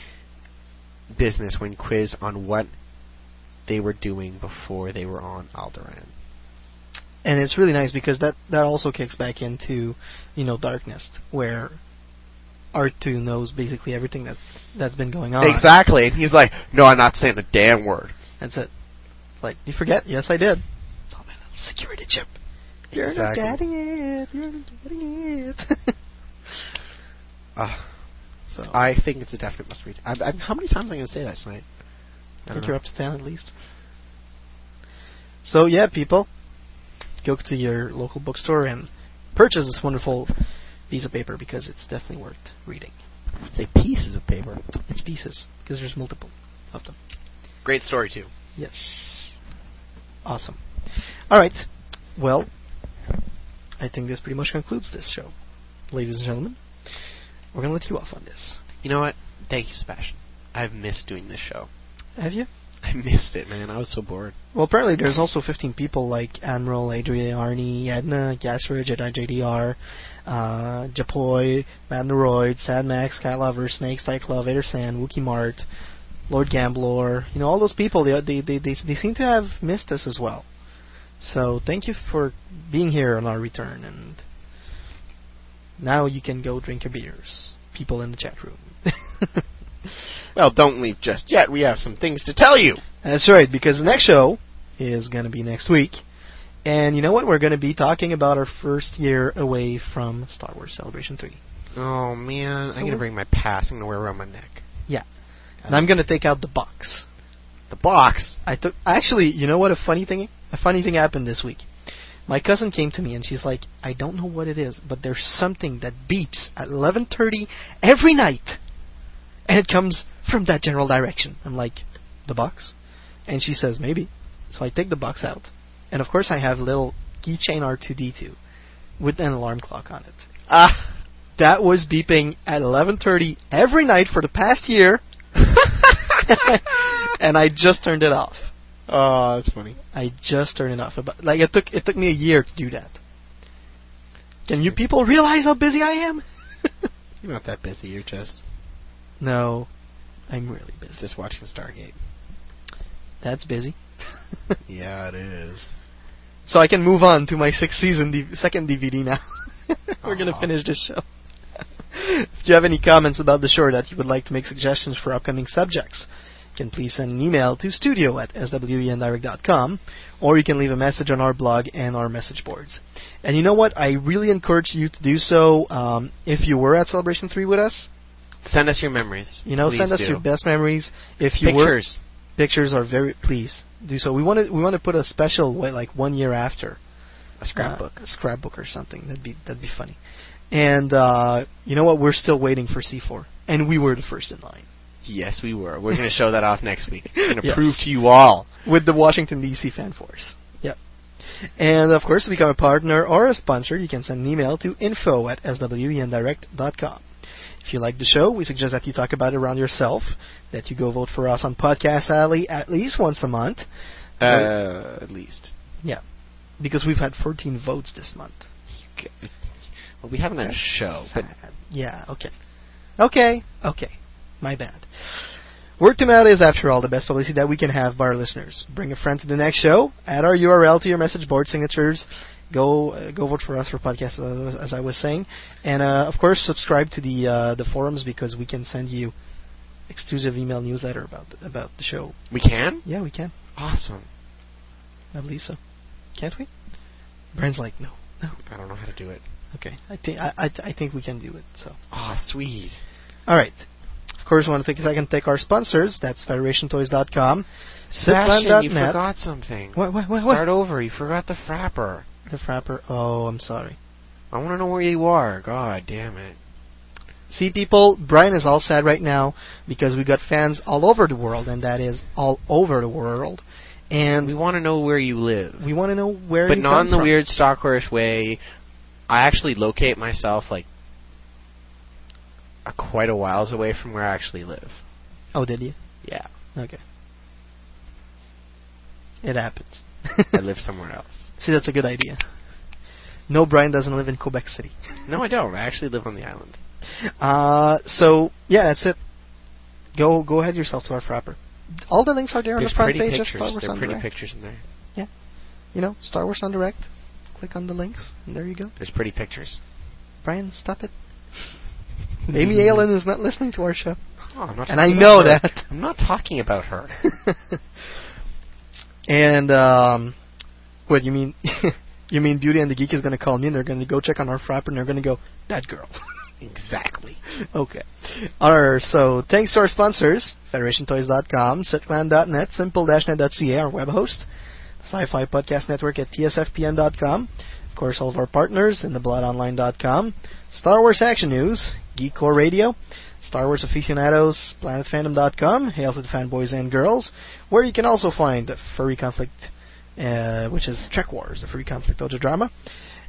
K: business when quizzed on what they were doing before they were on Alderaan.
J: and it's really nice because that that also kicks back into you know darkness where r2 knows basically everything that's that's been going on
K: Exactly, and he's like, "No, I'm not saying a damn word."
J: that's it like you forget yes i did it's on my little security chip you're
K: Exactly.
J: not getting it you're not getting it
K: Ah.
J: so i,
K: I think it's a definite must read. I, I, how many times am I going to say that tonight? I
J: think
K: don't
J: you're
K: know.
J: up to 10 at least so yeah people go to your local bookstore and purchase this wonderful piece of paper because it's definitely worth reading
K: Say pieces of paper.
J: It's pieces because there's multiple of them.
K: Great story too.
J: Yes. Awesome. All right. Well, I think this pretty much concludes this show, ladies and gentlemen. We're gonna let you off on this.
K: You know what? Thank you, Sebastian. I've missed doing this show.
J: Have you?
K: I missed it, man. I was so bored.
J: Well, apparently there's also 15 people like Admiral, Adrian, Arnie, Edna, Gasser, Jedi JDR, uh, Japoy, Matt Neroid, Sad Max, Sky Lover, Snake, Strike Love, Vader Sand, Wookie Mart, Lord Gamblor. You know, all those people, they, they, they, they, they seem to have missed us as well. So thank you for being here on our return, and now you can go drink your beers, people in the chat room.
K: Well, don't leave just yet. We have some things to tell you.
J: That's right, because the next show is going to be next week. And you know what? We're going to be talking about our first year away from Star Wars Celebration 3.
K: Oh man,
J: So
K: I'm
J: what-
K: gonna bring my pass. I'm gonna wear it around my neck.
J: Yeah. And I'm going to take out the box.
K: The box.
J: I took Actually, you know what a funny thing a funny thing happened this week. My cousin came to me and she's like, "I don't know what it is, but there's something that beeps at 11:30 every night." And it comes from that general direction. I'm like, "The box?" And she says, "Maybe." So I take the box out. And of course, I have little keychain R2D2 with an alarm clock on it.
K: Ah,
J: That was beeping at 11:30 every night for the past year. and I just turned it off.
K: oh, that's funny.
J: I just turned it off. About like it took it took me a year to do that. Can you people realize how busy I am?
K: You're not that busy. You're just
J: no, I'm really busy.
K: Just watching Stargate.
J: That's busy.
K: yeah, it is.
J: So I can move on to my sixth season, D- second DVD now. We're gonna finish this show. if you have any comments about the show or that you would like to make suggestions for upcoming subjects, you can please send an email to studio at E swendirect.com or you can leave a message on our blog and our message boards. And you know what? I really encourage you to do so um, if you were at Celebration 3 with us.
K: Send us your memories.
J: You know,
K: Please
J: send us
K: do.
J: your best memories. If you
K: Pictures.
J: were, pictures are very please do so. We want to we want to put a special wa- like one year after uh,
K: a scrapbook,
J: a scrapbook or something. That'd be that'd be funny. And uh, you know what? We're still waiting for C4, and we were the first in line
K: Yes, we were. We're going to show that off next week. We're going to
J: Yes.
K: prove to you all.
J: with the Washington D.C. Fan Force. Yep. And of course, to become a partner or a sponsor, you can send an email to info at E swendirect.com. If you like the show, we suggest that you talk about it around yourself, that you go vote for us on Podcast Alley at least once a month.
K: Uh, at least.
J: Yeah. Because we've had 14 votes this month.
K: Well, we haven't had a show, but
J: Yeah, okay. Okay, okay. My bad. Word to mouth is, after all, the best publicity that we can have by our listeners. Bring a friend to the next show. Add our URL to your message board signatures. Go uh, go vote for us for podcasts, uh, as I was saying, and uh, of course subscribe to the uh, the forums because we can send you exclusive email newsletter about the, about the show.
K: we can?
J: Yeah, we can.
K: Awesome.
J: I believe so. Can't we? Brian's like, no, no.
K: I don't know how to do it.
J: Okay, I think I, I I think we can do it. So.
K: Ah, sweet.
J: All right. Of course, we want to take a second to thank our sponsors. That's FederationToys.com,
K: Sebastian, you
J: Zipline.net.
K: forgot something.
J: What, what, what, what?
K: Start over. You forgot the frapper.
J: The Frapper. Oh, I'm sorry.
K: I want to know where you are. God damn it.
J: See, people, Brian is all sad right now because we got fans all over the world, and that is all over the world. And
K: We want to know where you live.
J: we want to know where
K: but
J: you
K: not
J: come
K: in the
J: from.
K: weird stalkerish way. I actually locate myself like a, quite a whiles away from where I actually live.
J: Oh, did you?
K: Yeah,
J: Okay. It happens.
K: I live somewhere else.
J: See, that's a good idea. No, Brian doesn't live in Quebec City.
K: No, I don't. I actually live on the island.
J: Uh, so yeah, that's it. Go go ahead yourself to our frapper. All the links are there on
K: There's
J: the front
K: pretty
J: page
K: pictures.
J: of Star Wars
K: There are
J: on
K: pretty
J: Direct.
K: pictures in there.
J: Yeah, you know Star Wars on Direct. Click on the links, and there you go.
K: There's pretty pictures.
J: Brian, stop it. Amy Allen is not listening to our show.
K: Oh, I'm not
J: And I
K: talking
J: know
K: about her.
J: that.
K: I'm not talking about her.
J: and um, what you mean? you mean Beauty and the Geek is going to call me, and they're going to go check on our frapper, and they're going to go, that girl.
K: exactly.
J: Okay. Alright, so thanks to our sponsors, FederationToys.com, Sitman.net, Simple-Net.ca, our web host, Sci-Fi Podcast Network at TSFPN.com, of course all of our partners in TheBloodOnline.com, Star Wars Action News, Geekcore Radio, Star Wars Aficionados, PlanetFandom.com, Hail to the Fanboys and Girls, where you can also find Furry Conflict, uh, which is Trek Wars, the Furry Conflict audio drama,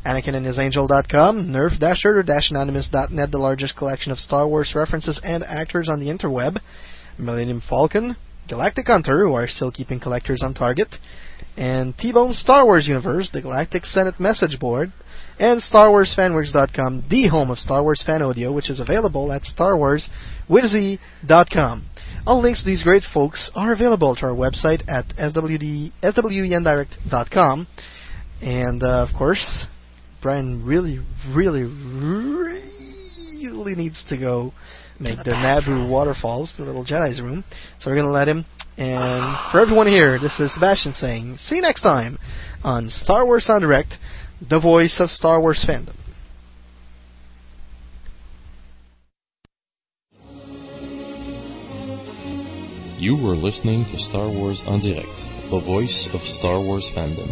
J: Anakin and his Angel.com, Nerf Dasher, Dash Anonymous.net, the largest collection of Star Wars references and actors on the interweb, Millennium Falcon, Galactic Hunter, who are still keeping collectors on target, and T Bone Star Wars Universe, the Galactic Senate message board, and StarWarsFanWorks.com, the home of Star Wars fan audio, which is available at StarWarsWithZ.com. All links to these great folks are available to our website at SWD, SWENdirect.com. And, uh, of course, Brian really, really, really needs to go make the, Naboo waterfalls, the little Jedi's room. So we're going to let him. And for everyone here, this is Sebastian saying, see you next time on Star Wars Sound Direct, the voice of Star Wars fandom.
H: You were listening to Star Wars en direct, the voice of Star Wars fandom.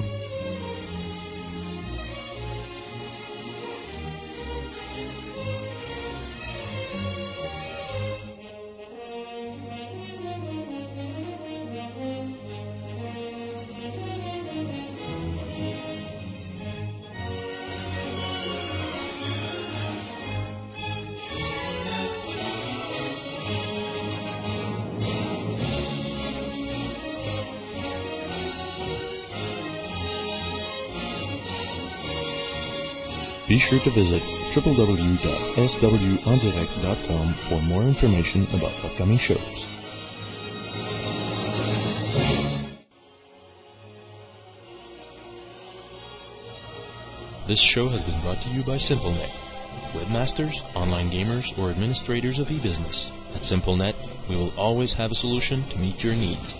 H: Be sure to visit www.swondirect.com for more information about upcoming shows. This show has been brought to you by SimpleNet. Webmasters, online gamers, or administrators of e-business. At SimpleNet, we will always have a solution to meet your needs.